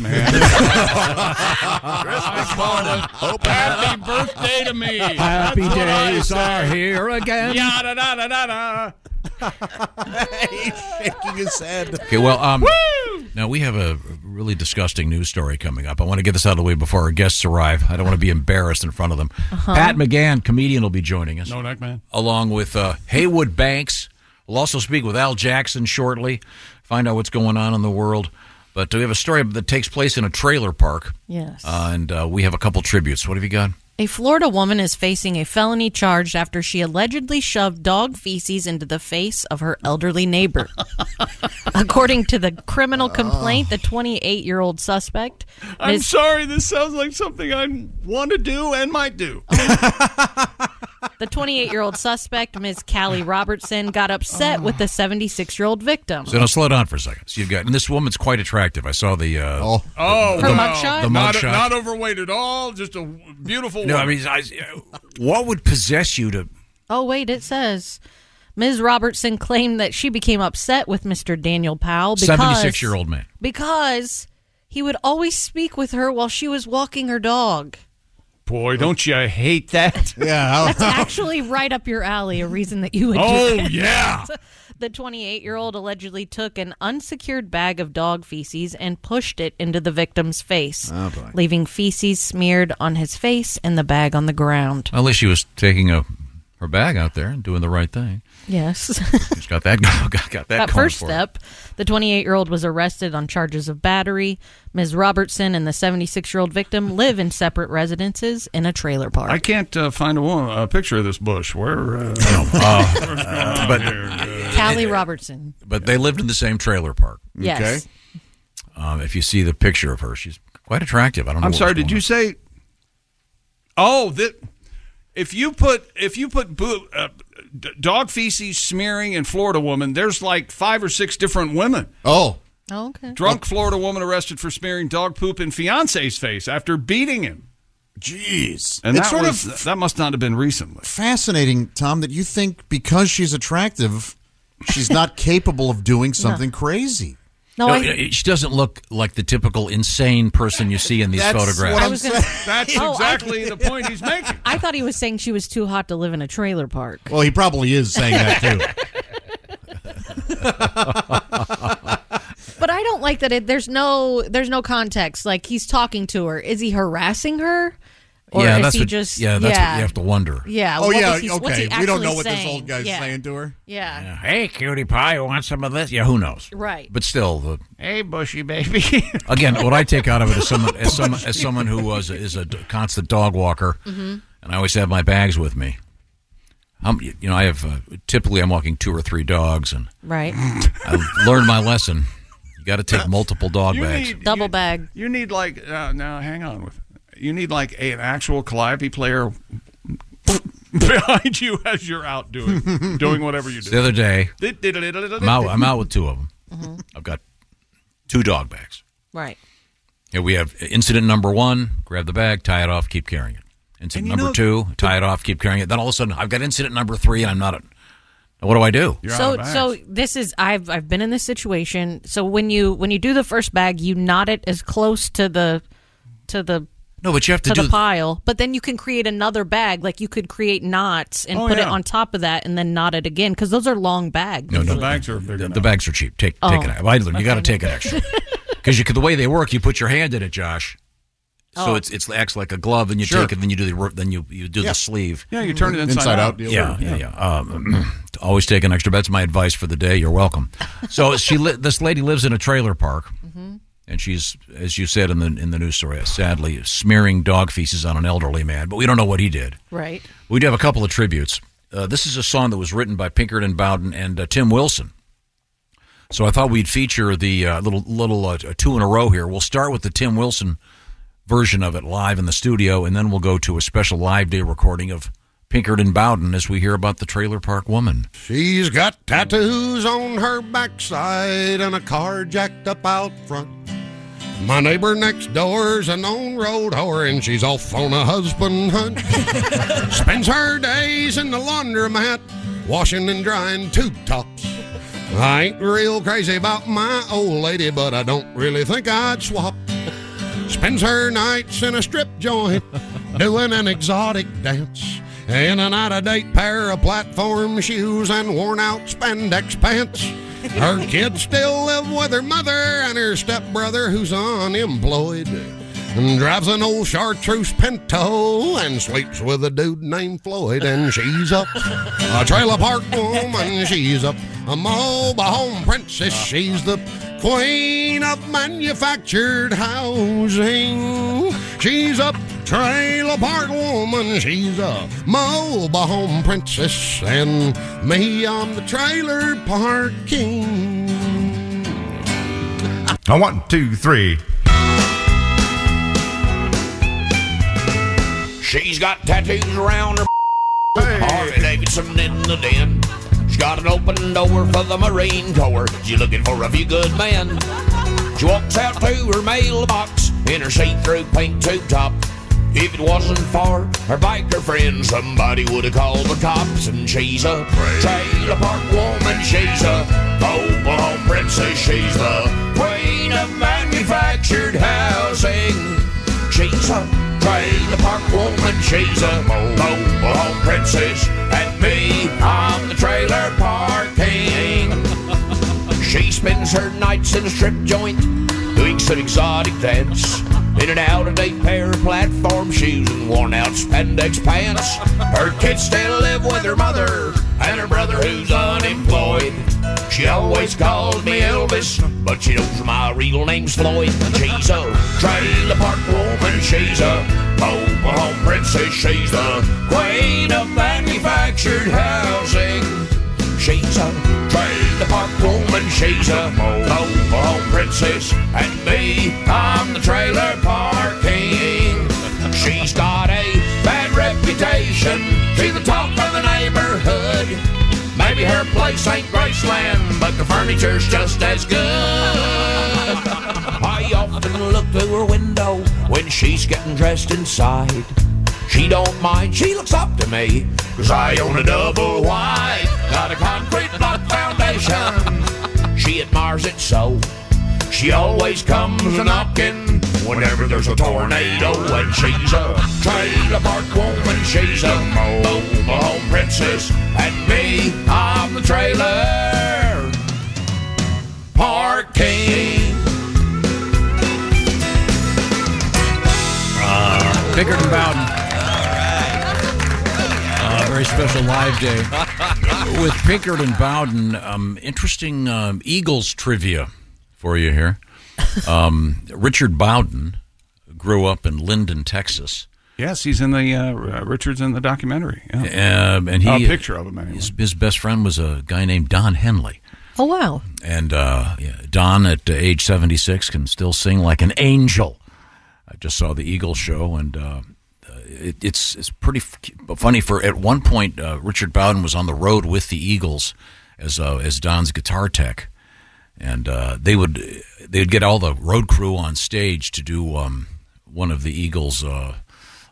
B: man. I
F: Oh,
B: call it happy birthday to me.
Q: Happy
B: That's what I
Q: days
B: say.
Q: are here again.
B: Yada, da, da, da, da.
F: He's shaking his head.
D: Okay, well, um, now we have a really disgusting news story coming up. I want to get this out of the way before our guests arrive. I don't want to be embarrassed in front of them. Pat McGann, comedian, will be joining us,
B: No neck, man.
D: along with uh, Haywood Banks. We'll also speak with Al Jackson shortly, find out what's going on in the world. But we have a story that takes place in a trailer park,
J: Yes.
D: uh, and uh, we have a couple tributes. What have you got?
J: A Florida woman is facing a felony charge after she allegedly shoved dog feces into the face of her elderly neighbor. According to the criminal complaint, the 28 year old suspect.
B: I'm
J: Ms.
B: sorry. This sounds like something I want to do and might do.
J: The 28 year old suspect, Ms. Callie Robertson, got upset with the 76 year old victim.
D: So now slow down for a second. So you've got, and this woman's quite attractive. I saw the. Uh,
F: Oh,
B: Oh,
J: Her
B: wow.
J: mugshot?
D: The
B: Not,
D: mugshot.
B: not overweight at all. Just a beautiful.
D: No, I
B: woman.
D: mean, I, what would possess you to
J: Oh, wait, it says. Ms. Robertson claimed that she became upset with Mr. Daniel Powell because
D: 76 year old man.
J: because he would always speak with her while she was walking her dog.
B: boy, don't you hate that?
F: yeah. I
J: That's
F: don't know.
J: actually right up your alley, a reason that you would
B: Oh,
J: do that.
B: yeah.
J: The 28 year old allegedly took an unsecured bag of dog feces and pushed it into the victim's face, leaving feces smeared on his face and the bag on the ground.
D: At least she was taking a, her bag out there and doing the right thing.
J: Yes.
D: She's got that got, got that,
J: that
D: going
J: first
D: for her.
J: step, the 28 year old was arrested on charges of battery. Ms. Robertson and the 76 year old victim live in separate residences in a trailer park.
B: I can't uh, find a, woman, a picture of this bush. Where? Uh,
D: Oh. Uh, but-
J: Callie Robertson.
D: But they lived in the same trailer park.
J: Yes.
F: Okay.
D: Um, if you see the picture of her, she's quite attractive. I don't know.
B: I'm
D: what
B: sorry.
D: was
B: Did
D: going
B: you
D: on.
B: say? Oh, that if you put if you put boo, uh, d- dog feces smearing in Florida woman, there's like five or six different women.
F: Oh,
J: Oh, okay.
B: Drunk Florida woman arrested for smearing dog poop in fiance's face after beating him.
F: Jeez.
B: And
F: It's
B: that
F: sort
B: was
F: of-
B: that must not have been recently.
F: Fascinating, Tom, that you think because she's attractive, she's not capable of doing something crazy.
D: No, she doesn't look like the typical insane person you see in these
F: That's
D: photographs.
F: what
J: I was gonna,
B: That's
J: Oh, I-
B: exactly the point he's making.
J: I thought he was saying she was too hot to live in a trailer park.
F: Well, he probably is saying that too.
J: But I don't like that. It, there's no there's no context. Like he's talking to her. Is he harassing her? Or
D: yeah,
J: is
D: that's
J: he
D: what,
J: just
D: yeah, that's what you have to wonder.
J: Yeah.
F: Oh,
J: what
F: yeah,
J: was he- what's he
F: okay. We don't know
J: actually
F: what this old guy's
J: Yeah.
F: saying to her.
J: Yeah.
D: Hey, cutie pie, you want some of this? Yeah, who knows?
J: Right.
D: But still, the,
B: Hey, bushy baby.
D: again, what I take out of it is someone as some as someone who was is a d- constant dog walker,
J: Mm-hmm.
R: Mhm.
D: and I always have my bags with me. Um, you know, I have uh, typically I'm walking two or three dogs, and
J: Right.
D: I learned my lesson. You got to take multiple dog
B: You
D: bags.
B: need-
J: Double bag.
B: You need like uh, now. Hang on with. You need like a- an actual calliope player behind you as you're out doing doing whatever you do.
D: The other day, I'm
J: Mm-hmm.
B: I'm
D: out, I'm out with two of them.
J: Mhm.
D: I've got two dog bags.
J: Right.
D: Here we have incident number one: grab the bag, tie it off, keep carrying it. Incident
J: you
D: number
J: know-
D: two: tie it off, keep carrying it. Then all of a sudden, I've got incident number three, and I'm not. A, what do I do?
J: so so this is I've I've been in this situation. So when you when you do the first bag, you knot it as close to the to the
D: No, but you have to do-
J: the pile. But then you can create another bag. Like you could create knots and
D: Oh,
J: put it
D: yeah.
J: on top of that, and then knot it again because those are long bags.
D: No, no,
B: the bags are big
D: the, the bags are cheap. Take
J: Oh.
D: take it. out. I learned you got to
J: Okay.
D: take an extra because you could- the way they work, you put your hand in it, Josh. So
J: Oh.
D: it's it's acts like a glove, and you
J: Sure.
D: take it, then you do the ro- then you you do
B: Yeah.
D: the sleeve.
B: Yeah, you turn it inside Inside out. out, deal
D: yeah,
B: with it.
D: yeah, yeah. Um, to always take an extra. That's my advice for the day. You're welcome. So she li- this lady lives in a trailer park, and she's as you said in the in the news story, sadly smearing dog feces on an elderly man. But we don't know what he did.
J: Right.
D: We do have a couple of tributes. Uh, this is a song that was written by Pinkerton Bowden and uh, Tim Wilson. So I thought we'd feature the uh, little little uh, two in a row here. We'll start with the Tim Wilson version of it live in the studio, and then we'll go to a special live day recording of Pinkerton Bowden as we hear about the Trailer Park Woman.
S: She's got tattoos on her backside and a car jacked up out front. My neighbor next door's an on-road whore and she's off on a husband hunt. Spends her days in the laundromat, washing and drying tube tops. I ain't real crazy about my old lady, but I don't really think I'd swap. Spends her nights in a strip joint, doing an exotic dance. In an out of date pair of platform shoes and worn out spandex pants. Her kids still live with her mother and her stepbrother, who's unemployed. And drives an old chartreuse pinto and sleeps with a dude named Floyd. And she's up a trailer park woman. She's up a mobile home princess. She's the queen of manufactured housing. She's up trailer park woman. She's a mobile home princess. And me, I'm the trailer park king.
T: One, two, three.
U: She's got tattoos around her Harley Davidson in the den. She's got an open door for the Marine Corps. She's looking for a few good men. She walks out to her mailbox in her see-through pink tube top. If it wasn't for her biker friend, somebody would have called the cops. And she's a trailer park woman. She's a mobile home princess. She's the queen of manufactured housing. She's a trailer park woman. She's a mobile home princess. And me, I'm the trailer park king. She spends her nights in a strip joint doing some exotic dance. In an out-of-date pair of platform shoes and worn-out spandex pants. Her kids still live with her mother and her brother who's unemployed. She always calls me Elvis, but she knows my real name's Floyd. She's a trailer park woman. She's a mobile home princess. She's the queen of manufactured housing. She's a trailer park woman. She's a mobile home princess. And me, I'm the trailer park king. She's got a bad reputation. She's the talk of the neighborhood. Maybe her place ain't Graceland, but the furniture's just as good. I often look through her window when she's getting dressed inside. She don't mind, she looks up to me, cause I own a double wide. Got a concrete block foundation, she admires it so. She always comes a knocking whenever there's a tornado, and she's a trailer park woman, she's a mobile home princess, and me, I'm the trailer park king.
D: Bigger than Bowden. Uh, very special live day with Pinkerton Bowden. Um, interesting um, Eagles trivia for you here. Um, Richard Bowden grew up in Linden, Texas.
B: Yes, he's in the uh, R- Richards in the documentary. Yeah. Oh,
D: Um, and he
B: a picture of him. Anyway.
D: His, his best friend was a guy named Don Henley,
J: Oh, wow.
D: and uh, yeah, Don at uh, age seventy six can still sing like an angel. I just saw the Eagles show, and uh, uh, it, it's it's pretty f- funny. For at one point, uh, Richard Bowden was on the road with the Eagles as uh, as Don's guitar tech, and uh, they would they would get all the road crew on stage to do um, one of the Eagles. Uh,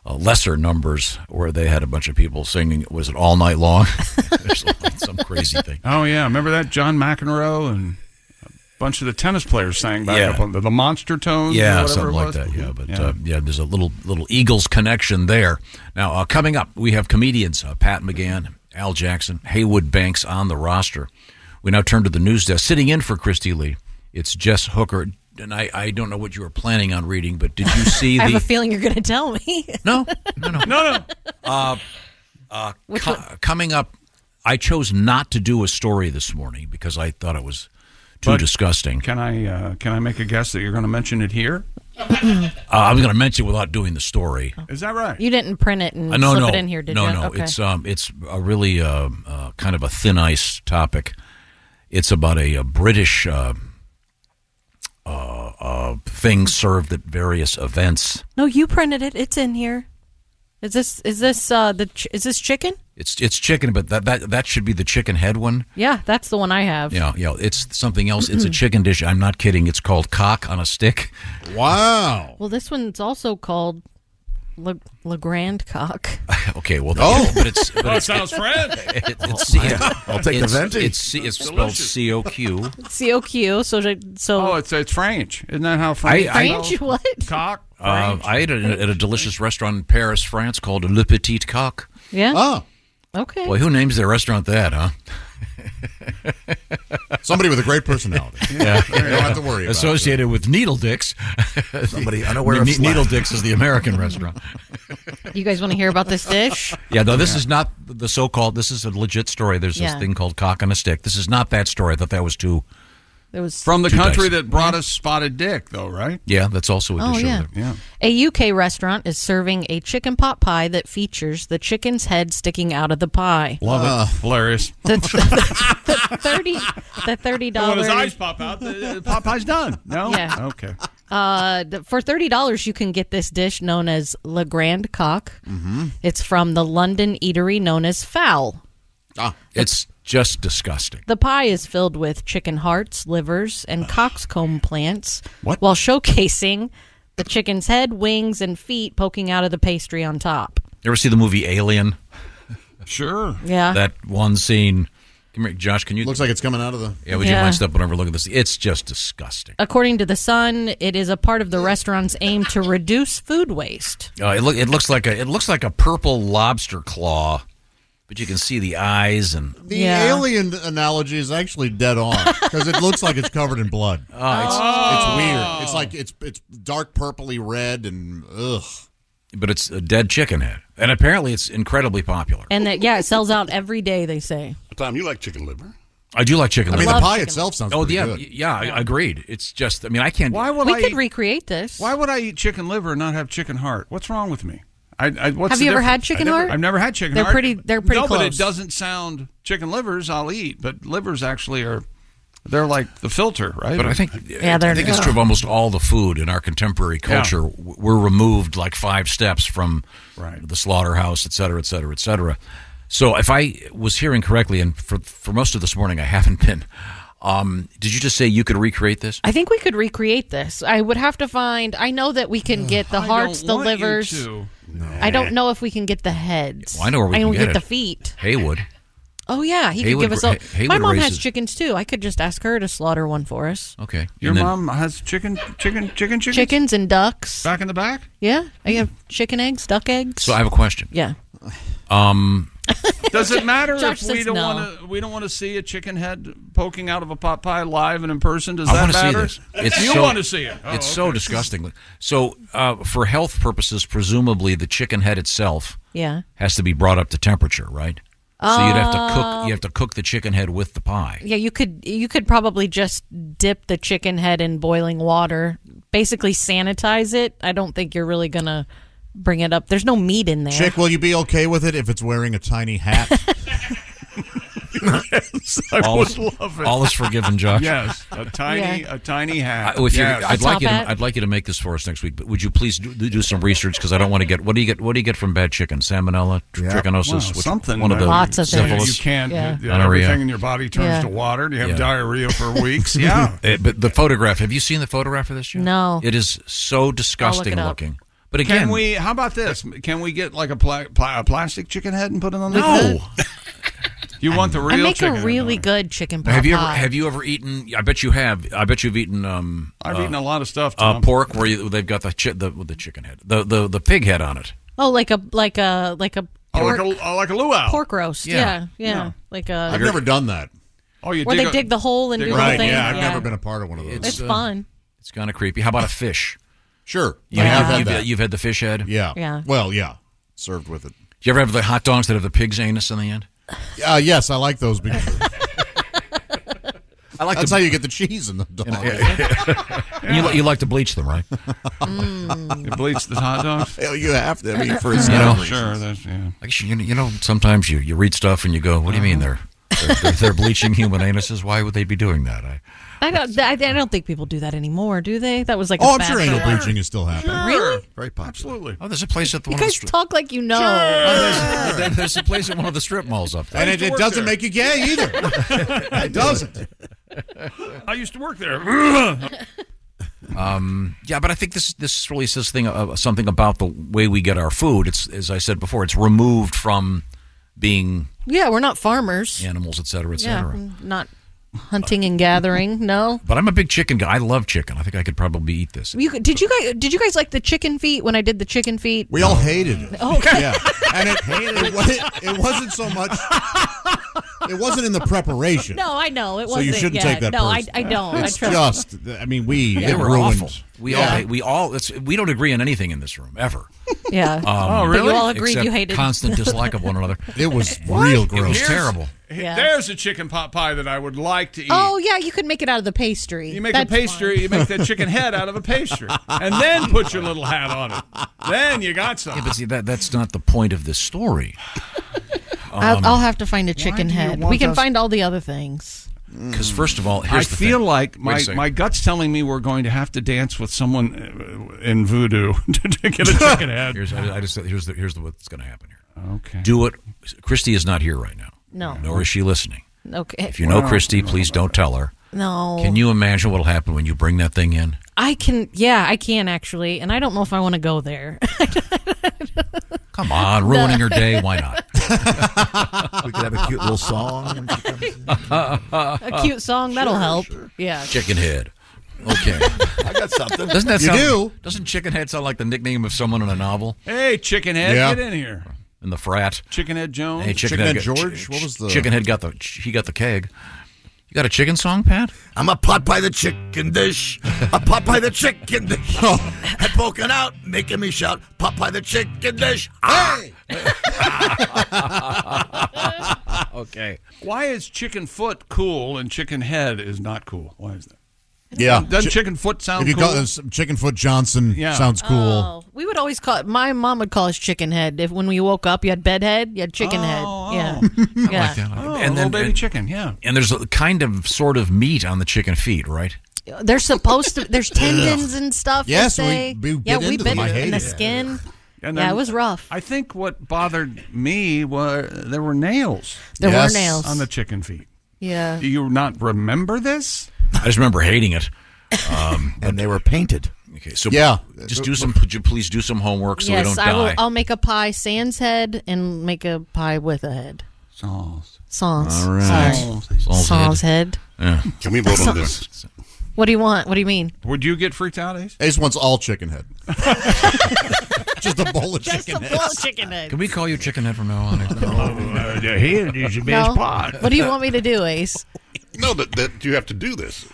D: uh, lesser numbers where they had a bunch of people singing. Was it all night long? There's some crazy thing.
B: Oh yeah, remember that John McEnroe and a bunch of the tennis players sang back
D: Yeah.
B: up on the, the Monster Tones. or
D: Yeah,
B: whatever
D: something
B: it
D: like
B: was.
D: that. Yeah, but Uh, yeah, there's a little little Eagles connection there. Now uh, coming up, we have comedians uh, Pat McGann, Al Jackson, Haywood Banks on the roster. We now turn to the news desk. Sitting in for Christy Lee, it's Jess Hooker. And I, I don't know what you were planning on reading, but did you see
J: I have a
D: the
J: feeling you're going to tell me.
D: No, no, no,
B: no,
D: uh, uh, co- coming up? I chose not to do a story this morning because I thought it was too
B: But-
D: disgusting.
B: Can I uh, can I make a guess that you're going to mention it here? Oh.
D: Uh, I was going to mention it without doing the story.
B: Is that right?
J: You didn't print it and
D: Uh, no,
J: slip
D: no,
J: it in here, did
D: no,
J: you?
D: no. It's um, it's a really uh, uh, kind of a thin ice topic. It's about a, a British uh, uh, uh, thing served at various events.
J: No, you printed it. It's in here. Is this is this uh the ch- is this chicken?
D: It's it's chicken, but that that that should be the chicken head one.
J: Yeah, that's the one I have.
D: Yeah, yeah. It's something else. It's a chicken dish. I'm not kidding. It's called cock on a stick.
B: Oh.
D: Wow.
J: Well, this one's also called Le, Le Grand Cock.
D: Okay. Well.
J: Oh.
D: but it's. But
J: Oh, it
D: it's,
J: sounds
B: French.
D: It, it's,
B: Oh, my God. I'll take the
D: it's,
B: venti.
D: It's, C- it's
B: That's
D: spelled
B: delicious.
D: C O Q.
J: C O Q. So so.
B: Oh, it's it's French. Isn't that how French?
D: I-
J: French? What?
B: Cock.
D: Uh, I ate it at a delicious restaurant in Paris, France, called Le Petit Coq.
J: Yeah.
F: Oh.
J: Okay.
D: Boy, who names their restaurant that, huh?
F: Somebody with a great personality.
D: Yeah,
F: You don't have to worry about
D: Associated with Needle Dicks.
F: Somebody unaware of
D: Needle
F: slap.
D: Dicks is the American restaurant.
J: You guys want to hear about this dish?
D: Yeah, no, this is not the so-called. This is a legit story. There's
J: Yeah.
D: this thing called cock on a stick. This is not that story. I thought that was too.
J: There was
B: From the
D: Two
B: country
D: dice.
B: that brought us Spotted Dick, though, right?
D: Yeah, that's also what
J: Oh,
D: they showed
J: yeah.
D: there.
B: Yeah.
J: A UK restaurant is serving a chicken pot pie that features the chicken's head sticking out of the pie.
B: Love it. Hilarious.
J: The, the thirty the thirty
B: When his
J: dollars
B: eyes pop out, the, the Popeye's done. No?
J: Yeah.
B: Okay.
J: uh, th- for thirty dollars you can get this dish known as Le Grand Coq.
F: Mm-hmm.
D: Mhm.
J: It's from the London eatery known as Fowl.
D: Ah, it's just disgusting.
J: The pie is filled with chicken hearts, livers, and coxcomb plants, while showcasing the chicken's head, wings, and feet poking out of the pastry on top.
D: You ever see the movie Alien?
B: Sure.
J: Yeah.
D: That one scene. Come here, Josh. Can you? Looks
F: like it's coming out of the.
D: Yeah. Would you
J: Yeah.
D: mind stepping over? and Look at this. It's just disgusting.
J: According to The Sun, it is a part of the restaurant's aim to reduce food waste.
D: Uh, it, look, it looks like a it looks like a purple lobster claw, but you can see the eyes and
F: The
D: Yeah.
F: alien analogy is actually dead on because it looks like it's covered in blood.
D: Oh,
F: it's,
D: it's- Oh.
F: it's weird. It's like it's it's dark purpley red and ugh.
D: but it's a dead chicken head, and apparently it's incredibly popular.
J: And that, yeah, it sells out every day, they say.
D: Tom, you like chicken liver? I do like chicken
F: I mean,
D: liver.
F: the Love pie chicken itself liver. sounds
D: Oh
F: pretty
D: yeah,
F: good.
D: y- yeah, I- agreed. It's just, I mean, I can't.
B: Why would
J: we
B: I
J: could
B: eat-
J: recreate this.
B: Why would I eat chicken liver and not have chicken heart? What's wrong with me? I, I, what's
J: Have
B: the
J: you ever
B: difference?
J: had chicken
B: I never-
J: heart?
B: I've never had chicken
J: They're
B: heart.
J: pretty- they're pretty
B: No, but it
J: close.
B: doesn't sound chicken livers. I'll eat, but livers actually are. They're like the filter, right?
D: But I think,
J: Yeah,
D: I
J: they're-
D: think it's true of almost all the food in our contemporary
B: Yeah.
D: culture. W- We're removed like five steps from the slaughterhouse, et cetera, et cetera, et cetera. So if I was hearing correctly, and for for most of this morning I haven't been, Um, did you just say you could recreate this?
J: I think we could recreate this. I would have to find. I know that we can get the
D: I
J: hearts,
D: don't
J: the
D: want you
J: livers.
D: to.
J: I don't know if we can get the heads.
D: Well, I know where we
J: I
D: can
J: don't
D: get
J: get
D: it.
J: the feet.
D: Haywood.
J: Oh yeah, he
D: Haywood
J: could give us.
D: ra-
J: All,
D: Hay-
J: my
D: Haywood
J: mom has
D: raises-
J: chickens too. I could just ask her to slaughter one for us.
D: Okay.
B: Your
D: And then-
B: mom has chicken, chicken, chicken, chicken,
J: Chickens and ducks.
B: Back in the back.
J: Yeah, I have chicken eggs, duck eggs.
D: So I have a question.
J: Yeah.
D: Um,
B: Does it matter
J: Josh
B: if we
J: says
B: don't
J: no.
B: want to? We don't want to see a chicken head poking out of a pot pie live and in person. Does
D: I
B: that
D: want to see
B: matter?
D: this. It's
B: you
D: so,
B: want to see it? Oh,
D: it's so disgusting. So, uh, for health purposes, presumably the chicken head itself
J: Yeah.
D: has to be brought up to temperature, right? so you'd have to
B: Oh.
D: cook. You have to cook the chicken head with the pie.
J: Yeah, you could you could probably just dip the chicken head in boiling water, basically sanitize it. I don't think you're really gonna bring it up. There's no meat in there.
F: Chick, will you be okay with it if it's wearing a tiny hat?
B: I
D: all
B: would
D: is,
B: love it.
D: all is forgiven, Josh.
B: Yes, a tiny, a tiny
D: I,
B: hat.
D: if you're-
B: Yes.
D: I'd like you. To, I'd like you to make this for us next week. But would you please do, do some research because I don't want to get what do you get? What do you get from bad chicken? Salmonella, tr-
B: Yeah.
D: trichinosis,
B: Wow,
D: which-
B: something.
D: One of
B: that-
D: the
B: Lots of things.
D: syphilis,
B: You can't- Yeah. yeah,
D: gonorrhea.
B: everything in your body turns Yeah. to water. You have diarrhea for weeks. Yeah.
D: Eh, but the photograph. Have you seen the photograph of this? Jim?
B: No.
D: It is so disgusting
B: it up.
D: looking. But again,
B: can we? How about this? Can we get like a, pla- pla- a plastic chicken head and put it on the?
D: No.
B: you want the
J: I
B: real
J: make
B: chicken?
J: a
B: head.
J: really good chicken pot
D: Have you ever
J: pie.
D: have you ever eaten? I bet you have. I bet you've eaten. Um,
B: I've
D: uh,
B: eaten a lot of stuff.
D: Uh,
B: Tom.
D: pork where you, they've got the chi- the with the chicken head, the the the pig head on it.
J: oh, like a like a like a
B: Oh, like
J: pork,
B: a- oh, like a luau.
J: pork roast.
D: Yeah.
J: Yeah, yeah,
D: Yeah.
J: like a.
F: I've never done that.
B: Oh, you
J: Uh, Where dig they a- dig the hole and dig do a- the
F: right?
J: thing,
F: Yeah, I've
J: yeah.
F: never been a part of one of those.
J: It's, fun.
D: It's kind of creepy. How about a fish?
F: Sure.
D: You,
F: I
D: have
F: have
D: had
F: had
D: you've,
F: that.
D: you've had the fish head.
F: Yeah.
J: Yeah.
F: Well, yeah. Served with it.
D: Do you ever have the hot dogs that have the pig's anus in the end?
F: Uh, yes, I like those. Because
D: I like
F: that's
D: the-
F: how you get the cheese in the dog.
D: And you, li- you like to bleach them, right?
F: Mm.
J: Mm.
B: You bleach the hot dogs?
F: Hell, you have to. I mean, for
D: You know,
F: his
B: Sure, that's yeah.
D: I guess you, you know sometimes you, you read stuff and you go, what do you mean they're
F: Uh-huh.
D: they're, they're, they're bleaching human anuses? Why would they be doing that? I,
J: I don't. I, I don't think people do that anymore, do they? That was like. a fad for a while.
F: bleaching is still happening.
J: Really?
F: Very popular. Absolutely.
D: Oh, there's a place at the
J: You
D: one of the
J: guys
D: stri-
J: talk like you know.
D: Oh, there's, there's a place at one of the strip malls up there,
F: Uh. And it, it doesn't make you gay either. it doesn't.
B: I used to work there.
D: Um, yeah, but I think this this really says thing uh, something about the way we get our food. It's as I said before, it's removed from being
J: Yeah, we're not farmers.
D: animals, et cetera, et
J: yeah,
D: cetera.
J: mm, not hunting and gathering. No.
D: But I'm a big chicken guy. I love chicken. I think I could probably eat this.
J: You, did you guys did you guys like the chicken feet when I did the chicken feet?
F: We all hated it.
J: Oh, okay.
F: Yeah. And it, it, wa- it wasn't so much. It wasn't in the preparation.
J: No, I know it
F: so
J: wasn't.
F: you shouldn't
J: yeah.
F: take that.
J: No, I,
F: personally.
J: I don't. I
F: It's
J: trust-
F: just. I mean, we
D: They
F: it
D: were
F: ruined.
D: awful. We all
F: Yeah.
D: hate- we all it's, we don't agree on anything in this room ever.
J: Yeah.
D: Um,
J: But you all agreed
D: except
J: you hated
D: constant dislike of one another.
F: It was real
D: It was
F: gross.
D: terrible.
J: Yeah.
B: There's a chicken pot pie that I would like to eat.
J: Oh yeah, you could make it out of the pastry.
B: E. You make
J: That's
B: a pastry,
J: fine.
B: you make that chicken head out of a pastry, and then put your little hat on it. Then you got
D: Yeah,
B: something.
D: but see that that's not the point of this story. Um,
J: I'll, I'll have to find a chicken
B: do you
J: head.
B: want
J: We can
B: us-
J: find all the other things.
D: because first of all,
B: I
D: here's the
B: feel
D: thing.
B: like
D: Wait a
B: my,
D: second.
B: my gut's telling me we're going to have to dance with someone uh, in voodoo to, to get a chicken head.
D: Here's, I, I just here's the here's the, what's going to happen here.
B: Okay.
D: Do it. Christy is not here right now.
J: No.
D: Nor is she listening.
J: Okay.
D: If you know Christy, please don't tell her.
J: No.
D: Can you imagine what'll happen when you bring that thing in?
J: I can. Yeah, I can actually, and I don't know if I want to go there.
D: Come on, ruining her day. Why not?
G: we could have a cute little song. when she comes in.
J: a cute song that'll help. Yeah.
D: Chicken head. Okay.
G: I got something.
D: Doesn't that
G: You
D: sound,
G: do.
D: Doesn't chicken head sound like the nickname of someone in a novel?
B: Hey, chicken head,
D: Yeah.
B: get in here.
D: In the frat.
B: Chicken head Jones.
D: Hey, chicken,
F: Chickenhead
D: head got-
F: George?
D: ch-
F: What was the-
D: chicken head? Got the he got the keg. You got a chicken song, Pat?
O: I'm a pot by the chicken dish. A pot by the chicken dish.
D: Oh.
O: Head poking out, making me shout, pot by the chicken dish. Ah! Hey!
D: okay.
B: Why is chicken foot cool and chicken head is not cool? Why is that?
F: Yeah.
B: Doesn't
F: Ch-
B: chicken foot sound
F: If you
B: cool?
F: call this chicken foot Johnson,
B: Yeah.
F: sounds cool.
J: Oh, we would always call it. My mom would call us chicken head. If when we woke up, you had bed head, you had chicken head. Yeah. yeah.
D: Like that.
B: Oh, little baby chicken, yeah.
D: And there's a kind of sort of meat on the chicken feet, right?
J: They're supposed to. There's tendons and stuff. they
D: Yes, we-
J: say.
D: we bit
J: yeah, we
D: into
J: bit
D: them. I
J: in
D: hate
J: the
D: it.
J: skin.
B: And
J: yeah,
B: then
J: it was rough.
B: I think what bothered me were there were nails.
J: There were Yes. nails.
B: on the chicken feet.
K: Yeah.
B: Do you not remember this?
D: I just remember hating it. Um, and they were painted. Okay, so
F: Yeah.
D: just do some. Could you please do some homework so we
J: yes,
D: don't
J: I will.
D: die?
J: I'll make a pie sans head and make a pie with a head.
B: Sans.
J: Sans.
D: All right.
J: Sorry.
D: Sans
J: Sans head.
D: head.
B: Yeah. Can we vote on this?
J: What do you want? What do you mean?
B: Would you get freaked out, Ace?
F: Ace wants all chicken head.
D: Just a bowl of
J: Just a bowl of chicken head.
D: Can we call you chicken head from now on?
I: uh, the head is your
J: No. What do you want me to do, Ace?
I: No, that, that you have to do this.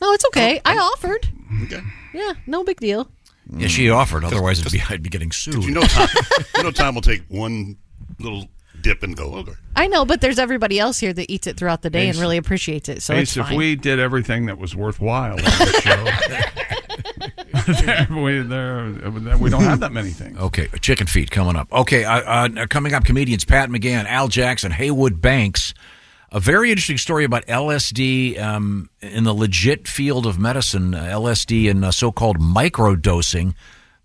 J: No, it's okay. I offered.
I: Okay.
J: Yeah, no big deal.
D: Yeah, she offered. Otherwise, it'd be, I'd be getting sued.
I: You know, Tom, you know, Tom will take one little dip and go, "Oh, okay.
J: I know, but there's everybody else here that eats it throughout the day
B: Ace-
J: and really appreciates it. So
B: Ace,
J: it's fine.
B: if we did everything that was worthwhile on the show, there, we, there, we don't have that many things.
D: Okay, chicken feet coming up. Okay, uh, uh, coming up, comedians Pat McGann, Al Jackson, Haywood Banks. A very interesting story about LSD um, in the legit field of medicine, uh, LSD and uh, so-called microdosing.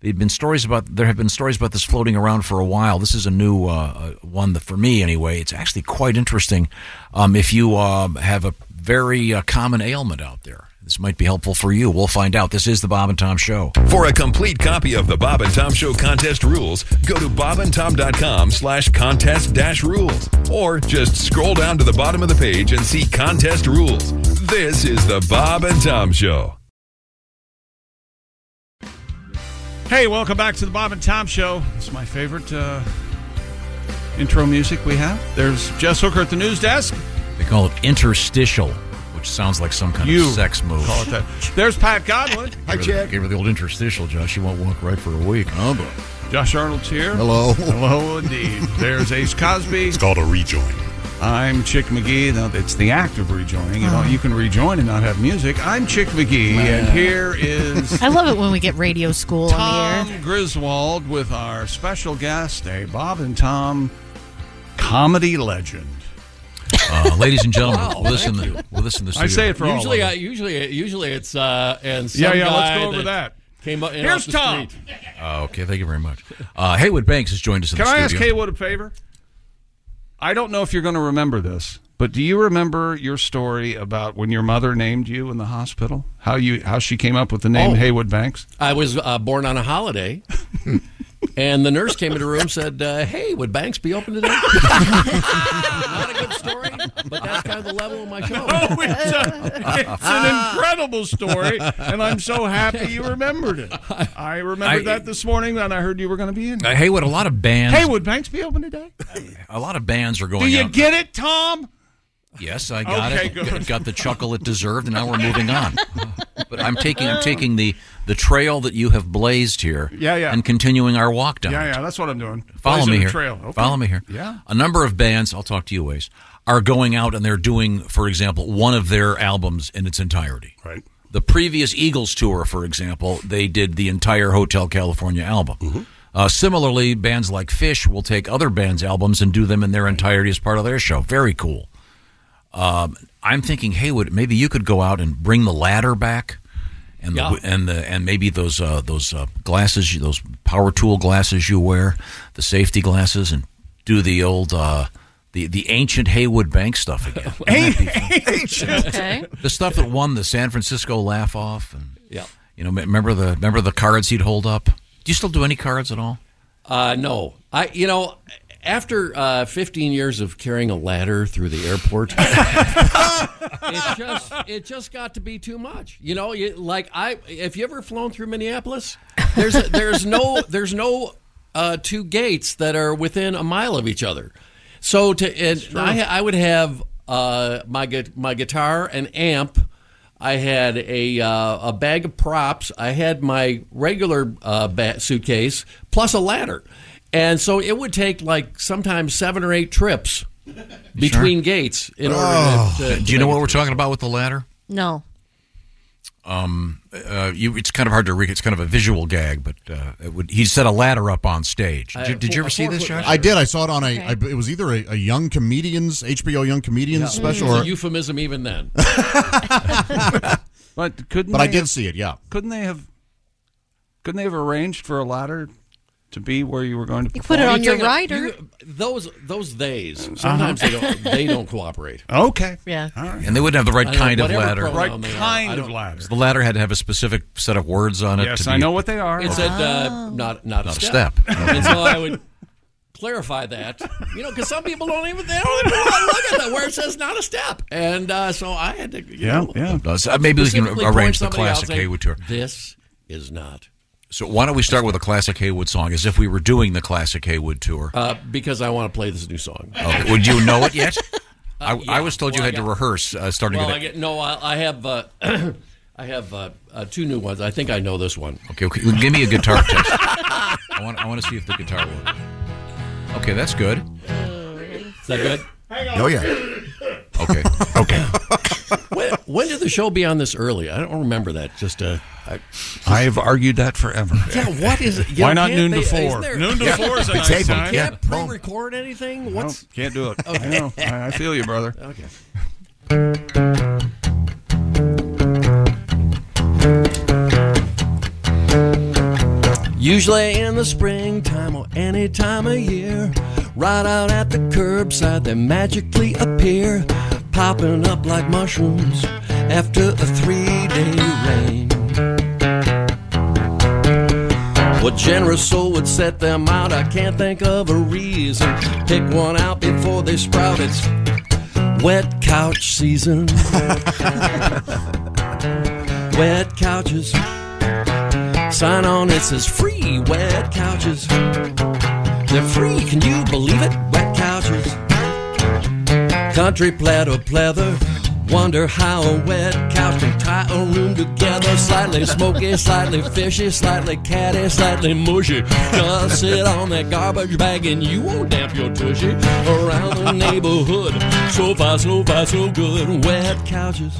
D: There've been stories about there have been stories about this floating around for a while. This is a new uh, uh, one that for me anyway. It's actually quite interesting. Um, if you um have a very uh, common ailment out there, this might be helpful for you. We'll find out. This is the Bob and Tom Show.
P: For a complete copy of the Bob and Tom Show contest rules, go to bobandtom.com slash contest dash rules. Or just scroll down to the bottom of the page and see contest rules. This is the Bob and Tom Show.
B: Hey, welcome back to the Bob and Tom Show. It's my favorite uh, intro music we have. There's Jess Hooker at the news desk.
D: They call it interstitial, which sounds like some kind
B: You
D: of sex move.
B: call it that. There's Pat Godwin.
D: Gave her- Gave her the old interstitial, Josh. She won't walk right for a week. Oh, boy.
B: Josh Arnold's here.
D: Hello.
B: Hello, indeed. There's Ace Cosby. It's called a rejoin. I'm Chick McGee. Now, it's the act of rejoining. You know, you can rejoin and not have music. I'm Chick McGee, and here is
J: I love it when we get radio school on the air.
B: Tom Griswold with our special guest, a Bob and Tom comedy legend.
D: Uh, ladies and gentlemen,
B: Wow,
D: with us in
B: thank you.
D: the with us in the
B: I
D: studio.
B: say it for all
H: usually,
B: of
H: I, usually, usually it's uh, and some
B: Yeah, yeah, let's
H: guy
B: go over that.
H: Came up. in
B: Here's
H: off the
B: Tom.
H: street.
D: Uh, okay, thank you very much. Uh, Haywood Banks has joined us in
B: Can
D: the
B: I ask
D: studio.
B: Haywood a favor? I don't know if you're going to remember this, but do you remember your story about when your mother named you in the hospital? How you how she came up with the name
H: Oh.
B: Haywood Banks?
H: I was uh, born on a holiday, and the nurse came into the room and said, uh, "Hey, would banks be open today?" Not a good story, but that's kind of the level of my show.
B: Oh, it's, a, it's an
D: Ah.
B: incredible story, and I'm so happy you remembered it. I remembered
D: I-
B: that this morning, and I heard you were going to be in.
D: Uh, Haywood, a lot of bands,
B: Hey, would Banks be open today?
D: a lot of bands are going
B: Do you
D: out.
B: get it, Tom?
D: Yes, I got
B: Okay,
D: it.
B: good.
D: Got- Got the chuckle it deserved, and now we're moving on. But I'm taking I'm taking the the trail that you have blazed here.
B: Yeah, yeah.
D: And continuing our walk down.
B: Yeah, yeah, that's what I'm doing.
D: Follow
B: Blazing
D: me
B: the
D: here.
B: Trail. Okay.
D: Follow me here.
B: Yeah.
D: A number of bands, I'll talk to you ways, are going out and they're doing, for example, one of their albums in its entirety. Right. The previous Eagles tour, for example, they did the entire Hotel California album.
B: Mm-hmm.
D: Uh, similarly, bands like Fish will take other bands' albums and do them in their entirety as part of their show. Very cool. Um, I'm thinking, Haywood, maybe you could go out and bring the ladder back, and
H: Yeah.
D: the, and the and maybe those uh, those uh, glasses, you- those power tool glasses you wear, the safety glasses, and do the old uh, the the ancient Haywood Bank stuff again. Wouldn't that be fun?
H: Okay.
D: the stuff that won the San Francisco Laugh Off, and
H: Yeah.
D: you know, m- remember the remember the cards he'd hold up. Do you still do any cards at all?
H: Uh, no, I you know after uh, 15 years of carrying a ladder through the airport, it just it just got to be too much. You know, you, like I have you ever flown through Minneapolis? There's a, there's no there's no uh, two gates that are within a mile of each other. So to and I I would have uh, my gu- my guitar and amp. I had a uh, a bag of props. I had my regular uh, ba- suitcase plus a ladder, and so it would take like sometimes seven or eight trips between gates in order
D: Oh.
H: to, to,
D: Do you know what we're talking about with the ladder?
J: No.
D: um, uh, you, it's kind of hard to read. It's kind of a visual gag, but uh, it would, he set a ladder up on stage. Did, you- did you ever see this, Josh?
F: I did. I saw it on a. I it was either a, a young comedians HBO young comedians
H: Yeah.
D: Mm.
F: special.
H: It's
F: Or,
H: a euphemism even then.
B: But couldn't
F: But I
B: they
F: did
B: have-
F: see it, yeah.
B: Couldn't they have couldn't they have arranged for a ladder to be where you were going to
J: You
B: perform.
J: put it on your
R: take a-
J: rider.
R: you- those those theys. Sometimes they
B: Uh-huh.
R: don't they don't cooperate.
B: Okay.
J: Yeah.
B: All right.
D: And they wouldn't have the right
R: I know,
D: kind of
R: whatever
D: ladder.
R: pronoun
B: Right
R: they are,
B: kind
R: I
B: of
R: don't-
B: ladder.
D: The ladder had to have a specific set of words on it.
B: Yes,
D: to
B: I
D: be-
B: know what they are.
R: It said
J: Oh.
R: uh, not not,
D: Not a
R: a step.
D: step.
R: and so I would clarify that, you know, because some people don't even they don't even wanna look at that where it says not a step, and uh, so I had to. You
D: Yeah,
R: know,
D: yeah. Uh, so maybe we can
R: specifically
D: arrange
R: point
D: the
R: somebody out and
D: classic
R: say,
D: Haywood tour.
R: This is not
D: So why don't we start with a classic Haywood song, as if we were doing the classic Haywood tour?
R: uh, because I want to play this new song.
D: Okay. Oh, Would you know it yet? I,
R: Uh, yeah.
D: I was told you
R: Well, I
D: had to
R: got-
D: rehearse uh, starting
R: well,
D: with
R: I get, no, I, I have uh, I have uh, uh, two new ones. I think I know this one.
D: Okay, okay. Give me a guitar test. I want. I want to see if the guitar works. Okay, that's good.
R: Is that good?
D: Oh yeah. Okay.
R: okay. when, when did the show be on this early? I don't remember that. Just uh, I,
B: I've argued that forever.
R: yeah, what is it? You
B: Why
R: know,
B: not
R: can't
B: noon to
R: they-
B: four?
R: isn't there-
B: Noon to four is a
R: You
B: nice Table, time. yeah.
R: Can't pre-record anything. What's
B: Can't do it.
R: Okay.
B: I know. I, I feel you, brother.
R: okay? Usually in the springtime or any time of year, right out at the curbside they magically appear, popping up like mushrooms after a three-day rain. What generous soul would set them out? I can't think of a reason. Pick one out before they sprout. It's wet couch season. wet couches. Sign on, it says free wet couches. They're free, can you believe it? Wet couches. Country plaid or pleather. Wonder how a wet couch can tie a room together. Slightly smoky, slightly fishy, slightly catty, slightly mushy. Just sit on that garbage bag and you won't damp your tushy. Around the neighborhood, so far, so far, so good. Wet couches.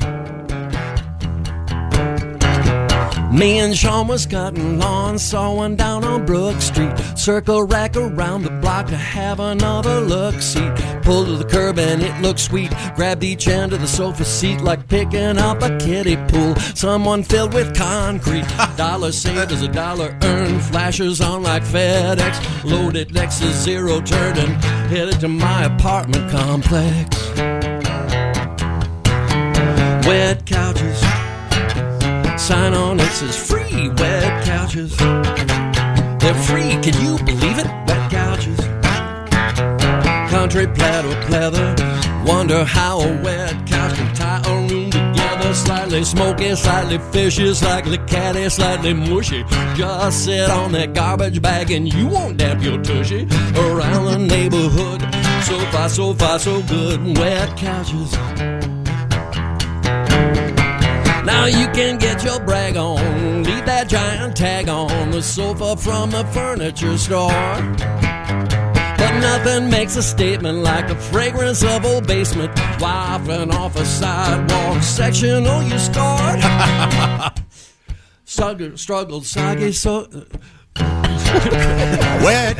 R: Me and Sean was cutting lawn, saw one down on Brook Street. Circle rack around the block to have another look. See, pulled to the curb and it looked sweet. Grabbed each end of the sofa seat like picking up a kiddie pool. Someone filled with concrete. Dollar saved as a dollar earned. Flashes on like FedEx. Loaded next to zero turn and headed to my apartment complex. Wet couches. Sign on, it says free wet couches. They're free, can you believe it? Wet couches. Country plaid or pleather. Wonder how a wet couch can tie a room together. Slightly smoky, slightly fishy, slightly catty, slightly mushy. Just sit on that garbage bag and you won't damp your tushy. Around the neighborhood, so far, so far, so good. Wet couches. Now you can get your brag on. Leave that giant tag on the sofa from a furniture store. But nothing makes a statement like the fragrance of old basement wafting off a sidewalk section. Oh, you scarred. Struggled, struggled, soggy, so.
F: Wet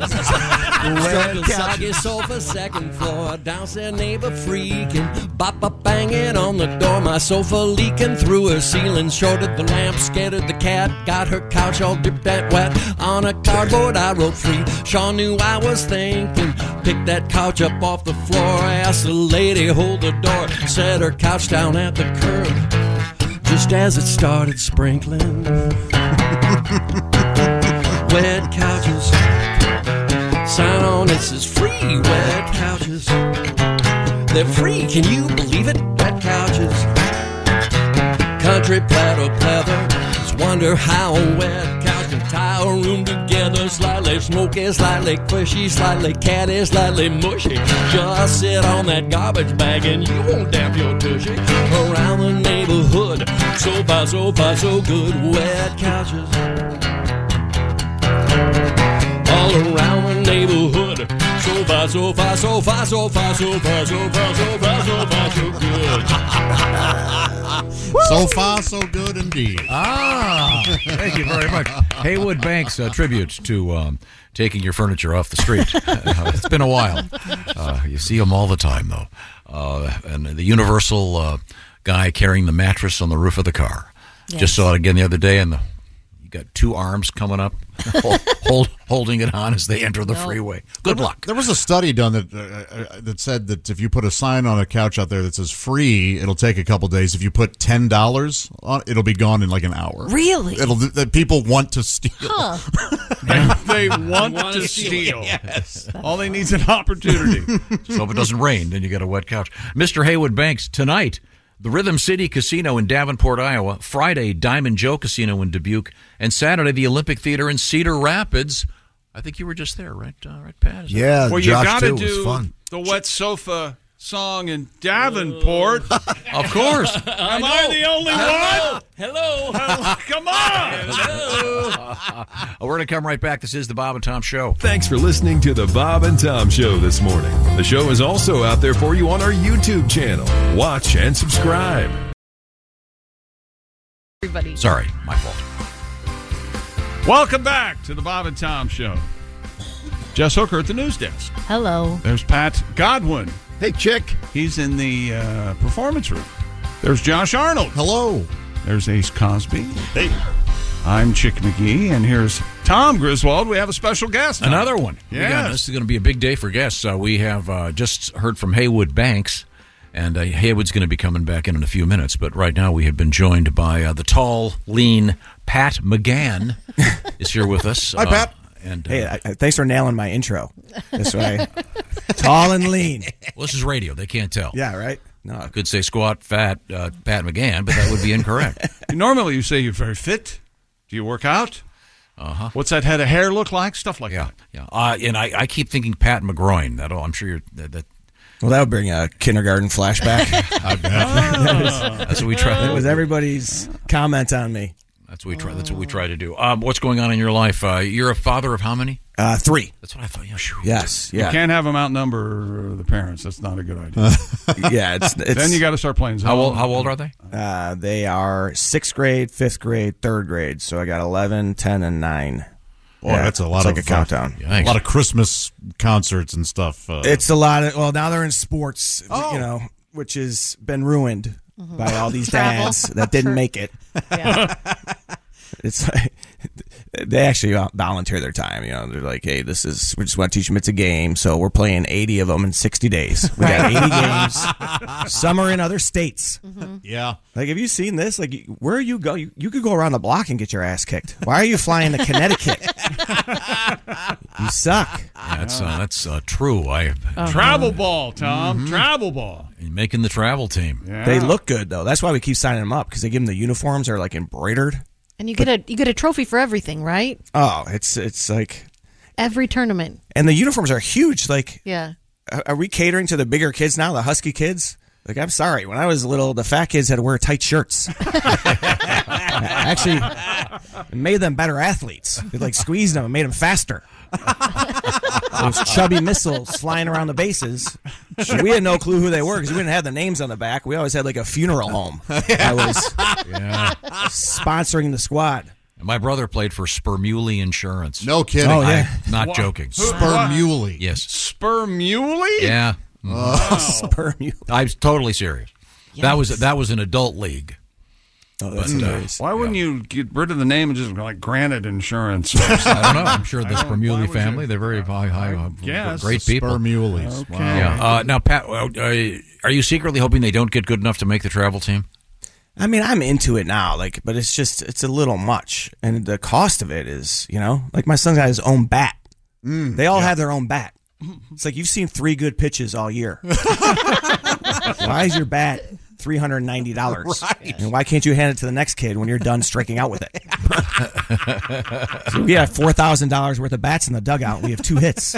F: Wet
R: Struggled, soggy sofa, second floor. Downstairs neighbor freaking. Bop up banging on the door. My sofa leaking through her ceiling. Shorted the lamp, scattered the cat. Got her couch all dripped and wet. On a cardboard I wrote free. Shaw knew I was thinking. Picked that couch up off the floor. Asked the lady, hold the door. Set her couch down at the curb. Just as it started sprinkling. Wet couches. Sign on, it says free wet couches. They're free, can you believe it? Wet couches. Country plaid or pleather. Just wonder how a wet couch can tie a room together. Slightly smoky, slightly cushy, slightly catty, slightly mushy. Just sit on that garbage bag and you won't damp your tushy. Around the neighborhood, so far, so far, so good. Wet couches all around the neighborhood. So far, so far, so far, so far, so far, so far, so far, so far, so good.
F: So far, so good indeed.
D: Ah, thank you very much. Haywood Banks uh, tribute to um, taking your furniture off the street. Uh, it's been a while. Uh, you see them all the time, though. Uh, and the universal uh, guy carrying the mattress on the roof of the car.
A: Yes.
D: Just saw it again the other day, and the, you got two arms coming up, hold, hold, holding it on as they enter the freeway. Good
F: There-
D: luck.
F: There was a study done that uh, uh, that said that if you put a sign on a couch out there that says free, it'll take a couple days. If you put ten dollars on, it'll be gone in like an hour.
E: Really?
F: It'll that people want to steal.
E: Huh.
B: They want
E: wanna
B: to
E: steal
B: steal.
E: it.
B: Yes. All they need is an opportunity.
D: so if it doesn't rain, then you get a wet couch. Mr. Haywood Banks, tonight, the Rhythm City Casino in Davenport, Iowa. Friday, Diamond Joe Casino in Dubuque. And Saturday, the Olympic Theater in Cedar Rapids. I think you were just there, right, uh, right, Pat? Is that-
G: Yeah,
B: well, you
G: Josh
B: got to
G: too. It was
B: do
G: fun.
B: the wet sofa song in Davenport.
D: of course.
B: Am I, the only one?
R: Hello.
B: Come on.
D: Oh, we're going to come right back. This is the Bob and Tom Show.
P: Thanks for listening to the Bob and Tom Show this morning. The show is also out there for you on our YouTube channel. Watch and subscribe.
J: Everybody.
D: Sorry, my fault.
B: Welcome back to the Bob and Tom Show. Jess Hooker at the news desk.
J: Hello.
B: There's Pat Godwin. Hey, chick. He's in the uh, performance room. There's Josh Arnold. Hello. There's Ace Cosby. Hey. I'm Chick McGee, and here's Tom Griswold. We have a special guest. Tom.
D: Another one. We got-
B: Yes.
D: this is going to be a big day for guests. Uh, we have uh, just heard from Haywood Banks, and uh, Haywood's going to be coming back in in a few minutes. But right now, we have been joined by uh, the tall, lean Pat McGann is here with us.
A: Hi,
D: Uh,
A: Pat.
D: and
A: hey, I, I- thanks for nailing my intro. This way, tall and lean.
D: Well, this is radio; they can't tell.
A: Yeah, right. No,
D: I could say squat, fat, uh, Pat McGann, but that would be incorrect.
B: Normally, you say you're very fit. Do you work out?
D: Uh huh.
B: What's that head of hair look like? Stuff like that.
D: Yeah, uh, and I, I keep thinking Pat McGroin. That oh, I'm sure you're that. that
A: Well, that would bring a kindergarten flashback.
D: I bet. That's what we try-
A: That was everybody's comment on me.
D: that's what we try. That's what we try to do. Um, what's going on in your life? Uh, you're a father of how many?
A: Uh, three.
D: That's what I thought. Yeah,
A: Yes.
B: You
A: Yeah.
B: can't have them outnumber the parents. That's not a good idea.
A: yeah. It's, it's
B: then you got to start playing.
A: How old-
D: How old are they?
A: Uh, they are sixth grade, fifth grade, third grade. So I got 11, 10, and nine.
F: Boy, that's a lot
A: it's
F: of
A: like a
F: uh,
A: countdown.
F: a lot of Christmas concerts and stuff. Uh,
A: It's a lot of well now they're in sports,
E: Oh.
A: you know, which has been ruined by all these
E: Mm-hmm. Travel.
A: dads that didn't
E: Sure.
A: make it.
E: Yeah.
A: it's like, they actually volunteer their time. You know, they're like, "Hey, this is we just want to teach them it's a game, so we're playing eighty of them in sixty days. We got eighty games. Some are in other states.
E: Mm-hmm.
F: yeah.
A: Like, have you seen this? Like, you- where you go, you, you could go around the block and get your ass kicked. Why are you flying to Connecticut? you suck.
D: Yeah, that's uh, that's uh, true. I
B: Travel ball, Tom.
D: Mm-hmm.
B: Travel ball.
D: making the travel team.
A: They look good though. That's why we keep signing them up because they give them the uniforms. They're like embroidered.
C: And you get a you get a trophy for everything, right?
A: Oh, it's it's like,
C: Every tournament.
A: and the uniforms are huge. Like,
C: Yeah.
D: Oh
A: are are we catering to the bigger kids now, the husky kids? Like, I'm sorry, when I was little, the fat kids had to wear tight shirts. Actually, it made them better athletes. It like squeezed them and made them faster. Those chubby missiles flying around the bases. We had no clue who they were because we didn't have the names on the back. We always had like a funeral home. I was sponsoring the squad.
D: My brother played for Spermuley Insurance.
A: No kidding. Oh, yeah.
D: I'm not
A: Wha-
D: joking.
A: who- Spermuley.
D: What? Yes.
B: Spermuley?
D: Yeah.
B: Wow.
A: Oh.
D: I was totally serious. That was that was an adult league.
A: Oh,
B: But, uh, why wouldn't you get rid of the name and just like Granite Insurance? I
D: don't know. I'm sure the Spermuley family, they're very high, high uh,
B: guess.
D: great people.
F: Spermuleys.
B: Okay.
F: Wow.
D: Yeah. Uh, now, Pat, uh, uh, are you secretly hoping they don't get good enough to make the travel team?
A: I mean, I'm into it now, like, but it's just it's a little much, and the cost of it is, you know, like my son's got his own bat. they all have their own bat. It's like you've seen three good pitches all year. why is your bat three hundred ninety dollars?
E: Right.
A: And why can't you hand it to the next kid when you're done striking out with it? So we have four thousand dollars worth of bats in the dugout. and We have two hits.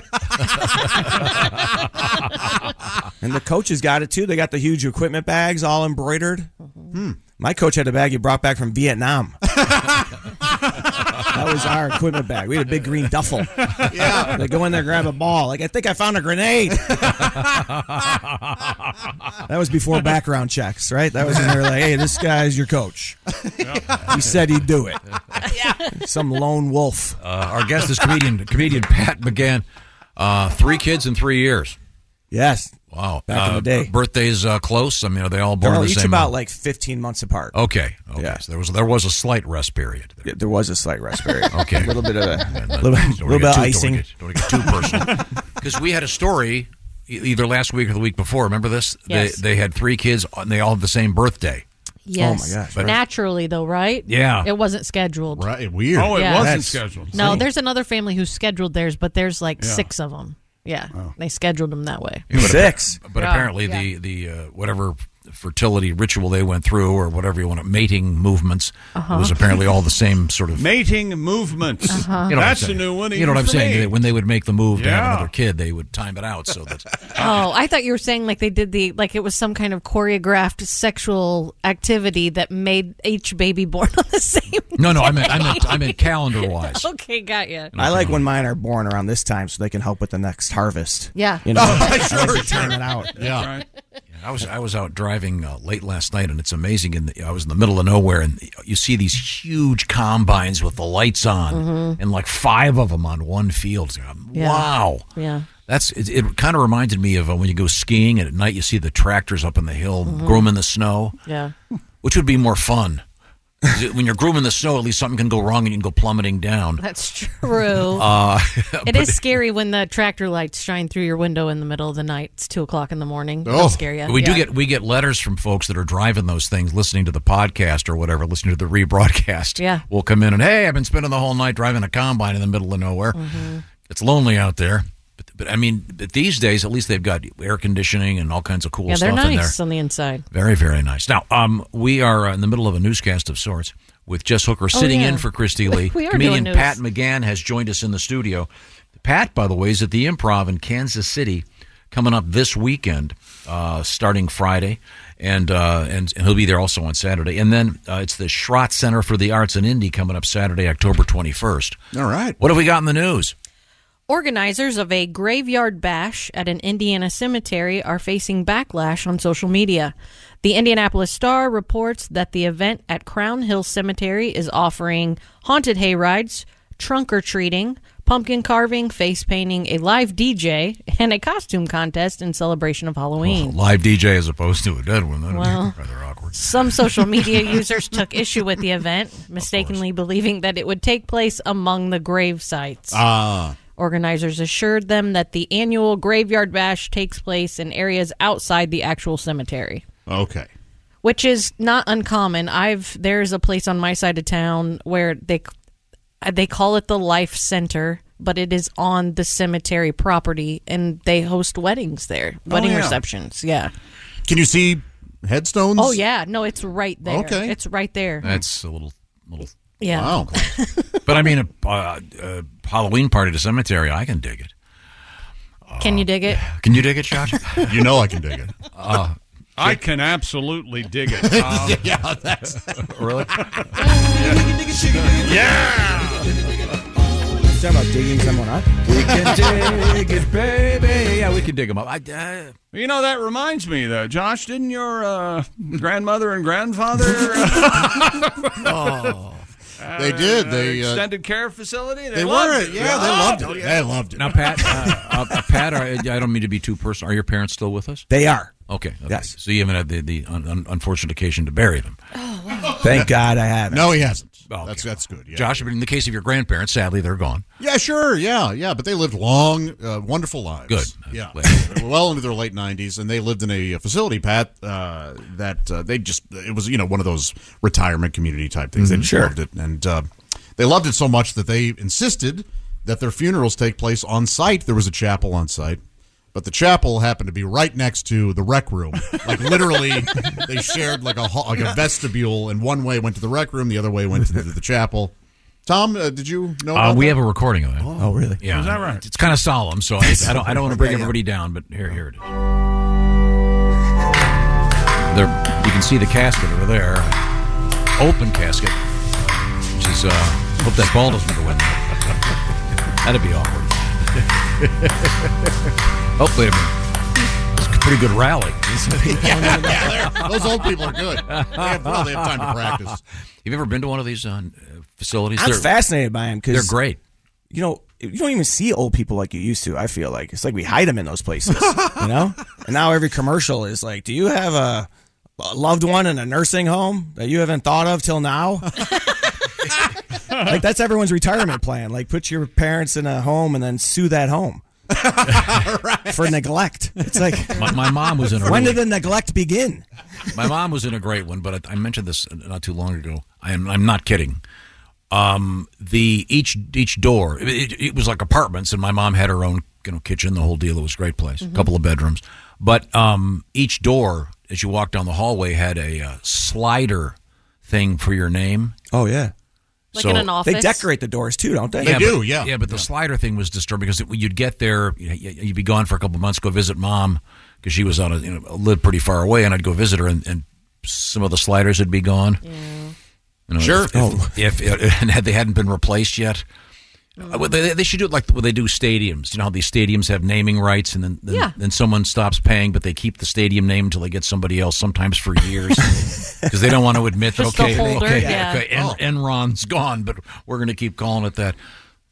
A: and the coaches got it too. They got the huge equipment bags all embroidered. Hmm. My coach had a bag he brought back from Vietnam. that was our equipment bag. We had a big green duffel. Yeah. They go in there, grab a ball. Like I think I found a grenade. That was before background checks, right? That was when they were like, "Hey, this guy's your coach. He said he'd do it." Some lone wolf.
D: Uh, our guest is comedian comedian Pat McGann. Uh, three kids in three years.
A: Yes.
D: Wow.
A: Back in the
D: Uh,
A: day.
D: Birthdays uh, close. I mean, are they all born
A: They're all
D: the
A: each
D: same?
A: about like 15 months apart.
D: Okay. Okay. So there was there was a slight rest period. There,
A: was a slight rest period.
D: okay.
A: A little bit of
D: And
A: a
D: then-
A: little,
D: don't
A: bit-
D: wanna
A: little
D: get
A: bit of
D: too-
A: icing.
D: Don't want to get, don't wanna get too personal. Because we had a story e- either last week or the week before. Remember this?
J: Yes.
D: They, they had three kids and they all had the same birthday.
A: Oh
J: Yes.
D: But-
J: Naturally, though, right?
D: Yeah.
J: It wasn't scheduled.
F: Right, weird.
D: Oh, it
J: Yeah.
D: wasn't That's scheduled.
J: No,
D: See.
J: there's another family who scheduled theirs, but there's like
D: Yeah. Oh.
J: six of them. Yeah. They scheduled them that way.
D: Yeah, but appa- But
J: Yeah.
D: apparently,
J: Yeah.
D: the the uh, whatever fertility ritual they went through, or whatever you want, to mating movements,
B: Uh-huh.
D: was apparently all the same sort of.
B: Mating movements.
D: You know what I'm
B: That's a
D: saying.
B: new one.
D: You know what I'm
B: even for
D: saying?
B: me.
D: That When they would make the move to
B: Yeah.
D: have another kid, they would time it out so that
J: Oh, I thought you were saying like they did the like it was some kind of choreographed sexual activity that made each baby born on the same.
D: No, no, I
A: meant- I meant- I meant
D: calendar-wise.
J: okay, got you.
A: I like when mine are born around this time so they can help with the next harvest.
J: Yeah.
A: You know,
D: sure,
A: time it out.
D: Yeah. I was I was out driving uh, late last night, and it's amazing. In the, I was in the middle of nowhere, and you see these huge combines with the lights on,
J: Mhm.
D: and like five of them on one field.
J: Yeah.
D: Wow,
J: Yeah.
D: that's it. it kind of reminded me of uh, when you go skiing, and at night you see the tractors up in the hill
J: Mhm.
D: grooming the snow,
J: Yeah.
D: which would be more fun. 'Cause it- when you're grooming the snow, at least something can go wrong, and you can go plummeting down.
J: That's true.
D: Uh,
J: it
D: but-
J: is scary when the tractor lights shine through your window in the middle of the night. It's two o'clock in the morning. That'll scare you.
D: Oh, We do
J: Yeah.
D: get we get letters from folks that are driving those things, listening to the podcast or whatever, listening to the rebroadcast.
J: Yeah.
D: we'll come in and hey, I've been spending the whole night driving a combine in the middle of nowhere.
J: Mm. Mm-hmm.
D: It's lonely out there. But, but I mean, but these days at least they've got air conditioning and all kinds of cool
J: yeah, they're
D: stuff in there.
J: nice on the inside.
D: Very, very nice. Now, um, we are uh, in the middle of a newscast of sorts with Jess Hooker sitting
J: Oh, yeah.
D: in for Christy Lee.
J: We are
D: Comedian
J: doing news.
D: Pat McGann has joined us in the studio. Pat, by the way, is at the Improv in Kansas City coming up this weekend, uh, starting Friday, and, uh, and and he'll be there also on Saturday. And then uh, it's the Schrott Center for the Arts in Indy coming up Saturday, October twenty first. All right. What have we got in the news?
J: Organizers of a graveyard bash at an Indiana cemetery are facing backlash on social media. The Indianapolis Star reports that the event at Crown Hill Cemetery is offering haunted hay rides, trunk or treating, pumpkin carving, face painting, a live DJ, and a costume contest in celebration of Halloween.
D: Live DJ as opposed to a dead one. That'd be
J: Well,
D: rather awkward.
J: Some social media users took issue with the event, mistakenly believing that it would take place among the grave sites.
D: Ah.
J: Organizers assured them that the annual graveyard bash takes place in areas outside the actual cemetery,
F: Okay.
J: which is not uncommon. I've there's a place on my side of town where they they call it the life center, but it is on the cemetery property and they host weddings there,
A: Oh,
J: wedding
F: Oh, yeah.
J: receptions. Yeah.
F: Can you see headstones?
J: Oh yeah, no, it's right there.
F: Okay.
J: It's right there.
D: That's a little little
J: Yeah. Wow.
D: but I mean, a, uh, a Halloween party to cemetery, I can dig it.
J: Can you dig it?
D: Can you dig it, Josh?
F: you know I can dig it.
A: Oh.
D: Uh,
B: I can absolutely dig it. Um,
F: yeah, that's
D: really.
A: Talking about digging someone up.
D: We can dig it, baby. Yeah, we can dig them up. I, uh,
B: You know that reminds me though, Josh. Didn't your uh, grandmother and grandfather? uh,
F: Oh. They did. They, uh,
B: extended care facility. They,
F: they
B: loved
F: were.
B: it.
F: Yeah, they loved it. They loved it.
D: now, Pat, uh, uh, Pat, are, I don't mean to be too personal. Are your parents still with us?
A: They are.
D: Okay. okay. Yes. So you haven't had the, the un, un, unfortunate occasion to bury them.
A: Thank God I haven't.
F: No, he hasn't. That's that's good. Yeah.
D: Josh, but in the case of your grandparents, sadly, they're gone.
F: Yeah, sure. Yeah, yeah. But they lived long, uh, wonderful lives.
D: Good.
F: Yeah. They were uh, well into their late 90s, and they lived in a facility, Pat, uh, that uh, they just, it was, you know, one of those retirement community type things.
D: Mm-hmm.
F: They
A: Mhm.
F: just
A: Sure.
F: loved it. And uh, they loved it so much that they insisted that their funerals take place on site. There was a chapel on site. But the chapel happened to be right next to the rec room. Like literally, they shared like a hall- like a vestibule, and one way went to the rec room, the other way went to the, the chapel. Tom, uh, did you know?
D: Uh,
F: about
D: we
F: that?
D: have a recording of it.
A: Oh, really?
D: Yeah.
F: Is that right?
D: It's kind of solemn, so I, I don't. I don't want to bring
F: Yeah, yeah.
D: everybody down, but here, here it is. There, you can see the casket over there, open casket, which is. Uh, hope that ball doesn't go in. there. That'd be awkward. oh, wait a minute. It's a pretty good rally.
F: yeah, yeah, they're- those old people are good. They have, well, they have time to practice.
D: Have you ever been to one of these uh, facilities?
A: I'm
D: They're-
A: fascinated by them because
D: They're great.
A: You know, you don't even see old people like you used to. I feel like it's like we hide them in those places, you know. And now every commercial is like, "Do you have a, a loved one in a nursing home that you haven't thought of till now?" like that's everyone's retirement plan. Like put your parents in a home and then sue that home for neglect. It's like
D: My- my mom was in a
A: When
D: really-
A: did the neglect begin?
D: My mom was in a great one, but I, I mentioned this not too long ago. I am, I'm not kidding. Um, the each each door, it, it was like apartments, and my mom had her own you know kitchen, the whole deal. It was a great place,
H: Mhm.
J: Mm-hmm.
D: a couple of bedrooms, but um, each door as you walked down the hallway had a uh, slider thing for your name.
A: Oh yeah.
J: Like in an office? They decorate
A: the doors too, don't they?
D: yeah,
A: They do,
D: but,
A: yeah.
D: Yeah, but the slider thing was disturbing because it, you'd get there, you- you- you'd be gone for a couple of months, go visit mom because she was on a you know, lived pretty far away, and I'd go visit her, and, and some of the sliders would be gone. You know,
H: Sure.
D: If,
H: Oh.
D: if, if- and had they hadn't been replaced yet.
H: Mm.
D: Uh, well, They, they should do it like what they do stadiums. You know how these stadiums have naming rights, and then then,
H: Yeah.
D: then someone stops paying, but they keep the stadium name until they get somebody else, sometimes for years, because they don't want to admit that
H: Just the
D: okay,
H: holder,
D: okay,
H: yeah.
D: okay, En-
H: Oh.
D: Enron's gone, but we're going to keep calling it that.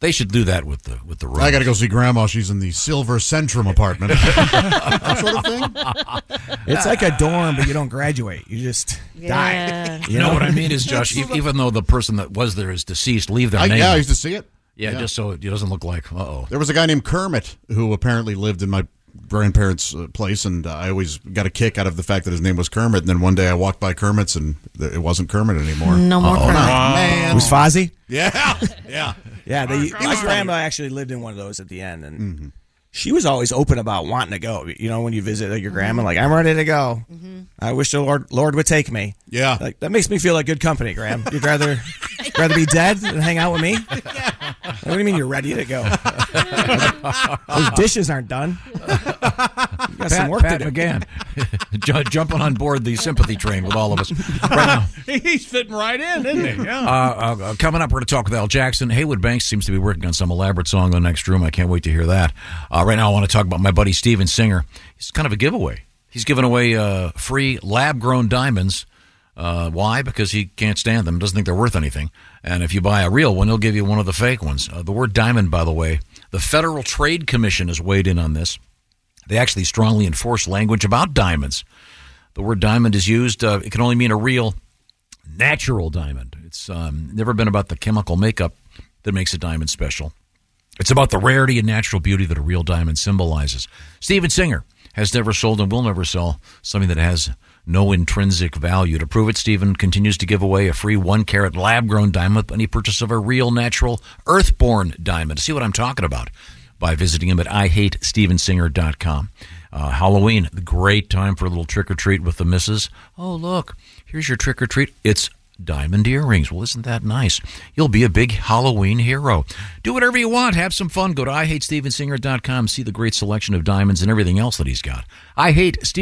D: They should do that with the with the Royals.
F: I got to go see Grandma. She's in the Silver Centrum apartment.
A: That
F: sort of thing.
A: It's like a dorm, but you don't graduate. You just
D: Yeah.
A: die.
D: You know what I mean is Josh, e- even though the person that was there is deceased, leave their
F: I-
D: name.
F: yeah, I used to see it.
D: Yeah,
F: Yeah.
D: just so it doesn't look like uh oh.
F: There was a guy named Kermit who apparently lived in my grandparents' uh, place, and I always got a kick out of the fact that his name was Kermit. And then one day I walked by Kermit's, and th- it wasn't Kermit anymore.
A: No more
F: Uh-oh.
A: Kermit.
F: Oh, man.
A: Who's Fozzie?
F: Yeah, yeah,
A: Yeah, they,
F: Come
A: my
F: on.
A: grandma actually lived in one of those at the end, and
B: Mm-hmm.
A: she was always open about wanting to go. You know, when you visit like, your grandma, like I'm ready to go. I wish the Lord Lord would take me.
F: Yeah,
A: like that makes me feel like good company, Graham. You'd rather rather be dead than hang out with me. What do you mean you're ready to go? Those dishes aren't done. You got some
D: Pat-
A: work
D: Pat
A: to do
D: McGann. Ju- jumping on board the sympathy train with all of us.
B: He's fitting right in, isn't
F: Mm-hmm.
B: he?
D: Uh,
B: Yeah.
D: uh, uh, coming up, we're going to talk with Al Jackson. Haywood Banks seems to be working on some elaborate song in the next room. I can't wait to hear that. Uh, right now, I want to talk about my buddy Steven Singer. It's kind of a giveaway. He's giving away uh, free lab grown diamonds. Uh, why? Because he can't stand them, doesn't think they're worth anything. And if you buy a real one, he'll give you one of the fake ones. Uh, the word diamond, by the way, the Federal Trade Commission has weighed in on this. They actually strongly enforce language about diamonds. The word diamond is used, uh, it can only mean a real natural diamond. It's um, never been about the chemical makeup that makes a diamond special. It's about the rarity and natural beauty that a real diamond symbolizes. Steven Singer has never sold and will never sell something that has no intrinsic value. To prove it, Steven continues to give away a free one carat lab grown diamond with any purchase of a real natural earthborn diamond. See what I'm talking about by visiting him at IHateStevenSinger.com. Uh, Halloween, the great time for a little trick or treat with the missus. Oh, look, here's your trick or treat. It's diamond earrings. Well, isn't that nice? You'll be a big Halloween hero. Do whatever you want. Have some fun. Go to IHateStevenSinger.com. See the great selection of diamonds and everything else that he's got.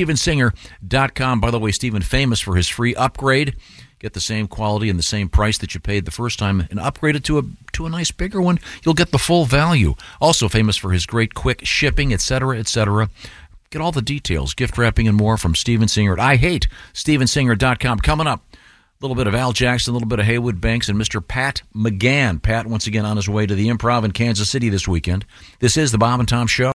D: IHateStevenSinger.com. By the way, Steven, famous for his free upgrade. Get the same quality and the same price that you paid the first time and upgrade it to a to a nice bigger one. You'll get the full value. Also famous for his great quick shipping, etc., etc. Get all the details, gift wrapping, and more from Steven Singer at IHateStevenSinger.com. Coming up, a little bit of Al Jackson, a little bit of Haywood Banks, and Mr. Pat McGann. Pat, once again, on his way to the improv in Kansas City this weekend. This is the Bob and Tom Show.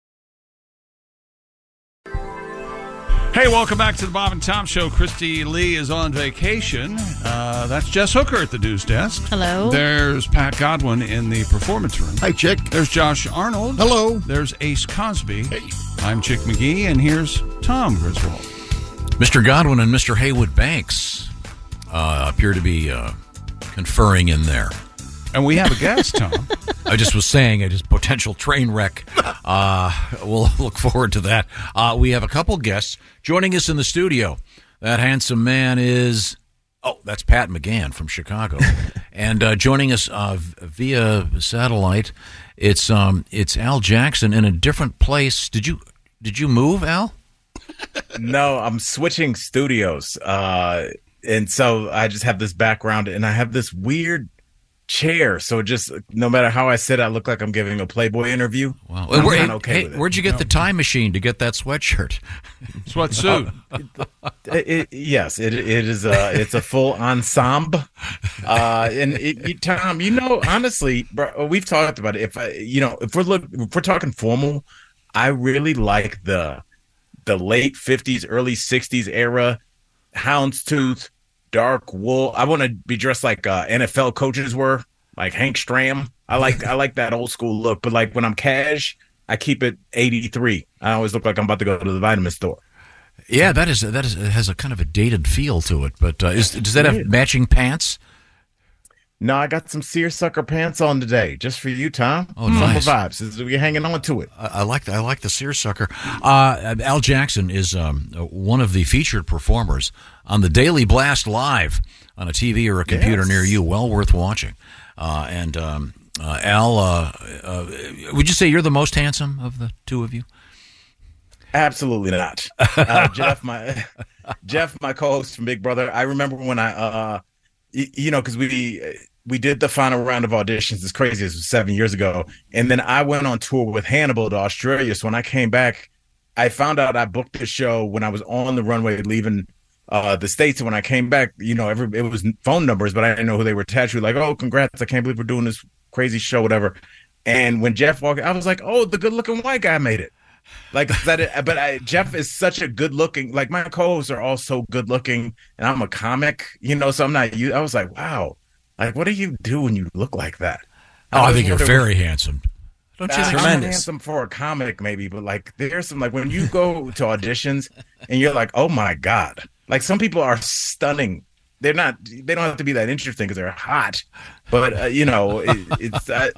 B: Hey, welcome back to the Bob and Tom Show. Christy Lee is on vacation. Uh, that's Jess Hooker at the news desk.
J: Hello.
B: There's Pat Godwin in the performance room. Hi, Chick. There's Josh Arnold. Hello. There's Ace Cosby. Hey. I'm Chick McGee, and here's Tom Griswold.
D: Mr. Godwin and Mr. Haywood Banks uh, appear to be uh, conferring in there.
B: And we have a guest, Tom.
D: I just was saying it is potential train wreck. Uh, we'll look forward to that. Uh, we have a couple guests joining us in the studio. That handsome man is oh, that's Pat McGann from Chicago, and uh, joining us uh, v- via satellite, it's um, it's Al Jackson in a different place. Did you did you move, Al?
V: no, I'm switching studios. Uh and so I just have this background and I have this weird chair. So just no matter how I sit, I look like I'm giving a Playboy interview.
D: Wow.
V: I'm
D: Where,
V: not okay
D: hey,
V: with it.
D: where'd you get the time machine to get that sweatshirt?
V: Sweatsuit. It- it- yes, it, it is. A, it's a full ensemble. Uh, and it, you, Tom, you know, honestly, bro, we've talked about it. If I, you know, if we're look, if we're talking formal, I really like the the late fifties, early sixties era houndstooth, dark wool. I want to be dressed like uh, NFL coaches were, like Hank Stram. I like I like that old school look. But like when I'm cash, I keep it eighty three. I always look like I'm about to go to the vitamin store.
D: Yeah, that is that is it has a kind of a dated feel to it. But uh, is, does that
V: Yeah.
D: have matching pants?
V: No, I got some seersucker pants on today, just for you, Tom.
D: Oh, nice.
V: Summer vibes. We're hanging on to it.
D: I, I like the, I like the seersucker. Uh, Al Jackson is um, one of the featured performers on the Daily Blast live on a TV or a computer
V: Yes.
D: near you. Well worth watching. Uh, and um, uh, Al, uh, uh, would you say you're the most handsome of the two of you? Oh,
V: Absolutely not. Uh, Jeff, my Jeff, my co-host from Big Brother. I remember when I, uh, y- you know, because we we did the final round of auditions. It's crazy. This was seven years ago, and then I went on tour with Hannibal to Australia. So when I came back, I found out I booked the show when I was on the runway leaving uh the states. And when I came back, you know, every it was phone numbers, but I didn't know who they were attached to. Like, oh, congrats! I can't believe we're doing this crazy show, whatever. And when Jeff walked, I was like, oh, the good-looking white guy made it. Like that, but I, Jeff is such a good looking. Like my co-hosts are all so good looking, and I'm a comic, you know. So I'm not. You, I was like, wow, like what do you do when you look like that?
D: Oh, I
V: was
D: think you're
V: wondering-
D: very handsome. Don't you
V: Nah,
D: think so?
V: I'm handsome for a comic, maybe, but like there's some like when you go to auditions and you're like, oh my god, like some people are stunning. They're not. They don't have to be that interesting because they're hot, but uh, you know, it, it's. I,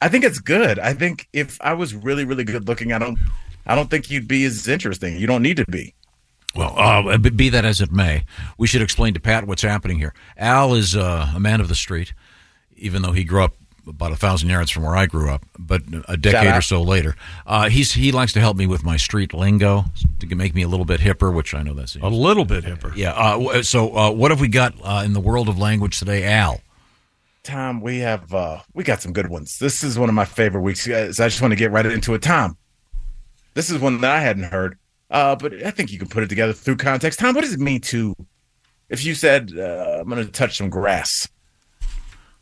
V: I think it's good. I think if I was really, really good looking, I don't. I don't think you'd be as interesting. You don't need to be.
D: Well, uh, be- be that as it may, we should explain to Pat what's happening here. Al is uh, a man of the street, even though he grew up about a thousand yards from where I grew up, but a decade
V: out.
D: or so later, uh, he's he likes to help me with my street lingo to make me a little bit hipper, which I know that's a
B: little bit hipper.
D: Yeah. Uh, w- so, uh, what have we got uh, in the world of language today, Al?
V: Tom, we have uh we got some good ones. This is one of my favorite weeks. uh, So I just want to get right into it. Tom, this is one that I hadn't heard, uh, but I think you can put it together through context. Tom, what does it mean to if you said uh, I'm going to touch some grass?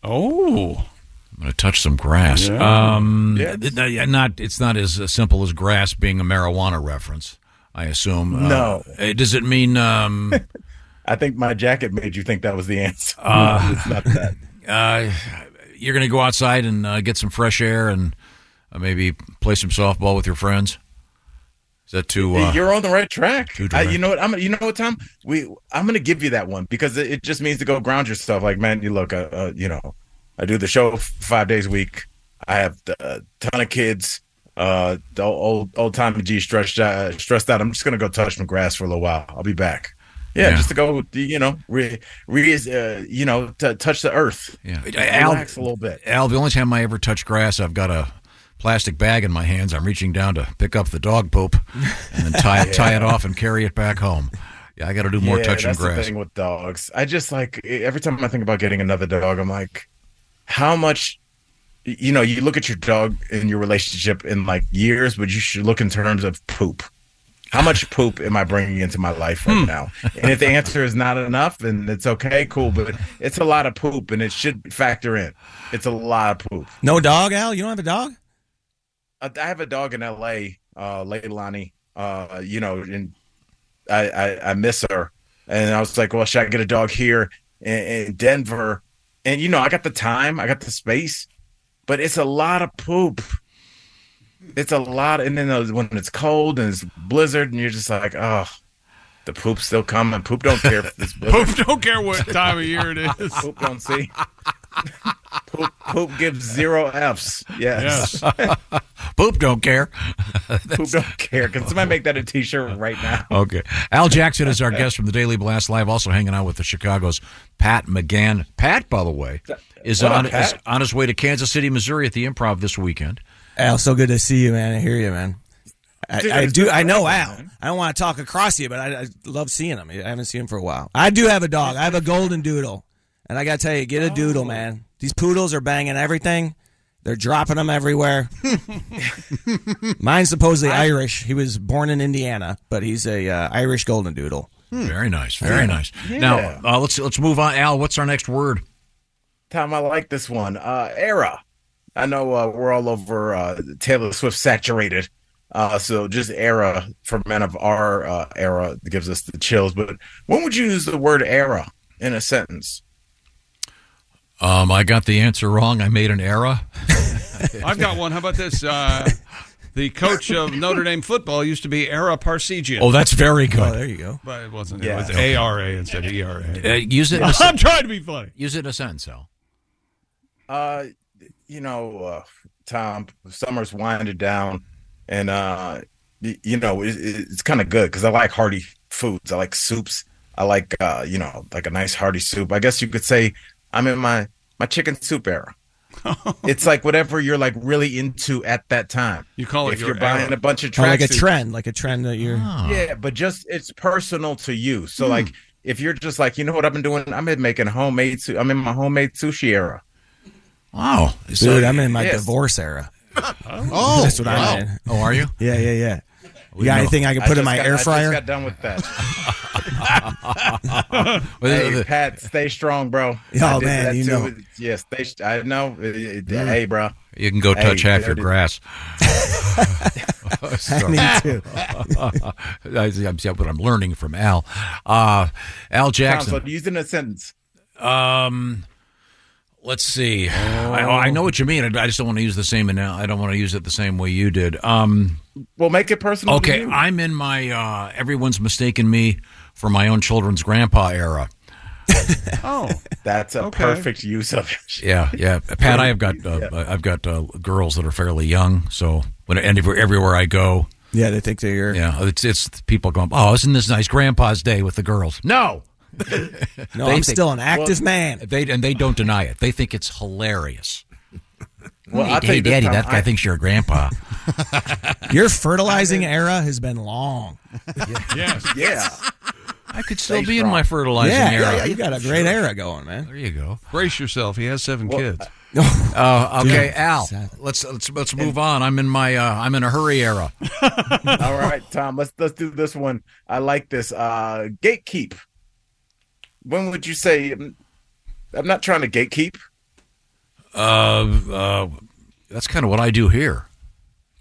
B: Oh,
D: I'm going to touch some grass.
V: Yeah.
D: Um,
V: Yes.
D: th- th- yeah, not it's not as uh, simple as grass being a marijuana reference. I assume. Uh,
V: No.
D: uh, Does it mean? Um,
V: I think my jacket made you think that was the answer.
D: Uh,
V: it's not that.
D: uh, you're going to go outside and uh, get some fresh air and uh, maybe play some softball with your friends. Is that too? Uh,
V: You're on the right track.
D: Too
V: I,
D: direct.
V: you know what? I'm. You know what, Tom? We. I'm going to give you that one because it, it just means to go ground yourself. Like, man, you look. Uh, uh, you know, I do the show f- five days a week. I have a ton of kids. Uh, the old old Tommy G stressed uh, stressed out. I'm just going to go touch some grass for a little while. I'll be back. Yeah,
D: Yeah.
V: just to go. You know, re, re uh, you know, t- touch the earth.
D: Yeah,
V: relax a little bit.
D: Al, the only time I ever touch grass, I've got a plastic bag in my hands. I'm reaching down to pick up the dog poop and then tie
V: Yeah.
D: tie it off and carry it back home. Yeah, I got to do more
V: yeah,
D: touching
V: that's The
D: grass.
V: thing with dogs, I just like e, every time I think about getting another dog, I'm like, how much? You know, you look at your dog in your relationship in like years, but you should look in terms of poop. How much poop am I bringing into my life
D: Hmm.
V: right now? And if the answer is not enough, then it's okay, cool. But it's a lot of poop, and it should factor in. It's a lot of poop.
A: No dog, Al. You don't have a dog.
V: I I have a dog in L.A., uh, Leilani. Uh, you know, and I, I I miss her. And I was like, well, should I get a dog here in, in Denver? And you know, I got the time, I got the space, but it's a lot of poop. It's a lot, and then those- when it's cold and it's blizzard, and you're just like, oh, the poop's still coming. Poop don't care. If it's blizzard.
B: Poop don't care what time of year it is.
V: Poop don't see. Poop, poop gives zero f's. Yes.
D: Poop don't care.
V: Poop don't care. Can somebody make that a T-shirt right now?
D: Okay. Al Jackson is our guest from the Daily Blast Live, also hanging out with the Chicago's Pat McGann. Pat, by the way, is
A: What up,
D: on,
A: Pat?
D: is on his way to Kansas City, Missouri at the improv this weekend.
A: Al, so good to see you, man. I hear you, man. I,
D: Dude,
A: I
D: it's
A: do.
D: been
A: I know
D: forever,
A: Al. I don't want to talk across you, but I, I love seeing
D: Oh.
A: him. I haven't seen him for a while. I do have a dog. I have a golden doodle, and I gotta tell you, get a doodle, man. These poodles are banging everything. They're dropping them everywhere. Mine's supposedly Irish. He was born in Indiana, but he's a uh, Irish golden doodle.
D: Hmm. Very nice. Very nice. Now uh, let's let's move on. Al, what's our next word?
V: Tom, I like this one. Uh, era. I know uh, we're all over uh, Taylor Swift saturated. Uh, so just era for men of our uh, era gives us the chills. But when would you use the word era in a sentence?
D: Um, I got the answer wrong. I made an error.
B: I've got one. How about this? Uh, the coach of Notre Dame football used to be Era Parsegian.
D: Oh, that's very good.
B: But it wasn't.
D: Yeah.
B: It was
D: Okay.
B: ARA instead of E ERA.
D: Uh, use it. In a
B: I'm
D: sen-
B: trying to be funny.
D: Use it in a sentence, Al.
V: Uh, you know, uh, Tom, summer's winded down, and uh, y- you know, it, it- it's kind of good because I like hearty foods. I like soups. I like uh, you know, like a nice hearty soup. I guess you could say I'm in my my chicken soup era. it's like whatever you're like really into at that time.
B: You call it
V: if
B: your
V: you're buying
B: era.
V: a bunch of
A: Or Oh, like a
V: tracksuits.
A: trend, like a trend that you're.
D: Ah.
V: Yeah, but just it's personal to you. So
A: Hmm.
V: like if you're just like, you know what I've been doing? I've been making homemade su- I'm in my homemade sushi era.
D: Wow.
A: Dude, I'm in my divorce era.
V: Oh,
A: that's what
V: wow.
A: I'm in.
D: Oh, are you?
A: Yeah, yeah, yeah. You
D: We
A: got
D: know.
A: anything I can
D: I
A: put
D: just
A: in my
D: got- I
A: air
D: just
A: fryer?
V: Got done with that.
D: Well,
V: hey,
D: the-
V: Pat, stay strong, bro.
D: Oh,
V: I did
D: man,
V: that
D: you
V: too.
D: know.
V: Yeah, stay. st- I know. It- it-
A: Mm.
V: Hey, bro.
D: You can go
V: Hey,
D: touch half
V: there
D: your
V: it is.
D: grass.
V: Me too.
D: I, am what I'm learning from Al. Uh, Al Jackson.
V: Tom, so use it in a sentence.
D: Um, let's see. I, I know what you mean. I, I just don't want to use the same. And I don't want to use it the same way you did. Um,
V: well, make it personal.
D: Okay, I'm in my uh, everyone's mistaken me for my own children's grandpa era.
B: Oh,
V: that's a perfect use of it.
D: Yeah, yeah. Pat, I have got uh, I've got uh, girls that are fairly young, so when and everywhere, everywhere I go,
A: yeah, they think they're your.
D: Yeah, it's it's people going. Oh, isn't this nice, Grandpa's Day with the girls? No,
A: No, I'm still an active man.
D: They and they don't deny it. They think it's hilarious.
A: Well,
D: hey,
A: I'll tell
D: hey,
A: you this,
D: Daddy,
A: Tom,
D: that guy
A: I-
D: thinks you're a grandpa.
A: Your fertilizing era has been long.
B: Yes.
V: yeah.
D: I could still be in my fertilizing
A: yeah,
D: era.
A: Yeah, you got a great era going, man.
D: There you go.
B: Brace yourself. He has seven kids.
D: Uh, okay,
B: Dude.
D: Al. Let's let's let's move on. I'm in my uh, I'm in a hurry era.
V: All right, Tom. Let's let's do this one. I like this. Uh Gatekeep. When would you say? I'm not trying to gatekeep.
D: Uh, uh, that's kind of what I do here.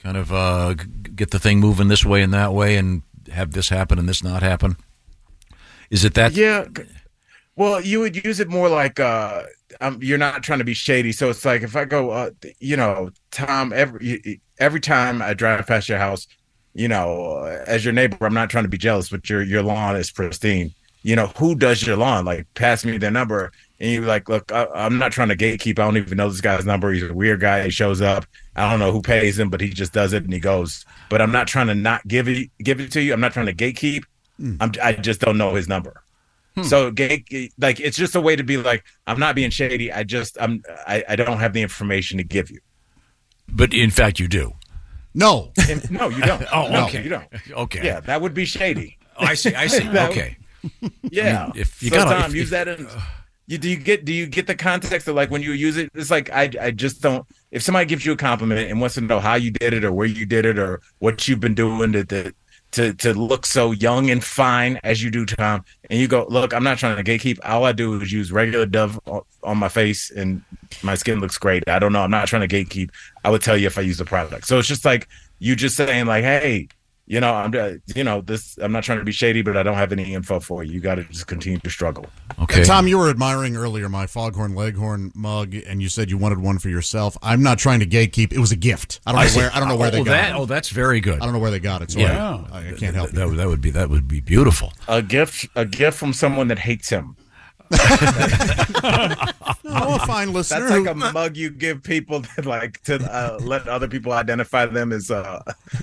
D: Kind of uh, g- get the thing moving this way and that way, and have this happen and this not happen. Is it that?
V: Yeah. g- Well, you would use it more like uh, um, you're not trying to be shady. So it's like if I go, uh, th- you know, Tom, every y- every time I drive past your house, you know, uh, as your neighbor, I'm not trying to be jealous, but your your lawn is pristine. You know, who does your lawn? Like, pass me their number, and you're like, look, I, I'm not trying to gatekeep. I don't even know this guy's number. He's a weird guy. He shows up. I don't know who pays him, but he just does it and he goes. But I'm not trying to not give it give it to you. I'm not trying to gatekeep. I'm, I just don't know his number.
D: Hmm.
V: So gay, like it's just a way to be like I'm not being shady. I just I'm I, I don't have the information to give you.
D: But in fact, you do.
F: No,
V: no, you don't.
D: Oh,
V: No,
D: okay.
V: you don't.
D: Okay.
V: yeah, that would be shady.
D: Oh, I see. I see.
V: That-
D: okay.
V: Yeah,
D: You- if you
V: so,
D: gotta-
V: Tom,
D: if-
V: use that. In, you do you get do you get the context of like when you use it? It's like I I just don't. If somebody gives you a compliment and wants to know how you did it or where you did it or what you've been doing to to to, to look so young and fine as you do, Tom, and you go, look, I'm not trying to gatekeep. All I do is use regular Dove on, on my face, and my skin looks great. I don't know. I'm not trying to gatekeep. I would tell you if I use the product. So it's just like you just saying like, hey, you know, I'm uh, you know this. I'm not trying to be shady, but I don't have any info for you. You got to just continue to struggle.
F: And Tom, you were admiring earlier my Foghorn Leghorn mug, and you said you wanted one for yourself. I'm not trying to gatekeep. It was a gift. I don't know
D: see.
F: where. I don't know where
D: oh,
F: they got
D: that,
F: it.
D: Oh, that's very good.
F: I don't know where they got it. So
D: Yeah.
F: I, I can't help.
D: That, would- that would be that would be beautiful.
V: A gift, a gift from someone that hates him.
F: I'm a fine listener.
V: That's like a mug you give people that like to uh, let other people identify them as uh,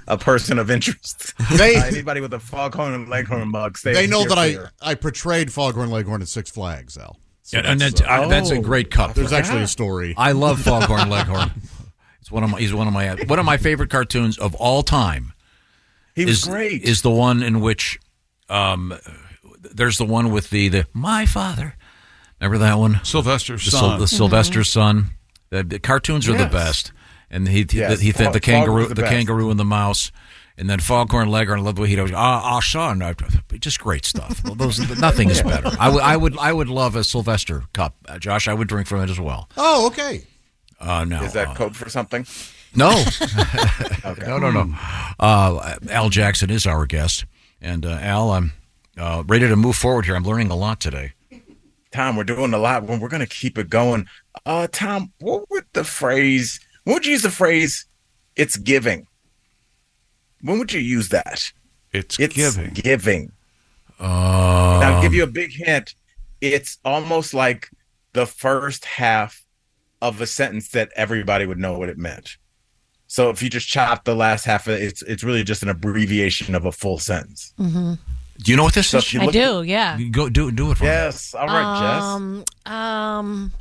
V: a person of interest.
F: They-
V: Uh, anybody with a foghorn and leghorn mug,
F: They, know that I,
V: interfere.
F: I portrayed Foghorn Leghorn at Six Flags, Al. So
D: Yeah, and that's, I, that's a
F: Oh.
D: great cup.
F: There's actually a story.
D: I love Foghorn Leghorn. It's one of my he's one of my one of my favorite cartoons of all time.
V: He
D: was is, great. Is the one in which um, there's the one with the the my father, Remember that one?
B: Sylvester's
D: the Syl-
B: Son.
D: the Sylvester's son. The, the cartoons are the
B: Yes.
D: best. And he he-
B: Yes,
D: he
B: Fog-
D: thought the
B: Fog
D: kangaroo
B: was
D: the,
B: the best.
D: kangaroo and the mouse. And then Foghorn Leghorn, I love the way he'd always, ah, ah, son, I- just great stuff. Well, Those, nothing is better. I would- I would, I would love a Sylvester cup, Uh, Josh. I would drink from it as well.
F: Oh, okay.
D: Uh, no,
V: Is that code for something?
D: No.
V: Okay.
D: No, no, no. Uh, Al Jackson is our guest. And uh, Al, I'm uh, ready to move forward here. I'm learning a lot today.
V: Tom, we're doing a lot when we're going to keep it going. Uh, Tom, what would the phrase, when would you use the phrase, it's giving? When would you use that?
B: It's,
V: giving. Giving.
D: Uh,
V: And I'll give you a
D: Um,
V: big hint. It's almost like the first half of a sentence that everybody would know what it meant. So if you just chop the last half of it, it's it's really just an abbreviation of a full sentence.
C: Mm-hmm.
D: Do you know what this is?
C: I do, yeah.
D: Go do do it for
V: Yes. All right, Jess.
C: um, Um,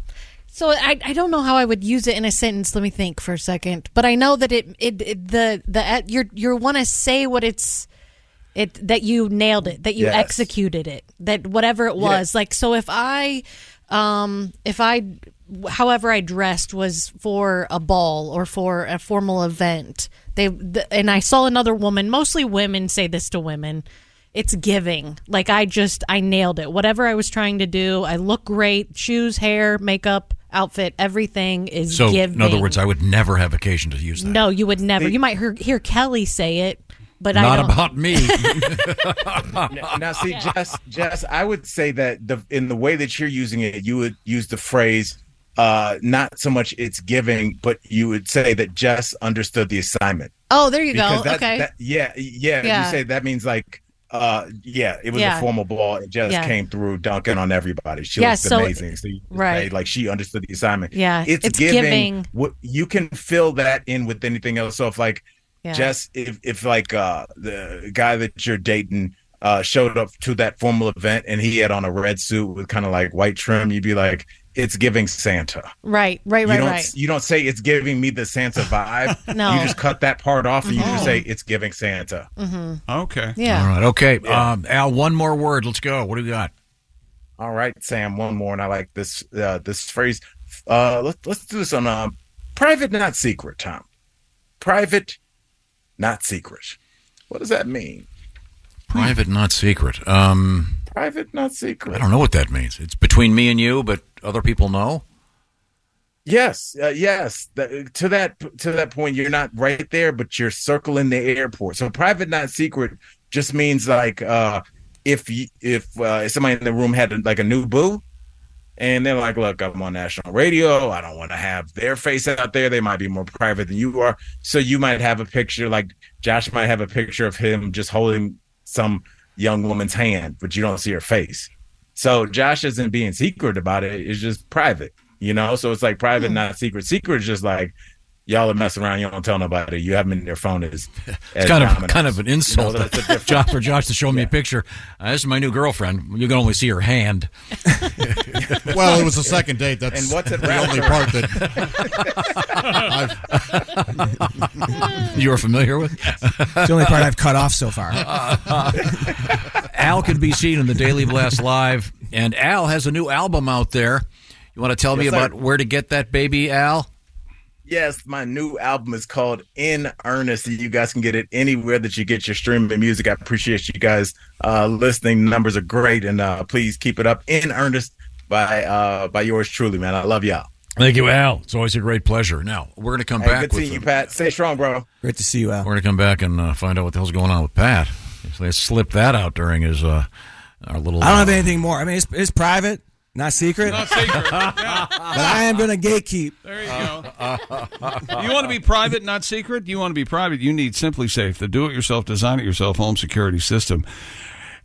C: so I, I don't know how I would use it in a sentence. Let me think for a second. But I know that it it, it the the you're you're want to say what it's it that you nailed it that you
H: Yes.
C: executed it that whatever it was like so if I um if I however I dressed was for a ball or for a formal event they th- and I saw another woman mostly women say this to women it's giving. Like I just I nailed it. Whatever I was trying to do, I look great. Shoes, hair, makeup, outfit, everything is
D: So,
C: giving.
D: in other words, I would never have occasion to use that.
C: no, you would never. You might hear, hear Kelly say it, but I
D: Not
C: don't.
D: about me.
V: now, now, see, Jess, Jess, I would say that the in the way that you're using it, you would use the phrase uh not so much it's giving, but you would say that Jess understood the assignment.
C: oh, there you go.
V: Because that-
C: okay.
V: that- yeah, yeah,
C: Yeah.
V: You say that means like uh yeah, it was
C: Yeah.
V: a formal ball. It just
C: Yeah.
V: came through dunking on everybody. She
C: Yeah,
V: looked
C: so-
V: amazing. So you
C: right.
V: right. like she understood the assignment.
C: Yeah,
V: It's,
C: it's
V: giving,
C: giving.
V: what you can fill that in with anything else. So if like
C: Yeah.
V: Jess, if if like uh the guy that you're dating uh showed up to that formal event and he had on a red suit with kind of like white trim, you'd be like, It's giving Santa
C: right. Right.
V: you
C: Right.
V: don't
C: Right.
V: you don't say it's giving me the Santa vibe.
C: No.
V: you just cut that part off and you
C: Mhm.
V: just say it's giving Santa.
C: Mm-hmm.
B: Okay.
C: Yeah.
D: All right. Okay. Um, Al, one more word. Let's go. What do we got?
V: All right, Sam, one more, and I like this uh, this phrase. Uh, let's let's do this on uh, private, not secret, Tom. Private, not secret. What does that mean?
D: Private, not secret. Um,
V: Private, not secret.
D: I don't know what that means. It's between me and you, but other people know.
V: Yes, uh, yes. Th- to that to that point, you're not right there, but you're circling the airport. So private, not secret, just means like uh, if you, if uh, if somebody in the room had like a new boo, and they're like, "Look, I'm on national radio. I don't want to have their face out there. They might be more private than you are." So you might have a picture, like Josh might have a picture of him just holding some young woman's hand, but you don't see her face. So Josh isn't being secret about it. It's just private, you know. So it's like private,
D: Hmm.
V: not secret. Secret is just like y'all are messing around. You don't tell nobody. You have them in their phone. Is
D: It's kind of kind of an insult to Josh for Josh to show me a picture. Uh, this is my new girlfriend. You can only see her hand.
F: Well, it was a second date. That's
V: And what's it
F: the only
V: rather?
F: part that
D: you are familiar with.
A: It's the only part I've cut off so far.
D: Al can be seen in the Daily Blast Live, and Al has a new album out there. You want to tell me
V: Yes, sir.
D: about where to get that baby, Al?
V: Yes, my new album is called In Earnest. and You guys can get it anywhere that you get your streaming music. I appreciate you guys uh, listening. Numbers are great, and uh, please keep it up. In Earnest by uh, by yours truly, man. I love y'all.
D: Thank you, Al. It's always a great pleasure. Now we're going to come
V: Hey,
D: back.
V: good
D: with
V: seeing you,
D: the-
V: Pat. Stay strong, bro.
A: Great to see you, Al.
D: We're going to come back and uh, find out what the hell's going on with Pat. So They slipped that out during his uh, our little.
A: I don't
D: uh,
A: have anything more. I mean, it's, it's private, not secret. Not
B: secret.
A: but I am going to gatekeep.
B: There you
D: Uh,
B: go. you want to be private, not secret? You want to be private? You need Simply Safe, the do it yourself, design it yourself home security system.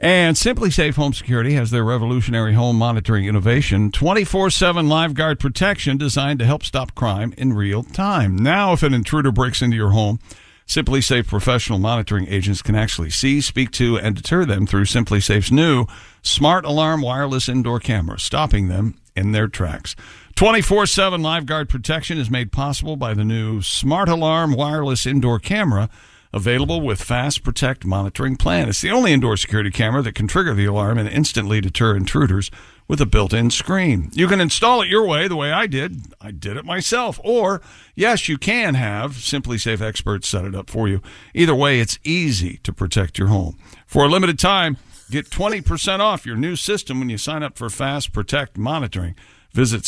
B: And Simply Safe Home Security has their revolutionary home monitoring innovation, 24 7 live guard protection designed to help stop crime in real time. Now, if an intruder breaks into your home, Simply Safe professional monitoring agents can actually see, speak to, and deter them through Simply Safe's new smart alarm wireless indoor camera, stopping them in their tracks. 24 7 live guard protection is made possible by the new smart alarm wireless indoor camera Available with Fast Protect monitoring plan. It's the only indoor security camera that can trigger the alarm and instantly deter intruders with a built-in screen. You can install it your way, the way I did. I did it myself. Or, yes, you can have Simply Safe experts set it up for you. Either way, it's easy to protect your home. For a limited time, get 20% off your new system when you sign up for Fast Protect monitoring. Visit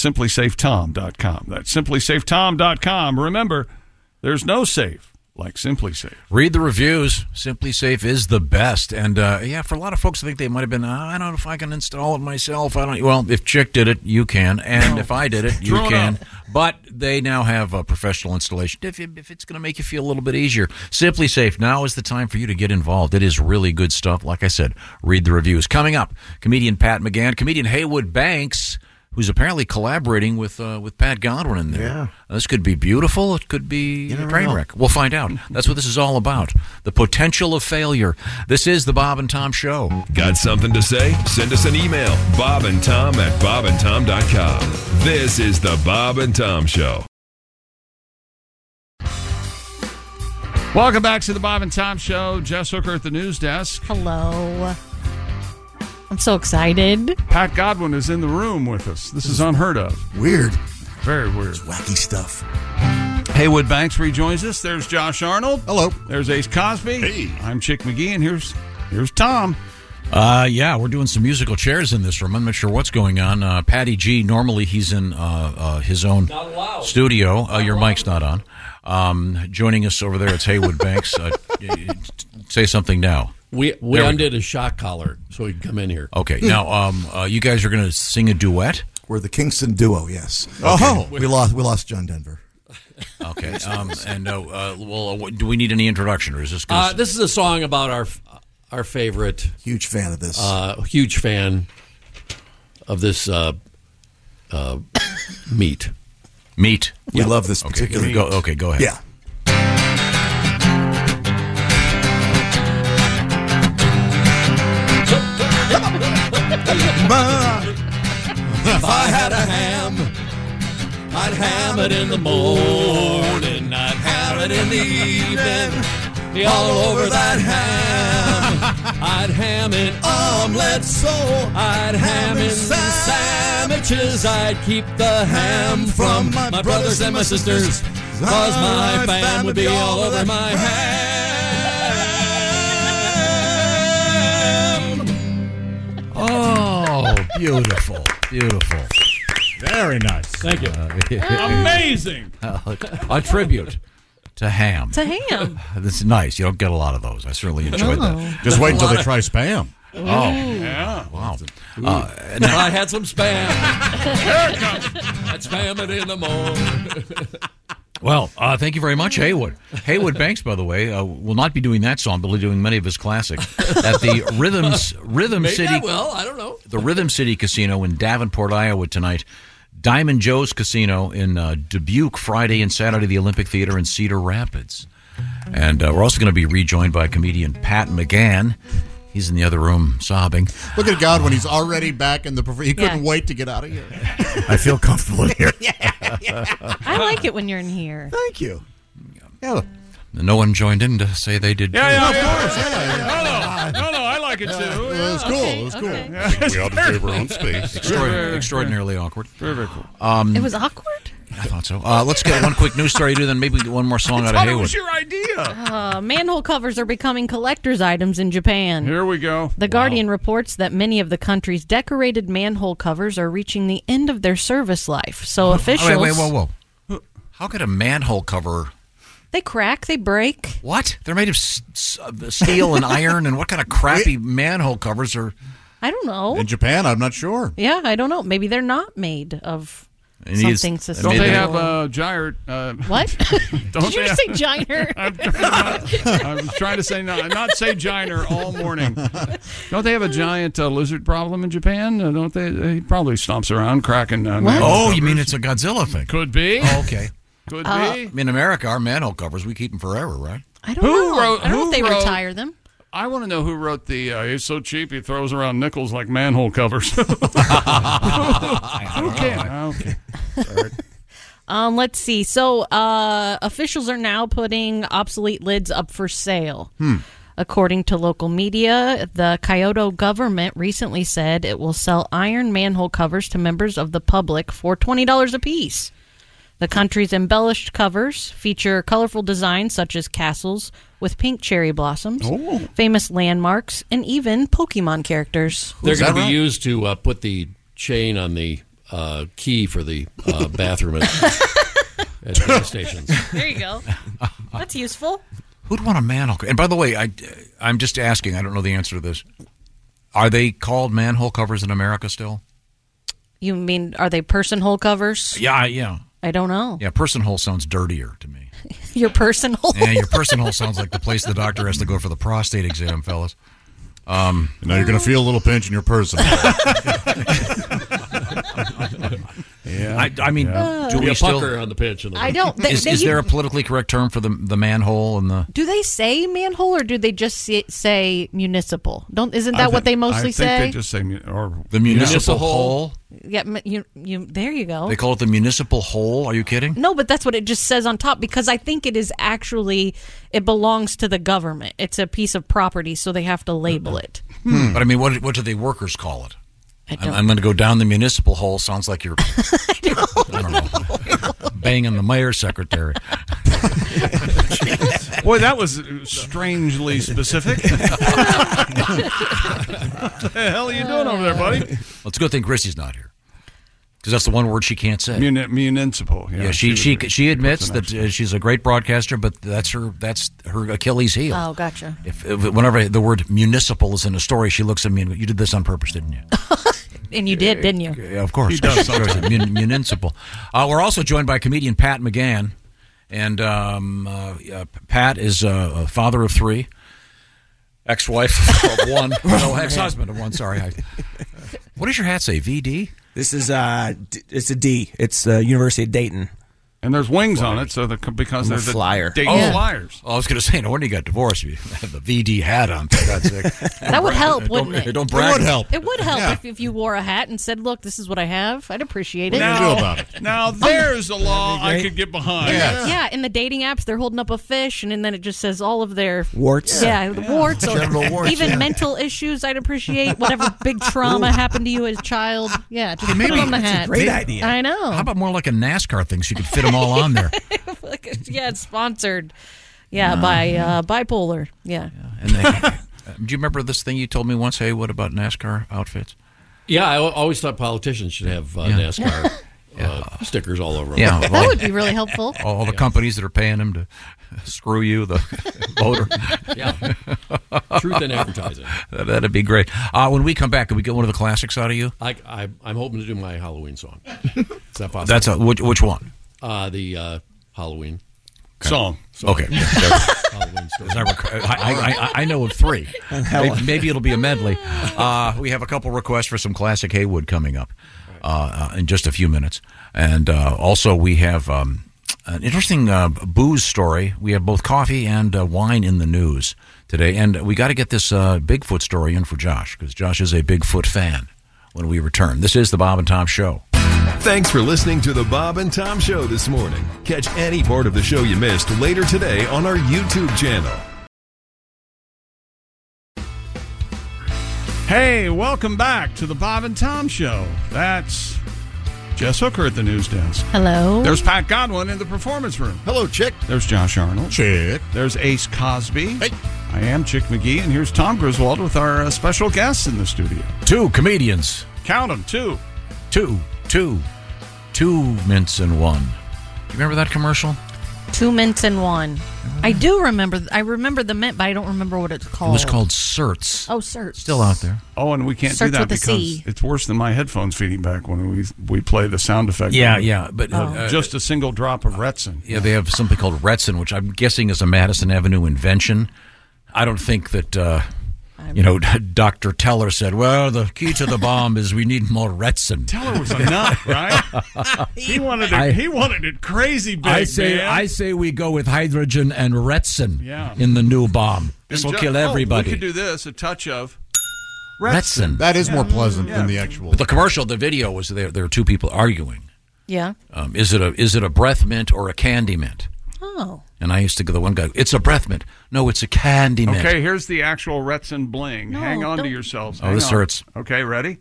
B: simplysafetom.com. That's simplysafetom.com. Remember, there's no safe like Simply Safe.
D: Read the reviews. Simply Safe is the best, and uh, yeah, for a lot of folks, I think they might have been. "Oh, I don't know if I can install it myself. I don't. Well, if Chick did it, you can, and if I did it, you
P: Throw it
D: can.
P: out.
D: But they now have a professional installation. If, if it's going to make you feel a little bit easier, Simply Safe now is the time for you to get involved. It is really good stuff. Like I said, read the reviews. Coming up, comedian Pat McGann, comedian Haywood Banks. Who's apparently collaborating with uh, with Pat Godwin in there? Yeah. This could be beautiful. It could be a
H: never
D: train
H: know.
D: wreck. We'll find out. That's what this is all about the potential of failure. This is the Bob and Tom Show.
P: Got something to say? Send us an email, Bob and Tom at bobandtom.com. This is the Bob and Tom Show.
B: Welcome back to the Bob and Tom Show. Jess Hooker at the news desk.
C: Hello. I'm so excited.
B: Pat Godwin is in the room with us. This is unheard of.
G: Weird.
B: Very weird.
G: wacky stuff.
B: Haywood Banks rejoins us. There's Josh Arnold. Hello. There's Ace Cosby. Hey. I'm Chick McGee, and here's here's Tom.
D: Uh, yeah, we're doing some musical chairs in this room. I'm not sure what's going on. Uh, Patty G, normally he's in uh, uh, his own studio. Uh, your mic's not on. Um, joining us over there, it's Haywood Banks. Uh, y- y- t- say something now.
R: We we
D: There go.
R: undid a shock collar so he could come in here.
D: Okay, now um, uh, you guys are going to sing a duet.
G: We're the Kingston duo, yes.
D: Oh.
G: we lost. We lost John Denver.
D: Okay, um, and uh, uh, well, uh, what- do we need any introduction, or is this? Gonna
R: Uh, this is a song about our our favorite.
G: Huge fan of this.
R: Uh, huge fan of this uh, uh, meat.
D: Meat.
G: We love this
R: Okay,
G: particular.
R: go- okay, go ahead.
G: Yeah.
H: If I had a ham, I'd ham it in the morning, I'd ham it in the evening, all over that ham. I'd ham in omelets, so I'd ham in sandwiches, I'd keep the ham from my brothers and my sisters,
R: Ah,
H: cause my fam would be all over my ham.
D: Oh, beautiful, beautiful.
W: Very nice.
D: Thank you.
W: Amazing.
D: Uh, a tribute to ham.
C: To ham.
D: That's nice. You don't get a lot of those. I certainly enjoyed
C: No.
D: that.
F: Just wait until they
D: try spam. Oh,
F: Ooh.
D: yeah. Wow. Uh,
R: Well,
D: now-
R: I had some spam. Here it comes. I'd spam it in the morning.
D: Well, uh, thank you very much, Haywood. Haywood Banks, by the way, uh, will not be doing that song, but will be doing many of his classics at the Rhythms Rhythm
R: Maybe
D: City.
R: I will. I don't know.
D: The Rhythm City Casino in Davenport, Iowa tonight. Diamond Joe's Casino in uh, Dubuque Friday and Saturday. The Olympic Theater in Cedar Rapids, and uh, we're also going to be rejoined by comedian Pat McGann. He's in the other room sobbing.
F: Look at God when he's already back in the. Prof- he couldn't
C: Yeah.
F: wait to get out of here.
D: I feel comfortable in here.
C: I like it when you're in here.
G: Thank you. Yeah.
D: No one joined in to say they did.
B: Yeah,
D: too.
B: yeah, yeah. No, no, no, no, I like it too. it was cool.
C: it was cool.
D: We ought to save our own space. Extraordinary- extraordinarily awkward. Very cool. Um,
C: It was awkward.
D: I thought so. Uh, let's get one quick news story, do then maybe get one more song out of
B: thought it
D: Haywood.
B: was your idea.
J: Uh, manhole covers are becoming collector's items in Japan.
B: Here we go.
J: The Guardian reports that many of the country's decorated manhole covers are reaching the end of their service life. So officials.
D: Oh, wait, wait, whoa, whoa. How could a manhole cover?
J: They crack, they break.
D: What? They're made of s- s- uh, of steel and iron, and what kind of crappy manhole covers are?
J: I don't know.
D: Japan, I'm not sure.
J: Yeah, I don't know. Maybe they're not made of
D: It needs-
J: something
D: Don't they
J: sustainable.
B: They have uh, gyre. Uh,
J: What?
B: Don't
J: Did you
B: they
J: just say
B: have-
J: gyre?
B: I'm trying not- I was trying to say not, not say gyner all morning. Don't they have a giant uh, lizard problem in Japan? Uh, don't they? He probably stomps around cracking. Uh, manhole
D: Oh,
B: covers.
D: you mean it's a Godzilla thing?
B: Could be.
D: Oh, okay.
B: Could
J: Uh,
D: I mean, in America, our manhole covers we keep them forever, right?
J: I don't know. I don't know if they retire them.
B: I want to know who wrote the. Uh, he's so cheap he throws around nickels like manhole covers.
D: I
B: who
D: don't know.
B: can? Okay.
J: Um, let's see. So uh, officials are now putting obsolete lids up for sale.
X: Hmm.
J: According to local media, the Kyoto government recently said it will sell iron manhole covers to members of the public for $20 apiece. The country's embellished covers feature colorful designs such as castles with pink cherry blossoms, famous landmarks, and even Pokemon characters.
R: They're going to be used to uh, put the chain on the uh, key for the uh, bathroom at, at gas stations.
J: There you go. That's useful.
D: Who'd want a manhole? co- And by the way, I, I'm just asking. I don't know the answer to this. Are they called manhole covers in America still?
J: You mean are they person hole covers?
D: Yeah, I- yeah,
J: I don't know.
D: yeah. Person hole sounds dirtier to me.
J: Your person hole.
D: Yeah, your person hole sounds like the place the doctor has to go for the prostate exam, fellas. Um,
F: now you're going to feel a little pinch in your person.
D: yeah, I, I mean,
R: Yeah.
D: do
R: Be
D: we
R: a
D: still
R: pucker on the pitch and the-
J: I don't- they-
D: is,
J: they-
D: is there a politically correct term for the the manhole and the?
J: Do they say manhole or do they just say, say municipal? Don't isn't that what they mostly say?
B: just say mu- or
D: the municipal hole.
J: yeah, mu- you, you there you go.
D: They call it the municipal hole. Are you kidding?
J: no, but that's what it just says on top because I think it is actually it belongs to the government. It's a piece of property, so they have to label it.
D: But I mean, what what do the workers call it?
J: I
D: I'm, I'm going to go down the municipal hole. Sounds like you're I don't know, banging the mayor's secretary.
B: Boy, that was strangely specific. what the hell are you doing over there, buddy?
D: Well, it's a good thing Grissie's not here because that's the one word she can't say.
B: Muni- municipal.
D: yeah,
B: Yeah,
D: she
B: she
D: she
B: would-
D: she admits
B: that's
D: that uh, she's a great broadcaster, but that's her that's her Achilles heel.
J: Oh, gotcha.
D: If, if- whenever the word municipal is in a story, she looks at me and you did this on purpose, didn't you?
J: And you did, didn't you?
D: Yeah, of course.
J: He does sometimes.
D: Mun- municipal. Uh, we're also joined by comedian Pat McGann, and um, uh, uh, Pat is uh, a father of three, ex-wife of one, no, ex-husband of one. Sorry. I, what does your hat say? VD.
A: This is uh, d- it's a D. It's uh, University of Dayton.
B: And there's wings on it, so the, because
A: I'm a
B: they're the
A: flyer.
B: Dayton
A: Oh.
B: Flyers.
D: Oh, I was going to say, no wonder you got divorced. You have the VD hat on. For God's sake.
J: That would help, wouldn't
D: don't,
J: it?
D: Don't brag.
J: It would help
D: Yeah.
J: if, if you wore a hat and said, "Look, this is what I have." I'd appreciate it.
B: it? Now there's a law I could get behind.
J: Yeah. in the dating apps, they're holding up a fish, and, then it just says all of their
A: Warts.
J: Yeah, warts, or
A: General warts,
J: even
A: yeah.
J: mental issues. I'd appreciate whatever big trauma happened to you as a child. Yeah, just put it on the hat. I know.
D: How about more like a NASCAR thing so you could fit them all on there?
J: yeah, it's sponsored. Yeah,
D: Uh,
J: by uh, bipolar. Yeah.
D: And they, uh, do you remember this thing you told me once? Hey, what about NASCAR outfits?
R: Yeah, I al- always thought politicians should have uh, NASCAR uh, stickers all over them.
D: Yeah, That well- would
J: be really helpful.
D: All the companies that are paying them to screw you, the voter.
R: Yeah. Truth in advertising.
D: That- That'd be great. Uh, when we come back, can we get one of the classics out of you?
R: I, I, I'm hoping to do my Halloween song. Is that possible?
D: That's a, which, which one?
R: uh, the uh, Halloween
D: Okay.
R: song.
D: Okay.
R: Halloween story.
D: As I, rec- I, I, I, I know of three. Maybe, maybe it'll be a medley. Uh, we have a couple requests for some classic Haywood coming up uh, uh, in just a few minutes. And uh, also, we have um, an interesting uh, booze story. We have both coffee and uh, wine in the news today. And we got to get this uh, Bigfoot story in for Josh because Josh is a Bigfoot fan when we return. This is the Bob and Tom Show.
P: Thanks for listening to the Bob and Tom Show this morning. Catch any part of the show you missed later today on our YouTube channel.
B: Hey, welcome back to the Bob and Tom Show. That's Jess Hooker at the news desk.
J: Hello.
B: There's Pat Godwin in the performance room. Hello, Chick. There's Josh Arnold. Chick. There's Ace Cosby. Hey. I am Chick McGee, and here's Tom Griswold with our uh, special guests in the studio.
D: Two comedians.
B: Count them, two.
D: Two, two, two mints and one. Do you remember that commercial?
J: Two mints and one. I do remember. I remember the mint, but I don't remember what it's called.
D: It was called Certs.
J: Oh, certs.
D: Still out there.
B: Oh, and we can't
J: Starts
B: do that
J: with a
B: because
J: C.
B: it's worse than my headphones feeding back when we we play the sound effect.
D: Yeah, yeah, but, uh, Oh.
B: just a single drop of Retsin.
D: Yeah, they have something called Retson, which I'm guessing is a Madison Avenue invention. I don't think that, uh, you know, Dr. Teller said, well, the key to the bomb is we need more Retson.
B: Teller was a nut, right? he wanted it.
D: I-
B: he wanted it crazy big.
D: I say,
B: man.
D: I say we go with hydrogen and Retson
B: Yeah.
D: in the new bomb. This will
B: Ju-
D: kill
B: oh,
D: everybody.
B: we could do this. A touch of
D: Retson.
F: That is more pleasant than the actual.
D: But the commercial, the video was there. There are two people arguing,
J: Yeah.
D: Um, is it a is it a breath mint or a candy mint?
J: Oh.
D: And I used to go the one guy. It's a breath mint. No, it's a candy mint.
B: Okay, here's the actual Retson bling. Hang on to yourselves.
D: Oh,
B: Hang
D: this
B: on.
D: hurts.
B: Okay, ready?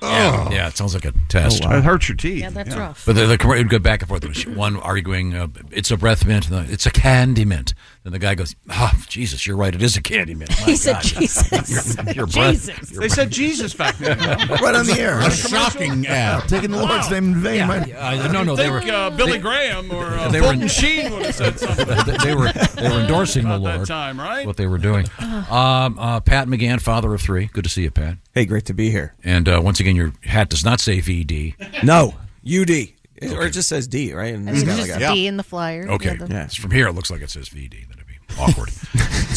D: Oh. Yeah, yeah, it sounds like a test.
B: Oh, wow. It hurts your teeth.
J: Yeah, that's rough.
D: But the, the commercial would go back and forth. There was one arguing, uh, "It's a breath mint," and the, "It's a candy mint." Then the guy goes, "Ah, Jesus, you're right. It is a candy mint." My
H: He said,
D: God.
H: "Jesus."
D: Your- your breath-
H: Jesus.
D: your
B: They said Jesus back then.
G: Right on the air.
D: A shocking
G: ad. Taking the Lord's name in vain. right?
D: Uh, no, no, they were
B: think, uh, Billy Graham or uh,
D: they were-
B: Fulton Sheen would have said something.
D: they, they were they were endorsing the Lord.
B: time, right?
D: What they were doing. Um, uh, Pat McGann, father of three. Good to see you, Pat.
A: Hey, great to be here.
D: And uh, once again, your hat does not say VD.
A: No, UD. It- Or it just says D, right? And
J: I
A: it's
J: mean,
A: got
J: Mm-hmm. just
A: like a-
J: D in the flyer.
D: Okay,
J: Yeah, the-
D: It's from here it looks like it says VD. That'd be awkward.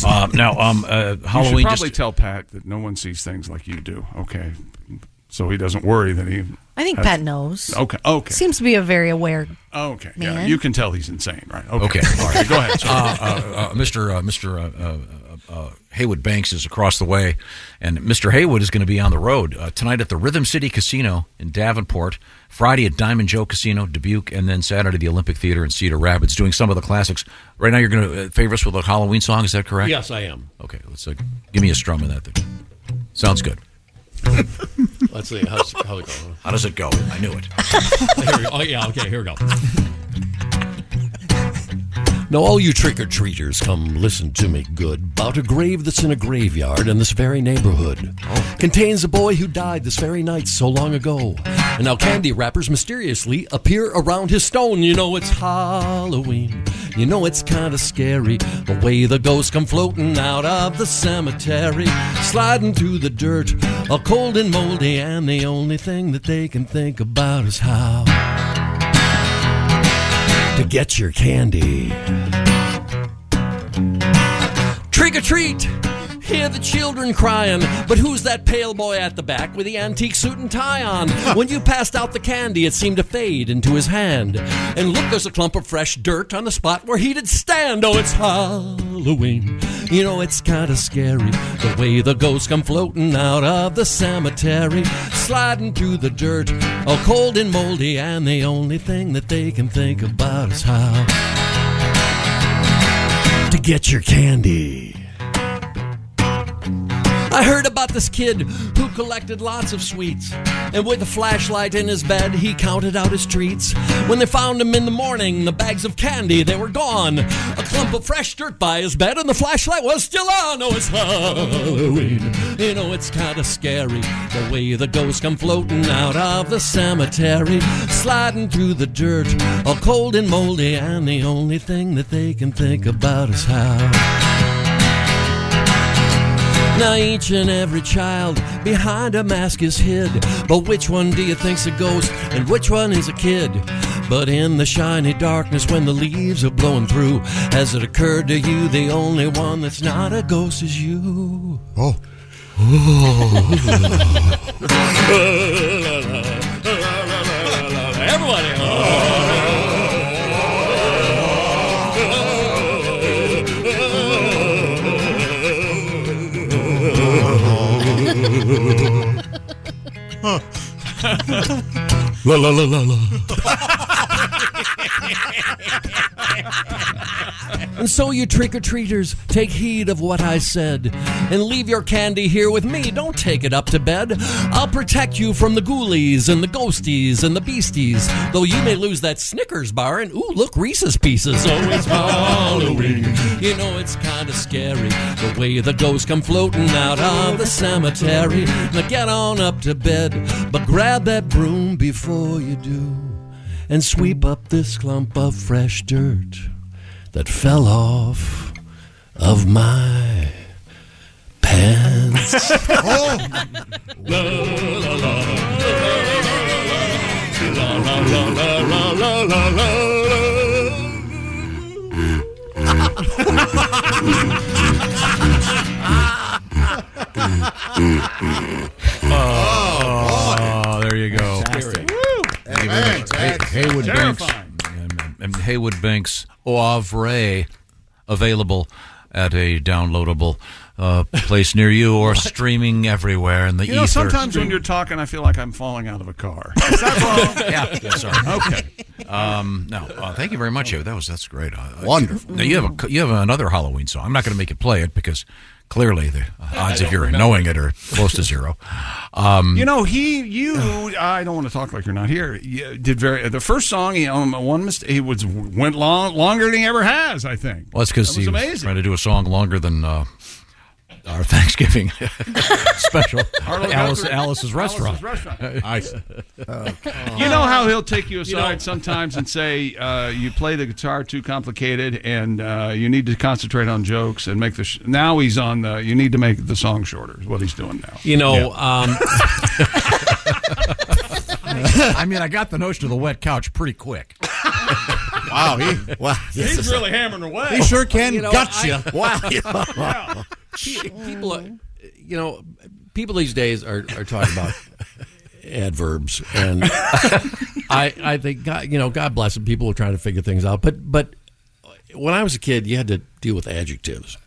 D: um, now, um, uh,
B: You should
D: Halloween
B: probably
D: just
B: tell Pat that no one sees things like you do. Okay, so he doesn't worry that he.
J: I think
B: has-
J: Pat knows.
B: Okay. Okay.
J: Seems to be a very aware.
B: Okay.
J: Man.
B: Yeah, you can tell he's insane, right? Okay.
D: Okay.
B: All right. Go ahead.
D: Uh,
B: Sorry.
D: uh, uh, Mr. Uh, Mr. Uh, uh, uh, Haywood Banks is across the way, and Mr. Haywood is going to be on the road uh, tonight at the Rhythm City Casino in Davenport, Friday at Diamond Joe Casino, Dubuque, and then Saturday the Olympic Theater in Cedar Rapids, doing some of the classics. Right now, you're going to uh, favor us with a Halloween song. Is that correct?
R: Yes, I am.
D: Okay, let's uh, give me a strum of that. Thing. Sounds good.
R: Let's see how's, how it goes.
D: How does it go? I knew it.
R: Here we go. Oh yeah, okay, here we go. Now, all you trick or treaters, come listen to me good. About a grave that's in a graveyard in this very neighborhood. Contains a boy who died this very night so long ago. And now candy wrappers mysteriously appear around his stone. You know it's Halloween. You know it's kind of scary. The way the ghosts come floating out of the cemetery, sliding through the dirt, all cold and moldy. And the only thing that they can think about is how to get your candy. Trick or treat! Hear the children crying, but who's that pale boy at the back with the antique suit and tie on? When you passed out the candy, it seemed to fade into his hand. And look, there's a clump of fresh dirt on the spot where he did stand. Oh, it's Halloween. You know, it's kind of scary the way the ghosts come floating out of the cemetery, sliding through the dirt, all cold and moldy. And the only thing that they can think about is how to get your candy. I heard about this kid who collected lots of sweets. And with a flashlight in his bed, he counted out his treats. When they found him in the morning, the bags of candy, they were gone. A clump of fresh dirt by his bed, and the flashlight was still on. Oh, it's Halloween. You know, it's kind of scary. The way the ghosts come floating out of the cemetery, sliding through the dirt, all cold and moldy. And the only thing that they can think about is how. Now each and every child behind a mask is hid. But which one do you think's a ghost and which one is a kid? But in the shiny darkness when the leaves are blowing through, has it occurred to you the only one that's not a ghost is you? Oh. Everybody.
H: La la la la la.
R: And so, you trick or treaters, take heed of what I said and leave your candy here with me. Don't take it up to bed. I'll protect you from the ghoulies and the ghosties and the beasties, though you may lose that Snickers bar and, ooh, look, Reese's pieces. So, it's Halloween. You know, it's kind of scary the way the ghosts come floating out of the cemetery. Now, get on up to bed, but grab that broom before you do and sweep up this clump of fresh dirt that fell off of my pants.
D: Oh, there you go.
H: Fantastic.
D: Thank you very much. Hay-
H: Fantastic.
D: Haywood Banks.
H: Terrifying.
D: And Haywood Banks au revoir available at a downloadable uh, place near you or streaming everywhere in the
B: You know,
D: ether.
B: sometimes when you're talking, I feel like I'm falling out of a car. Is that wrong?
D: yeah, yeah, sorry.
B: Okay.
D: Um, no, uh, thank you very much. Ava. That was that's great. Uh,
F: Wonderful.
D: Now you have a, you have another Halloween song. I'm not going to make you play it because clearly the odds of your knowing it are close to zero. Um,
B: You know, he, you, I don't want to talk like you're not here. You did very the first song. He um, one mistake. He was went long longer than he ever has. I think.
D: well, it's because
B: That was
D: he was
B: amazing.
D: trying to do a song longer than uh, our Thanksgiving special,
B: Harlow
D: Alice,
B: Guthrie.
D: Alice's restaurant.
B: Alice's Restaurant.
D: Nice.
R: Uh,
B: You know how he'll take you
D: You
B: aside sometimes and say, uh, "You play the guitar too complicated, and uh, you need to concentrate on jokes and make the." Sh-. Now he's on the. You need to make the song shorter. Is what he's doing now.
R: You know, um,
D: I mean, I got the notion of the wet couch pretty quick.
F: wow, he wow,
W: He's really hammering away.
F: He sure can
R: You know,
F: gut
R: I-
F: you. Wow.
R: Yeah. Pe- people, are- you know, people these days are, are talking about adverbs, and I I think God, you know, God bless them. People are trying to figure things out, but but when I was a kid, you had to deal with adjectives.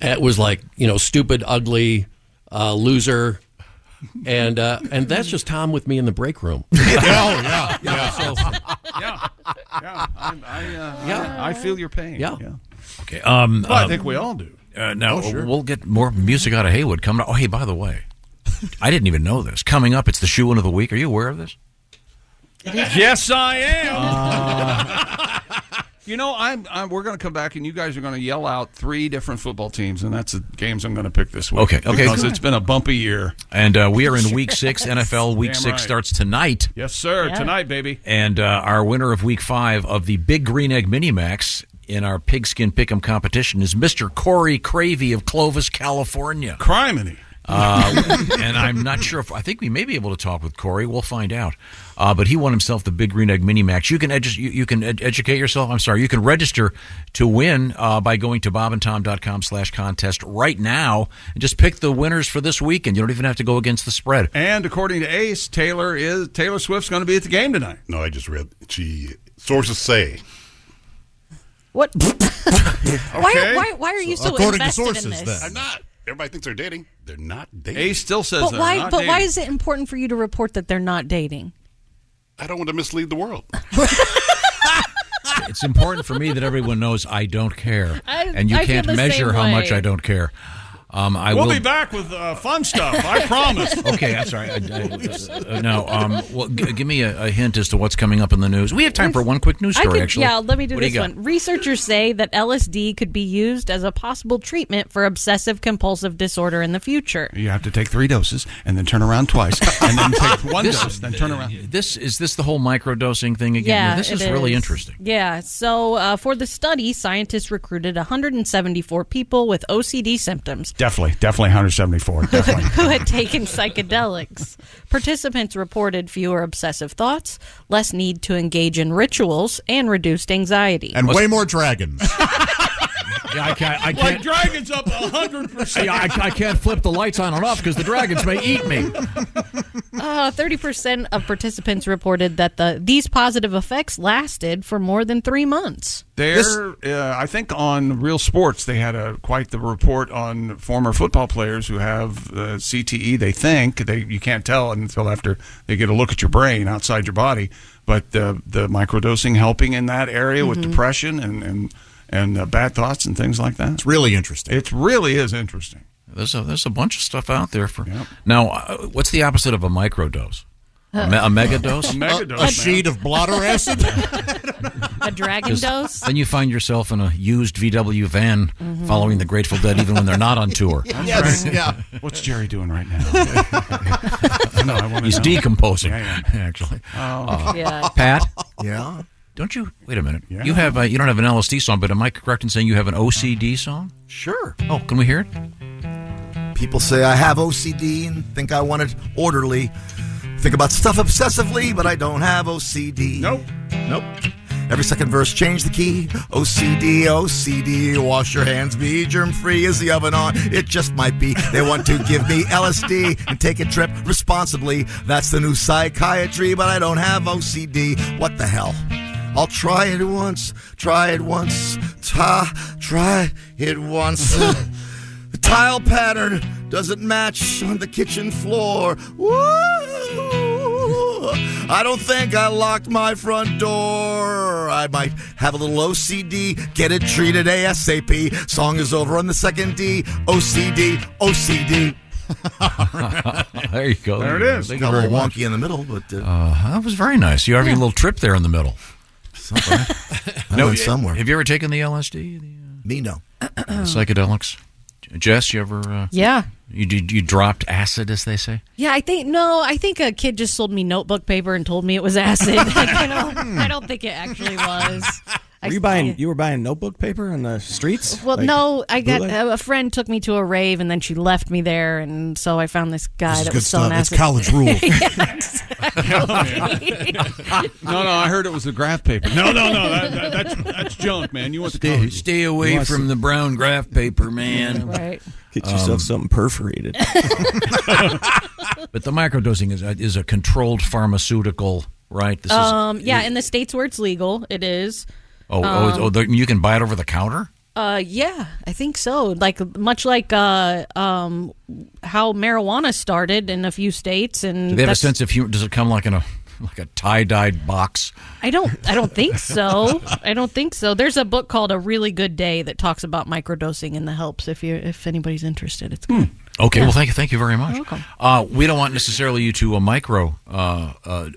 R: it was like you know, stupid, ugly, uh, loser. And uh, and that's just Tom with me in the break room.
B: yeah,
R: yeah. So,
B: yeah, yeah. I, I, uh,
R: Yeah.
B: I, I feel your pain.
R: Yeah.
D: Okay. Um,
B: Well, I
D: um,
B: think we all do.
D: Uh, now
B: Oh, sure.
D: we'll get more music out of Haywood coming up. Oh, hey, by the way, I didn't even know this. Coming up, it's the shoe in of the week. Are you aware of this?
B: Yes, I am.
D: Uh.
B: you know, I'm, I'm. We're going to come back, and you guys are going to yell out three different football teams, and that's the games I'm going to pick this week.
D: Okay, okay.
B: Because it's been a bumpy year.
D: And uh, we are in week six. NFL week
B: Damn
D: six
B: right.
D: starts tonight.
B: Yes, sir.
D: Yeah.
B: Tonight, baby.
D: And uh, our winner of week five of the Big Green Egg Mini Max in our pigskin pick'em competition is Mr. Corey Cravey of Clovis, California.
B: Criminy.
D: Uh, and I'm not sure if I think we may be able to talk with Corey. We'll find out. Uh, but he won himself the Big Green Egg Mini Max. You can edu- you, you can ed- educate yourself. I'm sorry, you can register to win uh, by going to bobandtom.com/contest right now and just pick the winners for this weekend. You don't even have to go against the spread.
B: And according to Ace, Taylor is Taylor Swift's going to be at the game tonight.
I: No, I just read. She sources say.
E: What?
J: Why, why, why are you so, invested in this?
I: I'm not. Everybody thinks they're dating. They're not dating.
B: Ace still says
C: But why? But why is it important for you to report that they're not dating?
I: I don't want to mislead the world.
D: It's important for me that everyone knows I don't care,
B: I-
D: and you
B: I feel
D: can't
B: the
D: measure
B: same
D: how
B: way.
D: much I don't care. Um, I
B: we'll
D: will
B: be back with uh, fun stuff. I promise.
D: Okay, I'm sorry. I, I, uh, no, um, well, g- give me a, a hint as to what's coming up in the news. We have time for one quick news
J: I
D: story,
J: could-
D: actually.
J: Yeah, let me do
D: What
J: this
D: you got?
J: one. Researchers say that LSD could be used as a possible treatment for obsessive compulsive disorder in the future.
B: You have to take three doses and then turn around twice, and then take one
D: This-
B: dose, then turn around.
D: This is this the whole microdosing thing again. Now, this
J: it
D: is, really interesting.
J: Yeah. So uh, for the study, scientists recruited 174 people with OCD symptoms
B: Definitely, definitely 174. Definitely.
J: who had taken psychedelics. Participants reported fewer obsessive thoughts, less need to engage in rituals, and reduced anxiety.
F: And way more dragons.
D: yeah, I can't. I
B: Like dragons up 100%.
D: I, I can't flip the lights on and off because the dragons may eat me.
J: Uh, Thirty percent of participants reported that the these positive effects lasted for more than three months.
B: There, uh, I think on Real Sports they had a quite the report on former football players who have uh, CTE. They think they you can't tell until after they get a look at your brain outside your body. But the the microdosing helping in that area with
F: Mhm.
B: depression and and and uh, bad thoughts and things like that. It's
F: really interesting.
B: It really is interesting.
D: There's a there's a bunch of stuff out there for now. Uh, what's the opposite of a microdose? A, me- a megadose?
B: A megadose,
F: A sheet of blotter acid?
J: A dragon
D: Just-
J: dose.
D: Then you find yourself in a used VW van
J: Mhm.
D: following the Grateful Dead, even when they're not on tour.
B: That's
F: Mm-hmm. Yes,
B: right.
F: yeah.
B: What's Jerry doing right now? No, I wanna
D: He's
B: know.
D: decomposing,
B: Yeah,
D: actually.
B: Oh.
D: Uh,
B: Yeah.
D: Pat?
G: Yeah.
D: Don't you? Wait a minute. You have uh, you don't have an LSD song, but am I correct in saying you have an OCD song?
G: Sure.
D: Oh, can we hear it?
G: People say I have OCD and think I want it orderly. Think about stuff obsessively, but I don't have OCD. Nope. Nope. Every second verse, change the key. OCD, OCD, wash your hands, be germ free. Is the oven on? It just might be. They want to give me LSD and take a trip responsibly. That's the new psychiatry, but I don't have OCD. What the hell? I'll try it once, try it once, ta, try it once. the tile pattern doesn't match on the kitchen floor. Woo! I don't think I locked my front door. I might have a little OCD. Get it treated ASAP. Song is over on the second D. OCD, OCD.
D: there you go.
G: There it is.
D: Thank
G: Got
D: you
G: a
D: very
G: little
D: much.
G: wonky in the middle, but uh,
D: Uh, that was very nice. You having
G: Yeah.
D: a little trip there in the middle.
G: I went somewhere.
D: Have you ever taken the LSD? The,
G: uh, Me, no.
J: Oh.
D: psychedelics. Jess, you ever? Uh,
C: Yeah.
D: You did. You dropped acid, as they say.
C: Yeah, I think no. I think a kid just sold me notebook paper and told me it was acid. Like, you know,
F: Hmm.
C: I don't think it actually was. I-
A: Were you buying? You were buying notebook paper on the streets?
C: Well,
A: Like
C: no, I got
A: bootleg?
C: a a friend took me to a rave and then she left me there, and so I found this guy
F: This is
C: that
F: good
C: was selling
F: stuff. It's
C: acid.
F: college rules.
C: Yeah, exactly.
B: No, no, I heard it was the graph paper. Oh, No, no, no, that, that, that's that's junk, man. You want the
D: Stay,
B: college-
D: stay away from the brown graph paper, man. Um,
C: Right.
A: Get yourself something perforated.
D: but the microdosing is a, is a controlled pharmaceutical, right? This is.
C: um, yeah, in the states where it's legal, it is.
D: Oh, oh, it's- oh,
C: Um,
D: there- you can buy it over the counter.
C: Uh, yeah, I think so. Like much like uh, um, how marijuana started in a few states, and
D: Do they have a
C: that's-
D: sense of humor? Does it come like in a like a tie dyed box?
C: I don't. I don't think so. I don't think so. There's a book called A Really Good Day that talks about microdosing and the helps. If you, if anybody's interested, it's
D: Hmm.
C: good.
D: Okay,
C: Yeah.
D: well, thank you, thank you very much.
C: You're welcome.
D: Uh, we don't want necessarily you to a micro uh, uh,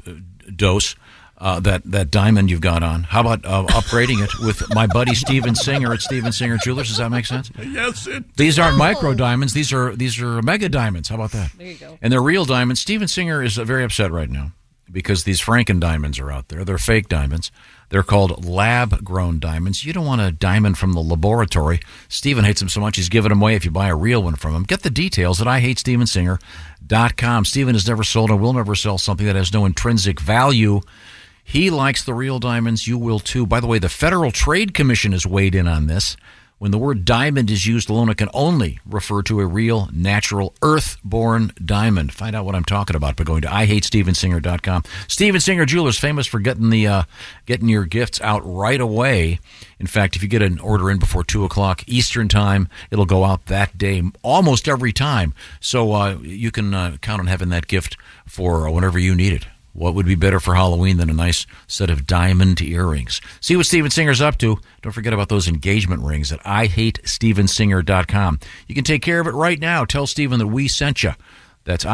D: dose uh, that that diamond you've got on. How about uh, upgrading it with my buddy Steven Singer at Steven Singer Jewelers? Does that make sense?
B: Yes, it.
D: These aren't micro diamonds. These are these are mega diamonds. How about that?
C: There you go.
D: And they're real diamonds. Steven Singer is uh, very upset right now because these Franken diamonds are out there. They're fake diamonds. They're called lab grown diamonds. You don't want a diamond from the laboratory. Steven hates them so much he's giving them away if you buy a real one from him. Get the details at IHateStevenSinger.com. Steven has never sold and will never sell something that has no intrinsic value. He likes the real diamonds. You will too. By the way, the Federal Trade Commission has weighed in on this. When the word diamond is used alone, it can only refer to a real, natural, earth-born diamond. Find out what I'm talking about by going to IHateStevenSinger.com. Steven Singer Jewelers, famous for getting the uh, getting your gifts out right away. In fact, if you get an order in before two o'clock Eastern time, it'll go out that day almost every time. So uh, you can uh, count on having that gift for uh, whenever you need it. What would be better for Halloween than a nice set of diamond earrings? See what Steven Singer's up to. Don't forget about those engagement rings at IHateStevenSinger.com. You can take care of it right now. Tell Steven that we sent you. That's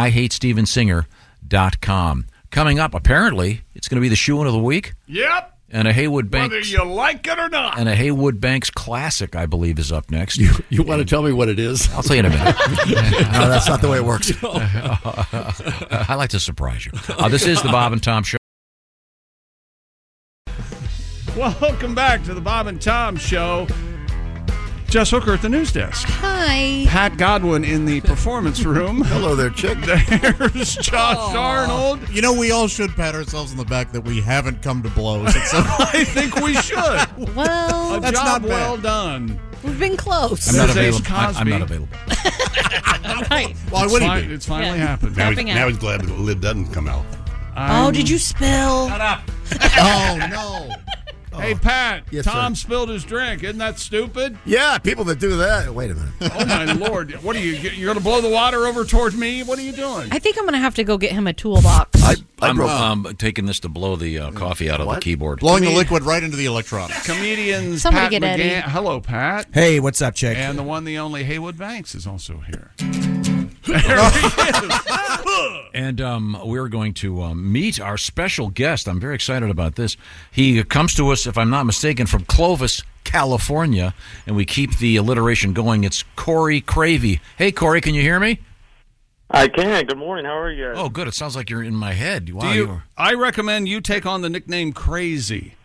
D: IHateStevenSinger.com. Coming up, apparently, it's going to be the shoe in of the week
B: Yep.
D: and a Haywood
B: Whether
D: Banks
B: you like it or not.
D: and a Haywood Banks classic, I believe, is up next. You, you want to tell me what it is? I'll tell you in a minute.
G: No, that's not the way it works.
D: I like to surprise you. Uh, this is the Bob and Tom Show.
B: Welcome back to the Bob and Tom Show. Jess Hooker at the news desk.
C: Hi.
B: Pat Godwin in the performance room.
G: Hello there, chick.
B: There's Josh Arnold.
F: You know, we all should pat ourselves on the back that we haven't come to blows. It's a-
B: I think we should.
C: Well,
B: a
F: That's not
B: job
F: bad.
B: well done.
C: We've been close.
D: I'm not
B: There's Ace
D: available. I'm- I'm
B: Cosby.
D: not available.
C: right.
F: Why
B: It's
F: would he
B: fin-
F: be?
B: It's finally
C: Yeah.
B: happened.
I: Now,
C: Tapping
I: he's- now
C: out.
I: he's glad the lid doesn't come out.
C: oh, did you spill?
F: oh no!
B: Hey, Pat.
G: Yes,
B: Tom spilled his drink. Isn't that stupid?
G: Yeah, people that do that. Wait a minute.
B: Oh my lord! What are you? You're going to blow the water over toward me? What are you doing?
C: I think I'm gonna have to go get him a toolbox.
G: I
D: I'm,
G: broke-
D: um, taking this to blow the uh, coffee out of the keyboard.
F: Blowing the liquid right into the electronics.
B: Comedians.
C: Somebody
B: Pat
C: get Eddie.
B: McGann- Hello, Pat.
A: hey, what's up, chick?
B: And the one, the only Haywood Banks is also here. There he is.
D: And um, we're going to um, meet our special guest. I'm very excited about this. He comes to us, if I'm not mistaken, from Clovis, California, and we keep the alliteration going. It's Corey Cravey. Hey, Corey, can you hear me?
X: I can. Good morning. How are you?
D: Oh, good. It sounds like you're in my head. Wow,
B: Do you-
D: you are-
B: I recommend you take on the nickname Crazy.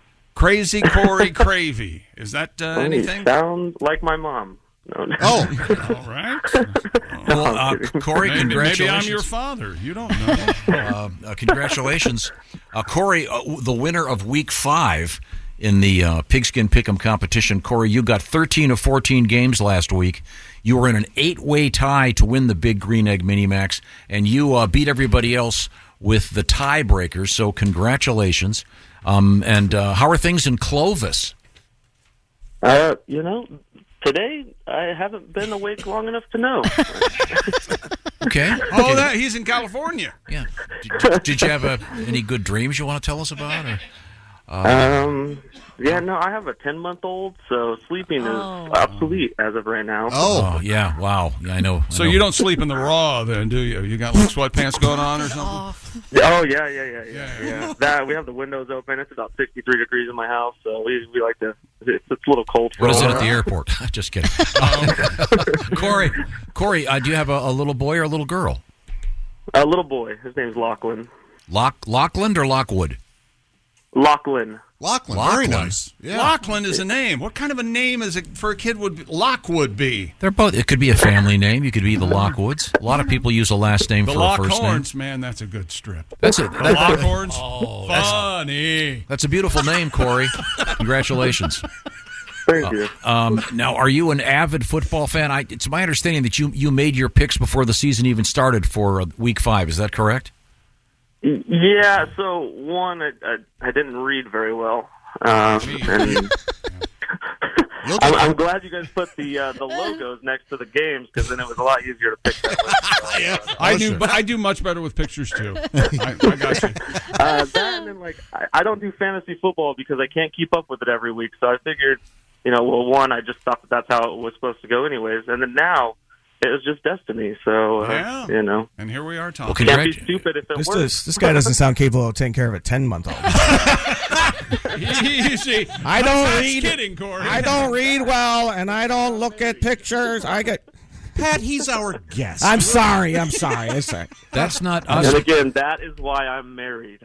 B: Crazy Corey Cravey. Is that uh,
X: Ooh,
B: anything?
X: Sound like my mom. No, no.
F: Oh,
B: All right.
D: Well, uh, Corey,
B: Maybe, maybe I'm
D: congratulations.
B: your father. You don't know.
D: uh, uh, congratulations, uh, Corey, uh, w- the winner of Week Five in the uh, Pigskin Pick'em competition. Corey, you got 13 of 14 games last week. You were in an eight-way tie to win the Big Green Egg Mini Max, and you uh, beat everybody else with the tiebreaker. So congratulations. Um, and uh, how are things in Clovis?
X: Uh, you know, today I haven't been awake long enough to know.
D: Okay.
B: Oh, that he's in California.
D: Yeah. Did, did you have a, uh, any good dreams you want to tell us about? Or,
X: um, yeah, no, I have a ten month old, so sleeping
D: Oh.
X: is obsolete as of right now.
D: yeah. Wow. Yeah, I know.
B: So you don't sleep in the raw, then, do you? You got like sweatpants going on or something?
X: Yeah, Oh yeah, yeah, yeah, yeah, yeah. That we have the windows open. It's about sixty-three degrees in my house, so we we like to. It's, it's a little cold. For
D: What is
X: us.
D: it at the airport? Just kidding. Corey, Corey, uh, do you have a, a little boy or a little girl?
X: A little boy. His name's Lachlan.
D: Lock Lockland or Lockwood?
X: Lachlan.
F: Lachlan.
D: Very nice.
B: Yeah. Lachlan is a name. What kind of a name is it for a kid would Lockwood be?
D: They're both. It could be a family name. You could be the Lockwoods. A lot of people use a last name
B: the
D: for a first name.
B: Lockhorns, man, that's a good strip.
D: That's it.
B: The
D: That-
B: Lockhorns.
D: Oh, that's-
B: funny.
D: That's a beautiful name, Corey. Congratulations.
X: Thank you.
D: Um, now, are you an avid football fan? I, it's my understanding that you you made your picks before the season even started for uh, Week Five. Is that correct?
X: Yeah. So one, I I, I didn't read very well, um, and I'm, I'm glad you guys put the uh, the logos next to the games because then it was a lot easier to pick. That one.
B: I do, but I do much better with pictures too. I, I got you.
X: uh, that and then like I, I don't do fantasy football because I can't keep up with it every week. So I figured, you know, well, one, I just thought that that's how it was supposed to go, anyways. And then now it was just destiny. So uh,
B: Yeah.
X: you know,
B: and here we are, Tom.
X: can't be stupid if it
A: This,
X: works.
A: this, this guy doesn't sound capable of taking care of a ten month old.
B: you see,
A: I don't
B: I'm not
A: read-
B: Kidding, Corey.
A: I don't read well, and I don't look at pictures. I get.
B: Pat, he's our
A: Yes. I'm sorry. I'm sorry. I'm sorry.
D: That's not
X: And again, that is why I'm married.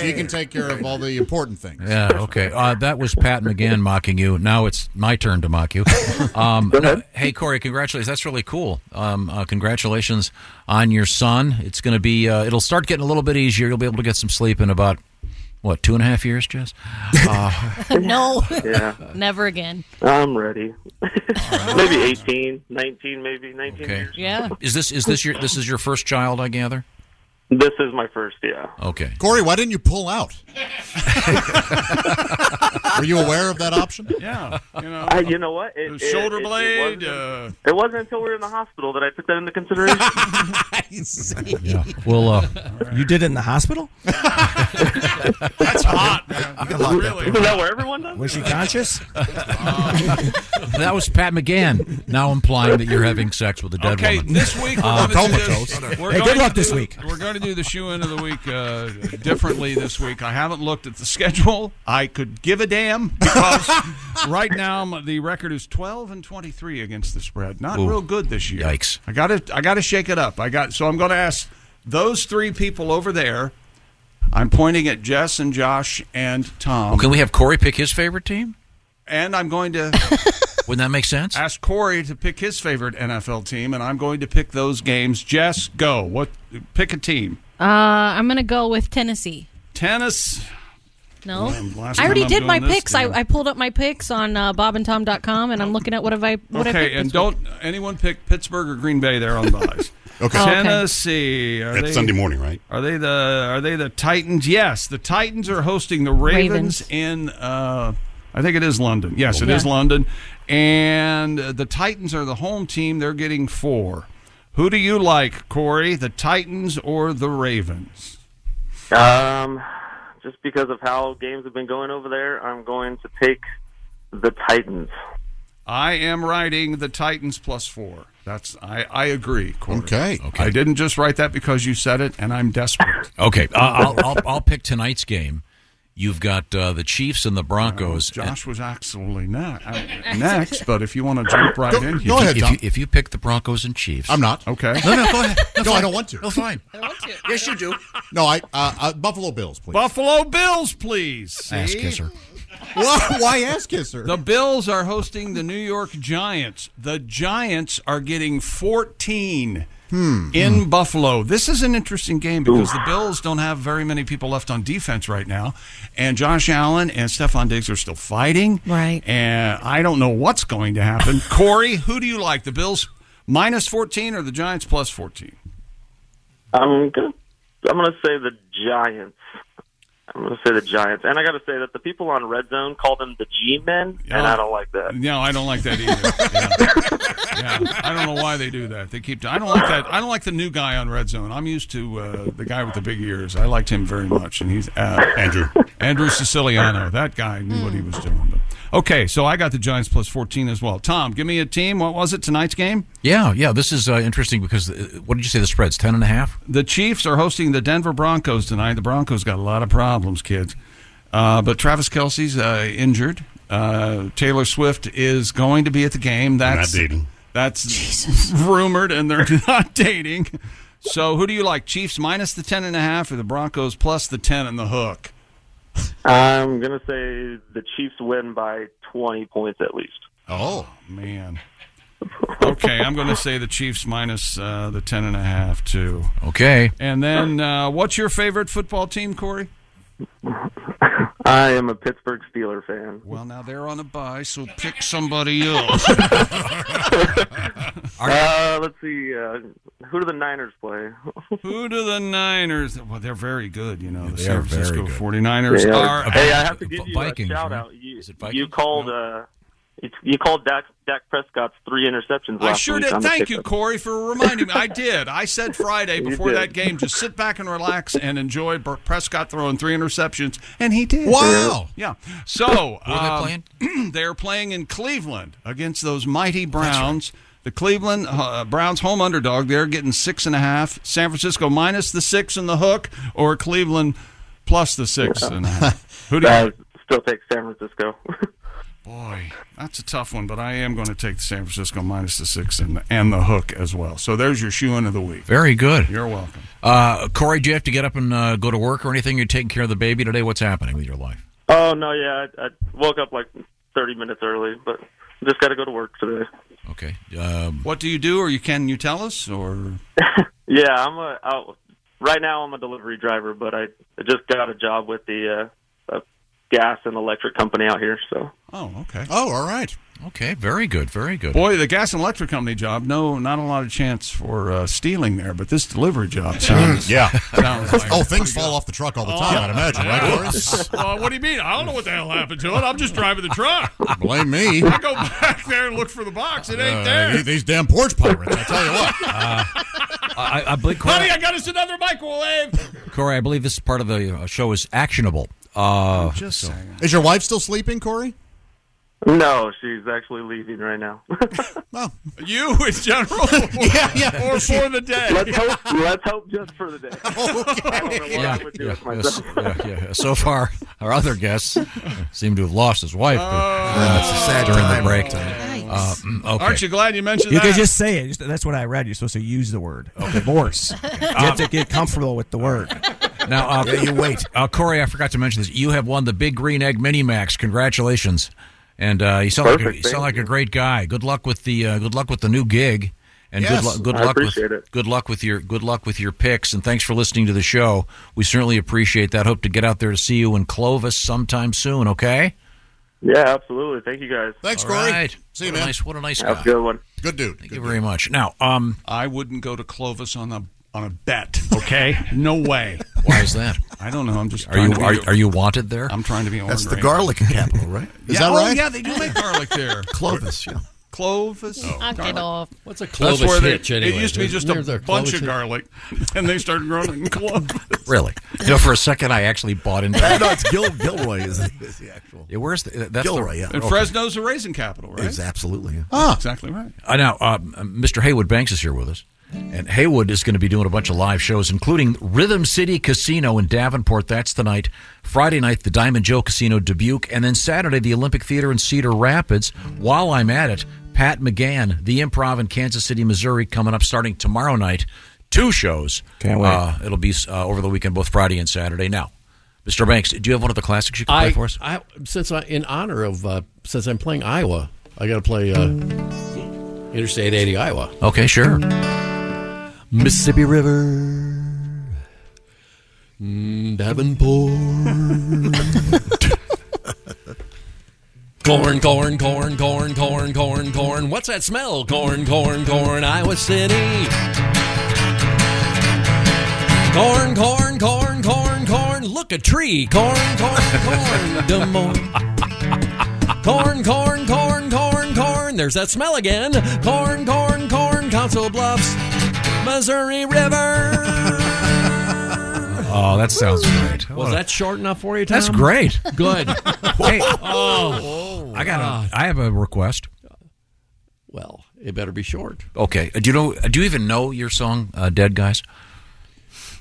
F: She can take care of all the important things.
D: Yeah. Okay. Uh, that was Pat McGann mocking you. Now it's my turn to mock you. Um, no, hey, Corey, congratulations. That's really cool. Um, uh, congratulations on your son. It's going to be. Uh, it'll start getting a little bit easier. You'll be able to get some sleep in about what two and a half years, Jess. Uh,
J: no.
X: Yeah.
J: Never again. Uh,
X: I'm ready. maybe 18, 19, maybe 19
D: Okay.
X: years.
J: Yeah.
D: is this is this your this is your first child? I gather.
X: This is my first, yeah.
D: Okay.
F: Corey, why didn't you pull out? Were you aware of that option?
B: Yeah. You know,
X: I, you know what? It,
B: the shoulder
X: it- it- it
B: blade.
X: wasn't-
B: uh,
X: It wasn't until we were in the hospital that I took that into consideration.
A: Yeah.
D: Well, uh,
A: you did it in the hospital?
B: That's hot, Uh, man. Really.
X: Isn't that where everyone does?
A: Was she conscious?
D: Uh, that was Pat McGann. Now implying that you're having sex with a dead
B: Okay,
D: woman.
B: this week we're
D: Uh,
B: going to do
D: comatose.
B: this. We're
D: Hey,
B: going
D: good luck
B: to do-
D: this week.
B: We're going to do the shoe in of the week uh, differently this week. I haven't looked at the schedule. I could give a damn because right now my- the record is 12 and 23 against the spread. Not
D: Ooh.
B: real good this year.
D: Yikes.
B: I got to I got to shake it up. I got so I'm going to ask those three people over there. I'm pointing at Jess and Josh and Tom.
D: Well, can we have Corey pick his favorite team?
B: And I'm going to
D: Wouldn't that make sense?
B: ask Corey to pick his favorite NFL team, and I'm going to pick those games. Jess, go. What? Pick a team.
J: Uh, I'm gonna go with Tennessee.
B: Tennis.
J: No,
B: Well, last
J: I already
B: time I'm
J: did my
B: doing this,
J: picks. I,
B: yeah.
J: I pulled up my picks on uh, BobandTom.com, and I'm looking at what have I what I
B: okay,
J: picked
B: and
J: this week.
B: don't anyone pick Pittsburgh or Green Bay there on buys.
I: Okay.
J: Oh, okay.
B: Tennessee. Are
I: That's
B: they-
I: Sunday morning, right?
B: Are they the Are they the Titans? Yes, the Titans are hosting the Ravens, in. Uh, I think it is London. Yes, it is
I: Yeah.
B: London, and uh, the Titans are the home team. They're getting four. Who do you like, Corey? The Titans or the Ravens?
X: Um, just because of how games have been going over there, I'm going to take the Titans.
B: I am writing the Titans plus four. That's I, I agree. Corey.
F: Okay.
B: I didn't just write that because you said it, and I'm desperate.
D: Okay, uh, I'll, I'll, I'll pick tonight's game. You've got uh, the Chiefs and the Broncos.
B: Josh was actually not uh, next, but if you want to jump right in, here.
D: If you- If you, if you pick the Broncos and Chiefs,
F: I'm not.
B: Okay.
D: No, no, go ahead. No,
F: No,
D: fine.
F: I don't want to.
D: No, fine.
F: I don't want to. Yes, you do. No, I uh, uh, Buffalo Bills, please.
B: Buffalo Bills, please.
D: Ass
B: See?
D: kisser.
F: why, why ass kisser?
B: The Bills are hosting the New York Giants. The Giants are getting 14 in Buffalo. This is an interesting game because the Bills don't have very many people left on defense right now. And Josh Allen and Stephon Diggs are still fighting.
J: Right.
B: And I don't know what's going to happen. Corey, who do you like? The Bills minus 14 or the Giants plus 14?
X: I'm going to I'm going to say the Giants. I'm going to say the Giants, and I got to say that the people on Red Zone call them the G-men, and I don't like that.
B: No, I don't like that either. Yeah. Yeah. I don't know why they do that. They keep. I don't like that. I don't like the new guy on Red Zone. I'm used to uh, the guy with the big ears. I liked him very much, and he's uh,
I: Andrew.
B: Andrew Siciliano. That guy knew what he was doing. But- okay, so I got the Giants plus 14 as well. Tom, give me a team. What was it tonight's game?
D: Yeah, yeah. This is uh, interesting because uh, what did you say the spread's ten and a half?
B: The Chiefs are hosting the Denver Broncos tonight. The Broncos got a lot of problems, kids. Uh, but Travis Kelsey's uh, injured. Uh, Taylor Swift is going to be at the game. That's
I: Not dating.
B: That's rumored, and they're not dating. So, who do you like? Chiefs minus the ten and a half, or the Broncos plus the ten and the hook?
X: I'm going to say the Chiefs win by 20 points at least.
B: Oh man. Okay, I'm going to say the Chiefs minus uh, the ten and a half too.
D: Okay.
B: And then, uh, what's your favorite football team, Corey?
X: I am a Pittsburgh Steeler fan.
B: Well, now they're on a bye, so pick somebody else.
X: Uh, let's see. Uh, who do the Niners play?
B: Who do the Niners? Well, they're very good, you know. The
X: They
B: San
X: are very
B: Francisco
X: good.
B: 49ers
X: They
B: are.
X: Hey, I have to give you a shout out. You, you called. Uh, you, you called Dak, Dak Prescott's three interceptions.
B: I
X: Last
B: sure
X: week
B: did.
X: on the
B: Thank
X: pickup.
B: you, Corey, for reminding me. I did. I said Friday
X: You
B: before
X: did.
B: that game, just sit back and relax and enjoy Bur- Prescott throwing three interceptions, and he did.
H: Wow.
B: Yeah. So
H: Where are they
B: playing? they're playing in Cleveland against those mighty Browns. The Cleveland uh, Browns home underdog. They're getting six and a half. San Francisco minus the six and the hook, or Cleveland plus the six and a half. Who do you?
X: Uh, still take San Francisco.
B: Boy, that's a tough one, but I am going to take the San Francisco minus the six and the, and the hook as well. So there's your shoe in of the week.
D: Very good.
B: You're welcome.
D: Uh, Corey, do you have to get up and uh, go to work or anything? You're taking care of the baby today. What's happening with your life?
X: oh no, yeah, I, I woke up like 30 minutes early, but just got to go to work today.
D: Okay. Um,
B: what do you do, or you can you tell us, or
X: Yeah, I'm a out, right now. I'm a delivery driver, but I I just got a job with the uh, uh, gas and electric company out here. So
B: oh, okay,
F: oh, all right,
D: okay, very good, very good.
B: Boy, the gas and electric company job. No, not a lot of chance for uh, stealing there, but this delivery job sounds
F: Mm, yeah.
B: sounds like
F: oh, things fall off the truck all the
B: Oh.
F: time. I'd imagine, right, Boris?
W: Well, what do you mean? I don't know what the hell happened to it. I'm just driving the truck.
F: Blame me.
W: I go back there and look for the box. It ain't
F: Uh,
W: there.
F: these- These damn porch pirates. I tell you what.
D: I, I believe Corey,
W: Honey, I got us another microwave.
D: Corey, I believe this part of the uh, show is actionable. Uh,
B: just saying.
F: Is your wife still sleeping, Corey?
X: no, she's actually leaving right now.
W: You in general,
F: yeah, yeah.
W: or for the day.
X: Let's hope. Let's hope just for the day. I don't know what
D: Yeah,
X: I would do
D: yeah,
X: with
D: yeah,
X: myself.
D: so, yeah, yeah. So far, our other guests seem to have lost his wife uh,
A: it's a sad
D: during
A: time.
D: the break. Uh,
A: Yikes.
D: mm, okay.
B: Aren't you glad you mentioned
A: You
B: that?
A: could just say it. Just- That's what I read. You're supposed to use the word divorce. You have to get comfortable with the word.
D: Now, uh,
A: Yeah, you wait.
D: Uh, Corey, I forgot to mention this. You have won the Big Green Egg Mini Max. Congratulations, and uh, you sound like a,
X: Perfect,
D: you sound
X: thank
D: like a great guy. Good luck with the uh, good luck with the new gig, and good
X: Yes.
D: luck good
X: I
D: luck with
X: appreciate
D: good luck with your good luck with your picks. And thanks for listening to the show. We certainly appreciate that. Hope to get out there to see you in Clovis sometime soon. Okay.
X: Yeah, absolutely. Thank you guys.
F: Thanks,
D: All Corey. right. See you, What a man. nice- what a nice
X: Have
D: guy.
X: a good one.
F: Good dude.
D: Thank you very much. Now, um,
B: I wouldn't go to Clovis on a on a bet. Okay, no way.
D: Why is that?
B: I don't know. I'm just.
D: Are you
B: trying to
D: are,
B: be-
D: are you wanted there?
B: I'm trying to be.
G: That's the
B: ornery.
G: garlic capital, right?
B: Yeah, oh, yeah, they do make garlic there.
G: Clovis, yeah.
B: Clovis.
C: Knock it
B: garlic.
C: off.
R: What's a
B: That's where they,
R: hitch, anyway.
B: It used to be
R: There's-
B: just a
R: there's a
B: bunch
R: Clovis
B: of
R: hitch.
B: garlic, and they started growing in Clovis.
D: Really? You know, for a second, I actually bought into that.
G: no, it's Gil, Gilroy is the, is the actual.
D: Yeah, where's the, that's
G: Gilroy,
D: the,
G: yeah.
B: And Fresno's the raisin capital, right?
G: It's absolutely. yeah.
B: Ah. Exactly right.
D: Uh, now, uh, Mr. Haywood Banks is here with us. And Haywood is going to be doing a bunch of live shows, including Rhythm City Casino in Davenport. That's tonight. Friday night, the Diamond Joe Casino, Dubuque. And then Saturday, the Olympic Theater in Cedar Rapids. While I'm at it, Pat McGann, the improv in Kansas City, Missouri, coming up starting tomorrow night. Two shows.
A: Can't wait.
D: Uh, it'll be uh, over the weekend, both Friday and Saturday. Now, Mr. Banks, do you have one of the classics you can play
R: I,
D: for us?
R: I since I in honor of uh, since I'm playing Iowa, I got to play uh, Interstate 80 Iowa.
D: Okay, sure.
R: Mississippi River, mm, Davenport. Corn, corn, corn, corn, corn, corn, corn. What's that smell? Corn, corn, corn, Iowa City. Corn, corn, corn, corn, corn. Look a tree. Corn, corn, corn. Dumb more. Corn, corn, corn, corn, corn. There's that smell again. Corn, corn, corn. Council Bluffs, Missouri River.
D: Oh, that sounds great.
R: Was that short enough for you? Tom?
D: That's great.
R: Good.
D: Hey.
R: Oh,
D: I got a, I have a request.
R: Well, it better be short.
D: Okay. uh, Do you know? Do you even know your song, uh, "Dead Guys"?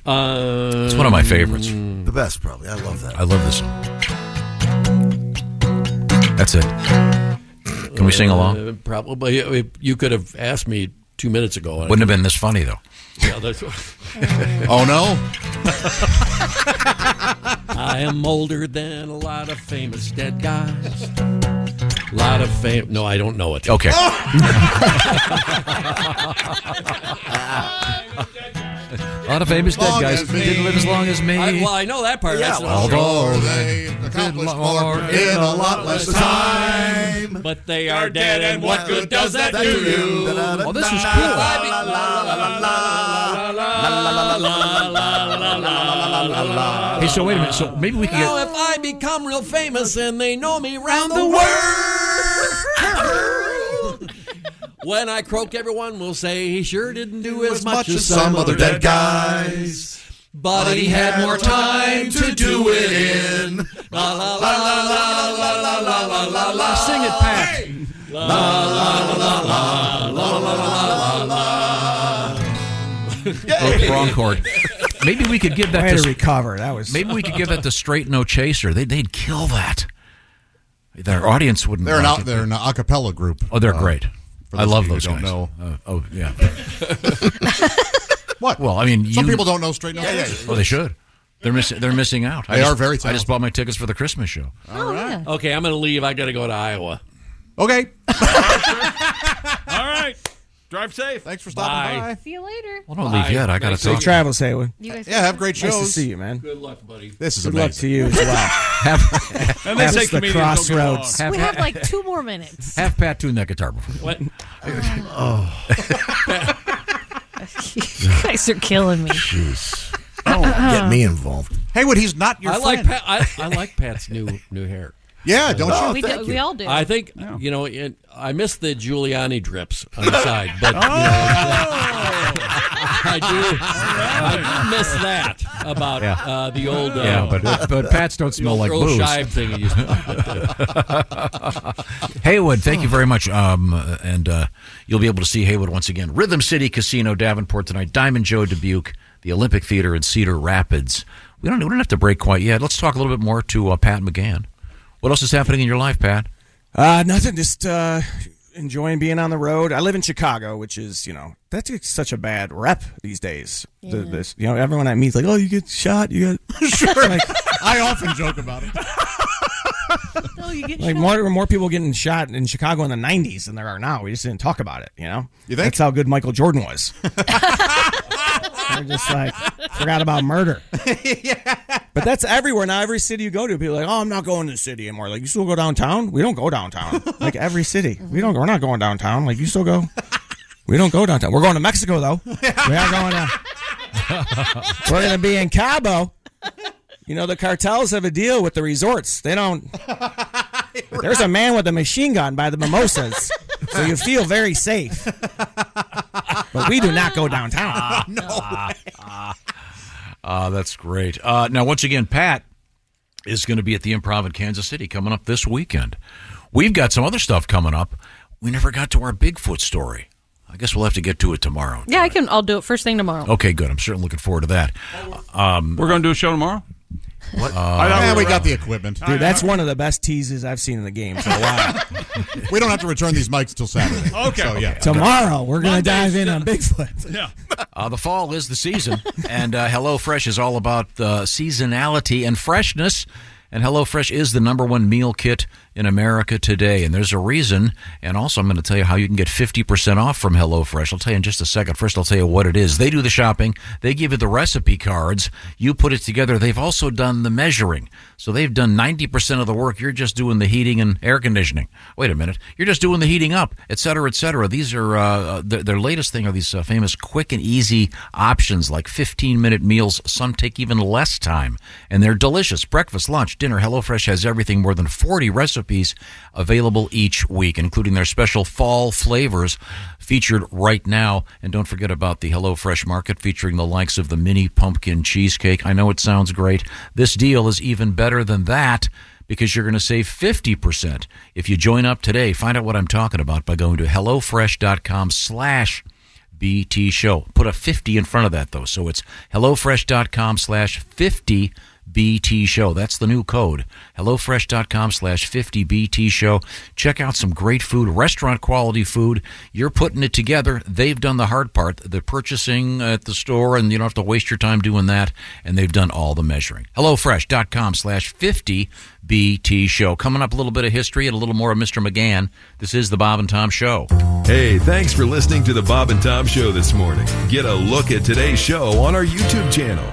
R: Uh,
D: It's one of my favorites.
G: The best, probably. I love that.
D: Um, I love this. That's it. Can we sing along?
R: Uh, probably. Uh, You could have asked me two minutes ago. and I
D: Wouldn't have been this funny though.
R: Yeah, that's
D: Oh, no?
R: I am older than a lot of famous dead guys. Lot of fame. No, I don't know it.
D: Okay.
R: a
D: lot of famous dead guys didn't live as long as me.
R: I, well, I know that part. That's not
D: Although
R: true.
D: they
R: accomplished
D: more in a lot less
R: time, but they are dead. And what good does that do you? Oh, this is cool.
D: Hey, so wait a minute. So maybe we can
R: Now,
D: get.
R: if I become real famous and they know me round the world, when I croak, everyone will say he sure didn't do as much as some other dead guys. But he had more time to do it in. La la la la la la la la la la la. Sing it, Pat. La la la la la la la la la.
D: Oh, wrong chord. Maybe we could give that
A: Way to
D: s-
A: recover. That was-
D: Maybe we could give that to Straight No Chaser. They, they'd kill that. Their audience wouldn't.
F: They're an
D: like
F: out
D: it.
F: they're an a cappella group.
D: Oh, they're
F: Uh,
D: great.
F: for
D: I
F: those
D: love
F: of you
D: those
F: who don't
D: guys.
F: know.
D: Uh, oh yeah.
F: what?
D: Well, I mean,
F: Some
D: you-
F: people don't know straight no
D: Yeah, yeah,
F: Faces.
D: Well, they should. They're missing. They're missing out. I
F: They
D: just-
F: are very
D: I just bought my tickets for the Christmas show.
R: All right. Okay, I'm going to leave. I got to go to Iowa.
F: Okay.
W: All right. Drive safe.
F: Thanks for
W: stopping
R: Bye. by.
W: See you later.
D: Well, don't leave yet. I got to
A: Safe
D: talk.
A: travels, Haywood.
W: You guys-
F: yeah, have great
A: Nice
F: shows.
A: to see you, man.
R: Good luck, buddy.
F: This is
A: Good
F: amazing.
A: luck to you as well.
D: Have-
F: And they
A: That's
F: say
A: the
F: comedians don't get along.
A: crossroads.
C: we have like two more minutes.
D: Have Pat tune that guitar before.
R: What?
D: oh.
C: you guys are killing me.
G: Jeez.
C: Don't get me
G: involved.
F: Haywood, he's not your
R: I like
F: friend.
R: Pat, I, I like Pat's new new hair.
F: Yeah, don't you?
C: Oh, We do- Thank you. we all do.
R: I think you know. It, I miss the Giuliani drips on the side, but you know, I do. I do miss that about
D: Yeah.
R: uh, the old. Uh,
D: Yeah, but- but Pats don't
R: the
D: smell
R: old
D: like
R: Earl
D: booze.
R: Scheib thing he used to.
D: Haywood, thank you very much. Um, uh, and uh, you'll be able to see Haywood once again. Rhythm City Casino, Davenport tonight. Diamond Joe Dubuque, the Olympic Theater in Cedar Rapids. We don't, we don't have to break quite yet. Let's talk a little bit more to uh, Pat McGann. What else is happening in your life, Pat?
A: Uh, nothing. Just uh, enjoying being on the road. I live in Chicago, which is you know that's such a bad rep these days. The-
F: Yeah.
A: this- you know, everyone I meet's like, oh, you get shot. You get
F: Sure.
A: Like,
F: I often joke about it.
A: like more more people getting shot in Chicago in the '90s than there are now. We just didn't talk about it. You know,
F: You think?
A: that's how good Michael Jordan was. They're just like forgot about murder. But that's everywhere now. Every city you go to, people are like, oh, I'm not going to the city anymore. Like, you still go downtown? We don't go downtown. like every city, we don't. We're not going downtown. Like you still go. We don't go downtown. We're going to Mexico though. we are going to. We're going to be in Cabo. You know the cartels have a deal with the resorts. They don't. There's a man with a machine gun by the mimosas, so you feel very safe. But we do not go downtown.
F: no.
D: Uh, that's great. Uh, now, once again, Pat is going to be at the Improv in Kansas City coming up this weekend. We've got some other stuff coming up. We never got to our Bigfoot story. I guess we'll have to get to it tomorrow.
J: Yeah, I can. I'll do it first thing tomorrow.
D: Okay, good. I'm certainly looking forward to that. Um,
B: We're going to do a show tomorrow.
D: What? Uh,
F: yeah, we got the equipment.
A: Dude, that's one of the best teases I've seen in the game for a while.
F: we don't have to return these mics till Saturday.
A: Okay.
F: So, yeah.
A: Tomorrow we're gonna dive in on Bigfoot.
B: Yeah.
D: Uh, the fall is the season, and uh, HelloFresh is all about uh, seasonality and freshness. And HelloFresh is the number one meal kit in America today, and there's a reason. And also, I'm going to tell you how you can get 50% off from HelloFresh. I'll tell you in just a second. First, I'll tell you what it is. They do the shopping, they give you the recipe cards, you put it together. They've also done the measuring. So they've done 90% of the work. You're just doing the heating and air conditioning. Wait a minute. You're just doing the heating up, et cetera, et cetera. These are uh, their, their latest thing are these uh, famous quick and easy options like 15 minute meals. Some take even less time, and they're delicious. Breakfast, lunch, dinner. HelloFresh has everything more than 40 recipes available each week, including their special fall flavors featured right now. And don't forget about the HelloFresh Market featuring the likes of the mini pumpkin cheesecake. I know it sounds great. This deal is even better than that because you're going to save 50% if you join up today. Find out what I'm talking about by going to HelloFresh.com slash BT Show. Put a 50 in front of that, though. So it's HelloFresh.com slash 50 BT Show. That's the new code. HelloFresh.com slash 50 BT Show. Check out some great food, restaurant quality food. You're putting it together. They've done the hard part, the purchasing at the store, and you don't have to waste your time doing that. And they've done all the measuring. HelloFresh.com slash 50 BT Show. Coming up a little bit of history and a little more of Mr. McGann. This is the Bob and Tom Show.
P: Hey, thanks for listening to the Bob and Tom Show this morning. Get a look at today's show on our YouTube channel.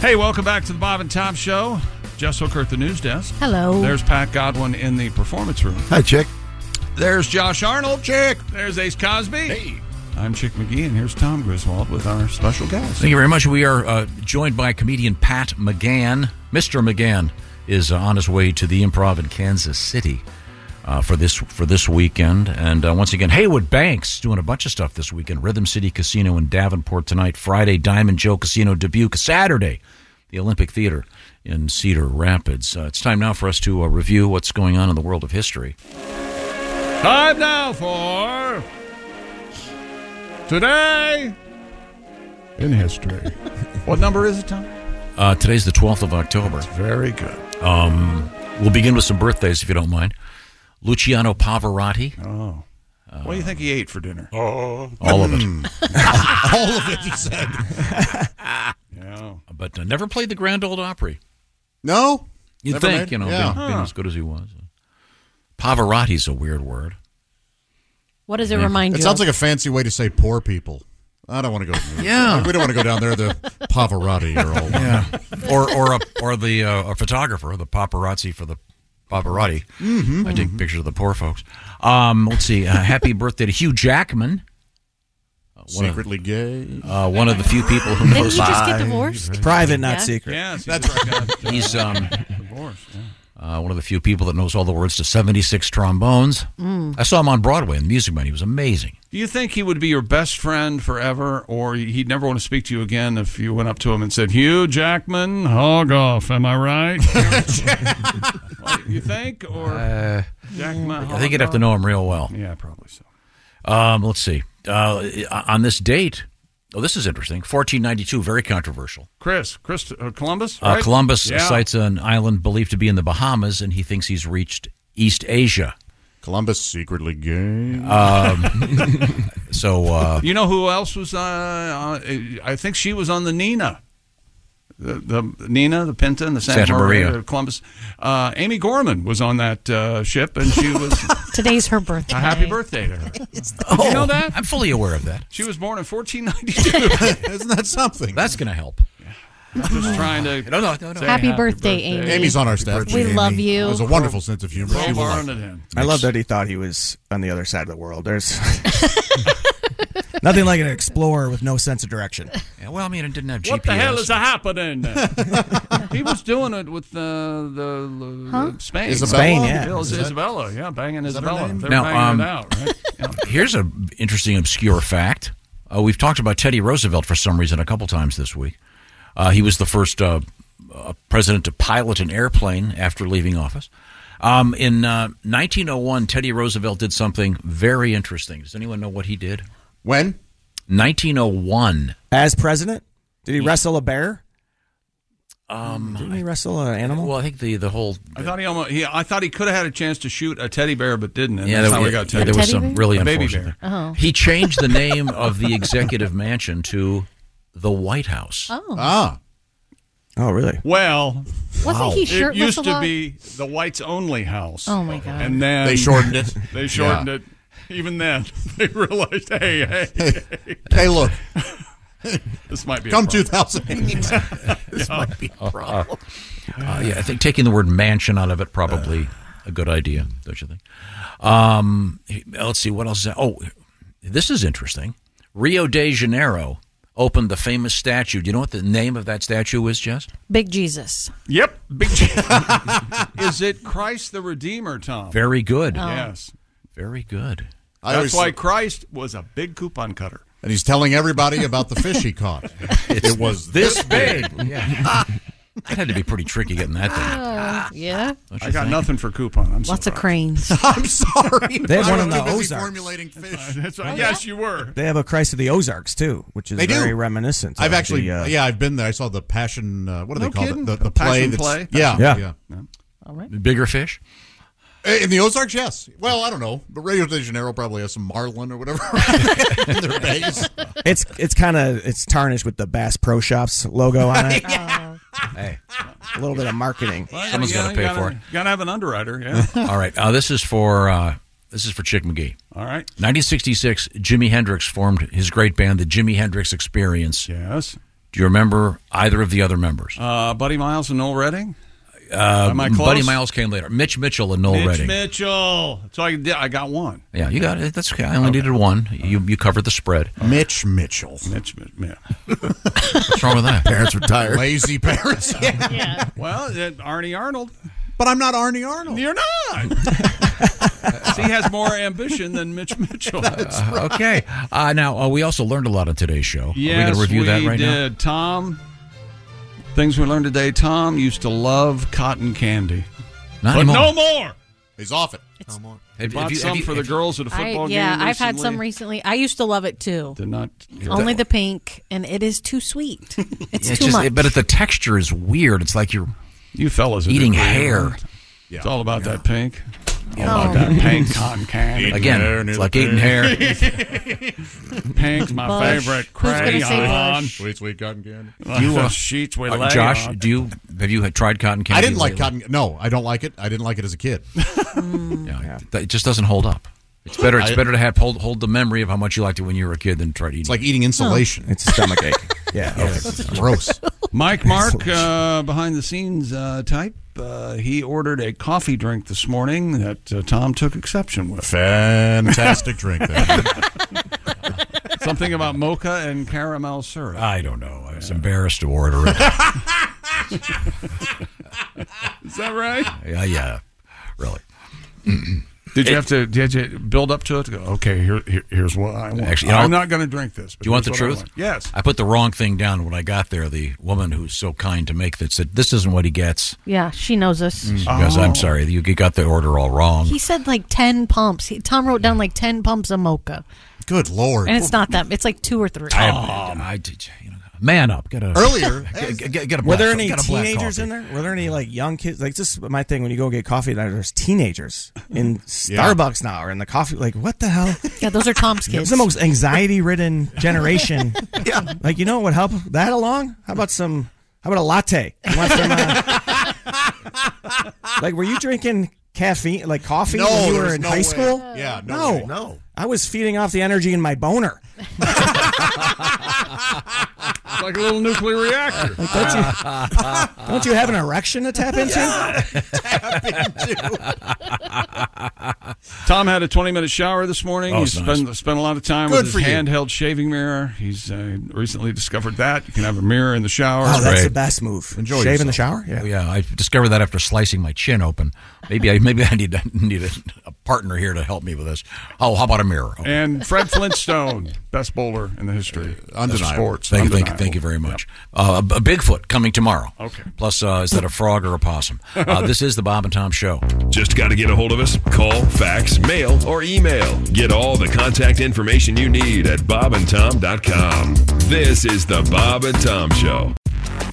B: Hey, welcome back to the Bob and Tom Show. Jess Hooker at the news desk.
C: Hello.
B: There's Pat Godwin in the performance room.
G: Hi, chick.
B: There's Josh Arnold, chick. There's Ace Cosby. Hey. I'm Chick McGee, and here's Tom Griswold with our special guest.
D: Thank you very much. We are uh, joined by comedian Pat McGann. Mr. McGann is uh, on his way to the Improv in Kansas City uh, for this for this weekend. And uh, once again, Haywood Banks doing a bunch of stuff this weekend. Rhythm City Casino in Davenport tonight. Friday, Diamond Joe Casino Dubuque. Saturday, the Olympic Theater in Cedar Rapids. Uh, it's time now for us to uh, review what's going on in the world of history.
B: Time now for today in history. what number is it, Tom?
D: Uh, today's the 12th of October.
B: very good.
D: Um, we'll begin with some birthdays, if you don't mind. Luciano Pavarotti.
B: Oh. what do you think he ate for dinner?
D: Oh, all of it.
B: all of it, you said. yeah.
D: But uh, never played the Grand Old Opry.
F: No?
D: You'd
F: Never
D: think,
F: made-
D: you know,
F: yeah.
D: being, being
F: Huh.
D: as good as he was. Pavarotti's a weird word.
C: What does it remind
F: it
C: you?
F: sounds
C: of?
F: like a fancy way to say poor people. I don't want to go.
D: Yeah.
F: we don't want to go down there. The Pavarotti or all.
D: Yeah. or or a, or the uh, a photographer, the paparazzi for the paparotti.
F: Mhm.
D: I take pictures of the poor folks. Um, let's see. Uh, happy birthday to Hugh Jackman. Uh,
F: Secretly
D: of, gay. Uh, one of the few people who knows
A: Private, not secret.
D: He's um, uh, one of the few people that knows all the words to 76 trombones.
B: Mm.
D: I saw him on Broadway in the Music Man. He was amazing.
B: Do you think he would be your best friend forever, or he'd never want to speak to you again if you went up to him and said, Hugh Jackman, hog off, am I right? What, you think? Or
D: Uh,
B: Jackman,
D: I think you'd have to know him real well.
B: Yeah, probably so.
D: Um, let's see. Uh, on this date, oh, this is interesting. 1492, very controversial.
B: Chris, Chris uh, Columbus?
D: Uh,
B: right?
D: Columbus
B: Yeah.
D: sights an island believed to be in the Bahamas, and he thinks he's reached East Asia.
F: Columbus secretly gay.
D: Um, so uh,
B: You know who else was? Uh, on, I think she was on the Nina, the, the Nina, the Pinta, and the Santa,
D: Santa Maria.
B: Columbus. Uh, Amy Gorman was on that uh, ship, and she was
C: Today's her birthday.
B: a happy birthday to her. Did you know that?
D: Oh, I'm fully aware of that.
B: She was born in 1492.
F: Isn't that something?
D: That's going to help. Oh.
B: Just trying to.
D: No, no, no,
B: say
C: Happy birthday, Amy.
F: Amy's on our staff.
C: We love you.
F: Has a wonderful sense of humor. She will like it.
A: I love that he thought he was on the other side of the world. There's nothing like an explorer with no sense of direction.
D: Yeah, well, I mean, it didn't have GPS.
B: What the hell is a happening? he was doing it with uh, the, the
D: Huh?
B: Spain.
D: Isabella? Spain, yeah.
B: Bill
D: Is that-
B: Isabella, yeah, banging
D: that her
B: Isabella.
D: name?
B: They're
D: Now,
B: banging it
D: um,
B: out, right?
D: Here's an interesting, obscure fact. Uh, we've talked about Teddy Roosevelt for some reason a couple times this week. Uh, he was the first uh, uh, president to pilot an airplane after leaving office. Um, in uh, 1901, Teddy Roosevelt did something very interesting. Does anyone know what he did?
F: When?
D: 1901.
A: As president, did he wrestle a bear?
D: Um,
A: Didn't he wrestle an animal?
D: Well, I think the the whole
B: I thought he almost. He, I thought he could have had a chance to shoot a teddy bear, but didn't. And
D: yeah,
B: that's
D: there,
B: how we
D: was-
B: got
D: yeah,
B: teddy.
D: there was some really
B: a baby
D: unfortunate.
B: bear. Uh-huh.
D: thing. He changed the
B: Oh.
W: Oh.
D: name of the executive mansion to the White House.
F: Ah.
A: Oh, really?
B: Well,
C: Wasn't he
B: it
C: shirtless
B: used
C: a
B: to
C: lot?
B: be the whites only house.
C: Oh, my God.
B: And then
F: They shortened it.
B: They shortened it. Even then, they realized, hey, hey, hey,
F: Hey, look.
B: this might be
F: Come
B: a problem.
F: 2008. This might be
D: Uh, uh, uh, yeah, I think taking the word mansion out of it probably a good idea, don't you think? Um, let's see what else. Is that? Oh, this is interesting. Rio de Janeiro opened the famous statue. Do you know what the name of that statue is, Jess?
J: Big Jesus.
B: Yep. Big Is it Christ the Redeemer, Tom?
D: Very good.
J: Oh.
B: Yes.
D: Very good.
F: I always-
B: That's why Christ was a big coupon cutter.
F: And he's telling everybody about the fish he caught. it was this,
D: Yeah. that had to be pretty tricky getting that thing.
J: Oh, yeah.
D: Don't you
B: I got
D: think?
B: nothing for coupon. I'm
J: Lots
B: sorry.
J: of cranes.
F: I'm sorry.
A: They have
F: I
A: one
F: was
A: in the
F: too busy
A: Ozarks.
F: formulating fish.
B: That's
C: Oh,
B: right. Yes, you were.
A: They have a Christ of the Ozarks too, which is
F: They do.
A: very reminiscent.
F: I've
A: of
F: actually,
A: the, uh,
F: yeah, I've been there. I saw the Passion. Uh, what do
B: No
F: they call
B: kidding.
F: it? The,
B: The
F: the play.
B: Passion
F: That's,
B: play?
F: Yeah,
A: Yeah.
F: yeah.
J: All right.
D: Bigger fish?
F: Eh, In the Ozarks, yes. Well, I don't know. The Rio de Janeiro probably has some marlin or whatever in their base.
A: It's it's kind of it's tarnished with the Bass Pro Shops logo on it.
D: Hey,
A: a little bit of marketing.
D: Someone's got to pay for it.
B: Gotta have an underwriter. Yeah.
D: All right. Uh, this is for uh, this is for Chick McGee.
B: All right.
D: 1966, Jimi Hendrix formed his great band, the Jimi Hendrix Experience.
B: Yes.
D: Do you remember either of the other members?
B: Uh, Buddy Miles and Noel Redding.
D: Uh,
B: Am I close?
D: Buddy Miles came later. Mitch Mitchell and Noel
B: Mitch
D: Redding.
B: Mitchell. So I, did- I got one.
D: yeah, you got it. That's okay. I only needed one. You you covered the spread.
F: Mitch Mitchell.
B: Mitch Mitchell.
D: What's wrong with that?
F: Parents retired. Lazy parents.
B: Well, it, Arnie Arnold.
F: But I'm not Arnie Arnold.
B: You're not. See, he has more ambition than Mitch Mitchell.
D: Uh, okay. Uh, now uh, we also learned a lot on today's show. Are we going
B: Yes,
D: to review that
B: we
D: right now?
B: did. Tom, things we learned today. Tom used to love cotton candy.
D: Not
B: but
D: anymore.
B: no more.
F: He's off it.
D: Have you-
B: Bought
D: have you- have
B: some
D: you-
B: for the
D: have you-
B: girls at a football
C: I,
B: game.
C: yeah, I've had
B: recently.
C: some recently. I used to love it too.
B: Did not.
C: Only the pink, and it is too sweet. It's
D: It's
C: too
D: just-
C: much.
D: But if the texture is weird. It's like you're
B: you fellas are
D: eating
B: just weird,
D: hair.
B: right? It's all about that pink.
D: Yeah.
B: All about that pink cotton candy.
D: Again, it's like eating hair.
B: Mm. Pink's my
C: Bush.
B: favorite
C: Who's gonna say
B: crayon.
F: Sweet, sweet cotton candy.
D: You, uh,
B: sheets we
D: Uh,
B: lay
D: Josh,
B: on.
D: do you have you had tried cotton candy?
F: I didn't like
D: lately?
F: cotton. No, I don't like it. I didn't like it as a kid.
D: Yeah, it- It just doesn't hold up. It's better. It's
F: I-
D: better to have hold hold the memory of how much you liked it when you were a kid than try to eat.
F: It's like eating insulation.
A: It's a stomach ache. Yeah.
F: It's gross.
B: Mike Mark, uh, behind the scenes uh, type, uh, he ordered a coffee drink this morning that uh, Tom took exception with.
F: Fantastic drink there.
B: Something about mocha and caramel syrup.
D: I don't know. I was embarrassed to order it.
B: Is that right?
D: yeah, yeah, really.
B: Did you have to? Did you build up to it? Go, okay, here, here- here's what I want.
D: Actually, you know,
B: I'm not going to drink this. but
D: Do you want the
B: here's what
D: truth?
B: I Yes.
D: I put the wrong thing down when I got there. The woman who's so kind to make that said, "This isn't what he gets."
J: Yeah, she knows us.
B: Mm.
D: She goes,
B: Oh.
D: "I'm sorry, you got the order all wrong."
C: He said like ten pumps. He, Tom wrote down like ten pumps of mocha,
F: Good lord.
C: and it's not that. It's like two or three.
D: I, I did- you know, man up. Get a
F: Earlier,
D: Get, get- get a black,
A: Were there any
D: get a black
A: teenagers
D: coffee.
A: in there? Were there any like young kids? Like this is my thing when you go get coffee. Like, there's teenagers in Starbucks now or in the coffee. Like what the hell?
C: Yeah, those are Tom's
A: It's
C: kids.
A: the most anxiety-ridden generation.
G: Yeah.
A: Like you know what would help that along? How about some? How about a latte? You want some, uh, like were you drinking caffeine, like coffee,
F: No,
A: when you
F: there
A: were
F: was
A: in
F: no
A: high
F: way.
A: school?
F: Yeah, no
A: no,
F: way.
G: No.
A: I was feeding off the energy in my boner.
B: It's like a little nuclear reactor.
A: Like, don't you? don't you have an erection to tap into?
B: Tom had a 20 minute shower this morning.
D: Oh,
B: he
D: it's nice.
B: spent, spent a lot of time
F: Good
B: with
F: for
B: his
F: you.
B: handheld shaving mirror. He's uh, recently discovered that. You can have a mirror in the shower.
A: Oh, that's
D: Right.
A: the best move.
F: Enjoy
A: Shave in the
F: yourself.
A: shower. Yeah.
D: Oh, yeah, I discovered that after slicing my chin open. Maybe I maybe I need need a, a partner here to help me with this. Oh, how about a mirror? Okay.
B: And Fred Flintstone, best bowler in the history
F: Undeniable.
B: of sports.
D: Thank, thank,
B: Undeniable.
D: thank you very much. Uh, a Bigfoot coming tomorrow.
B: Okay.
D: Plus, uh, is that a frog or a possum? Uh, this is the Bob and Tom Show.
P: Just got to get a hold of us. Call, fax, mail, or email. Get all the contact information you need at bobandtom.com. This is the Bob and Tom Show.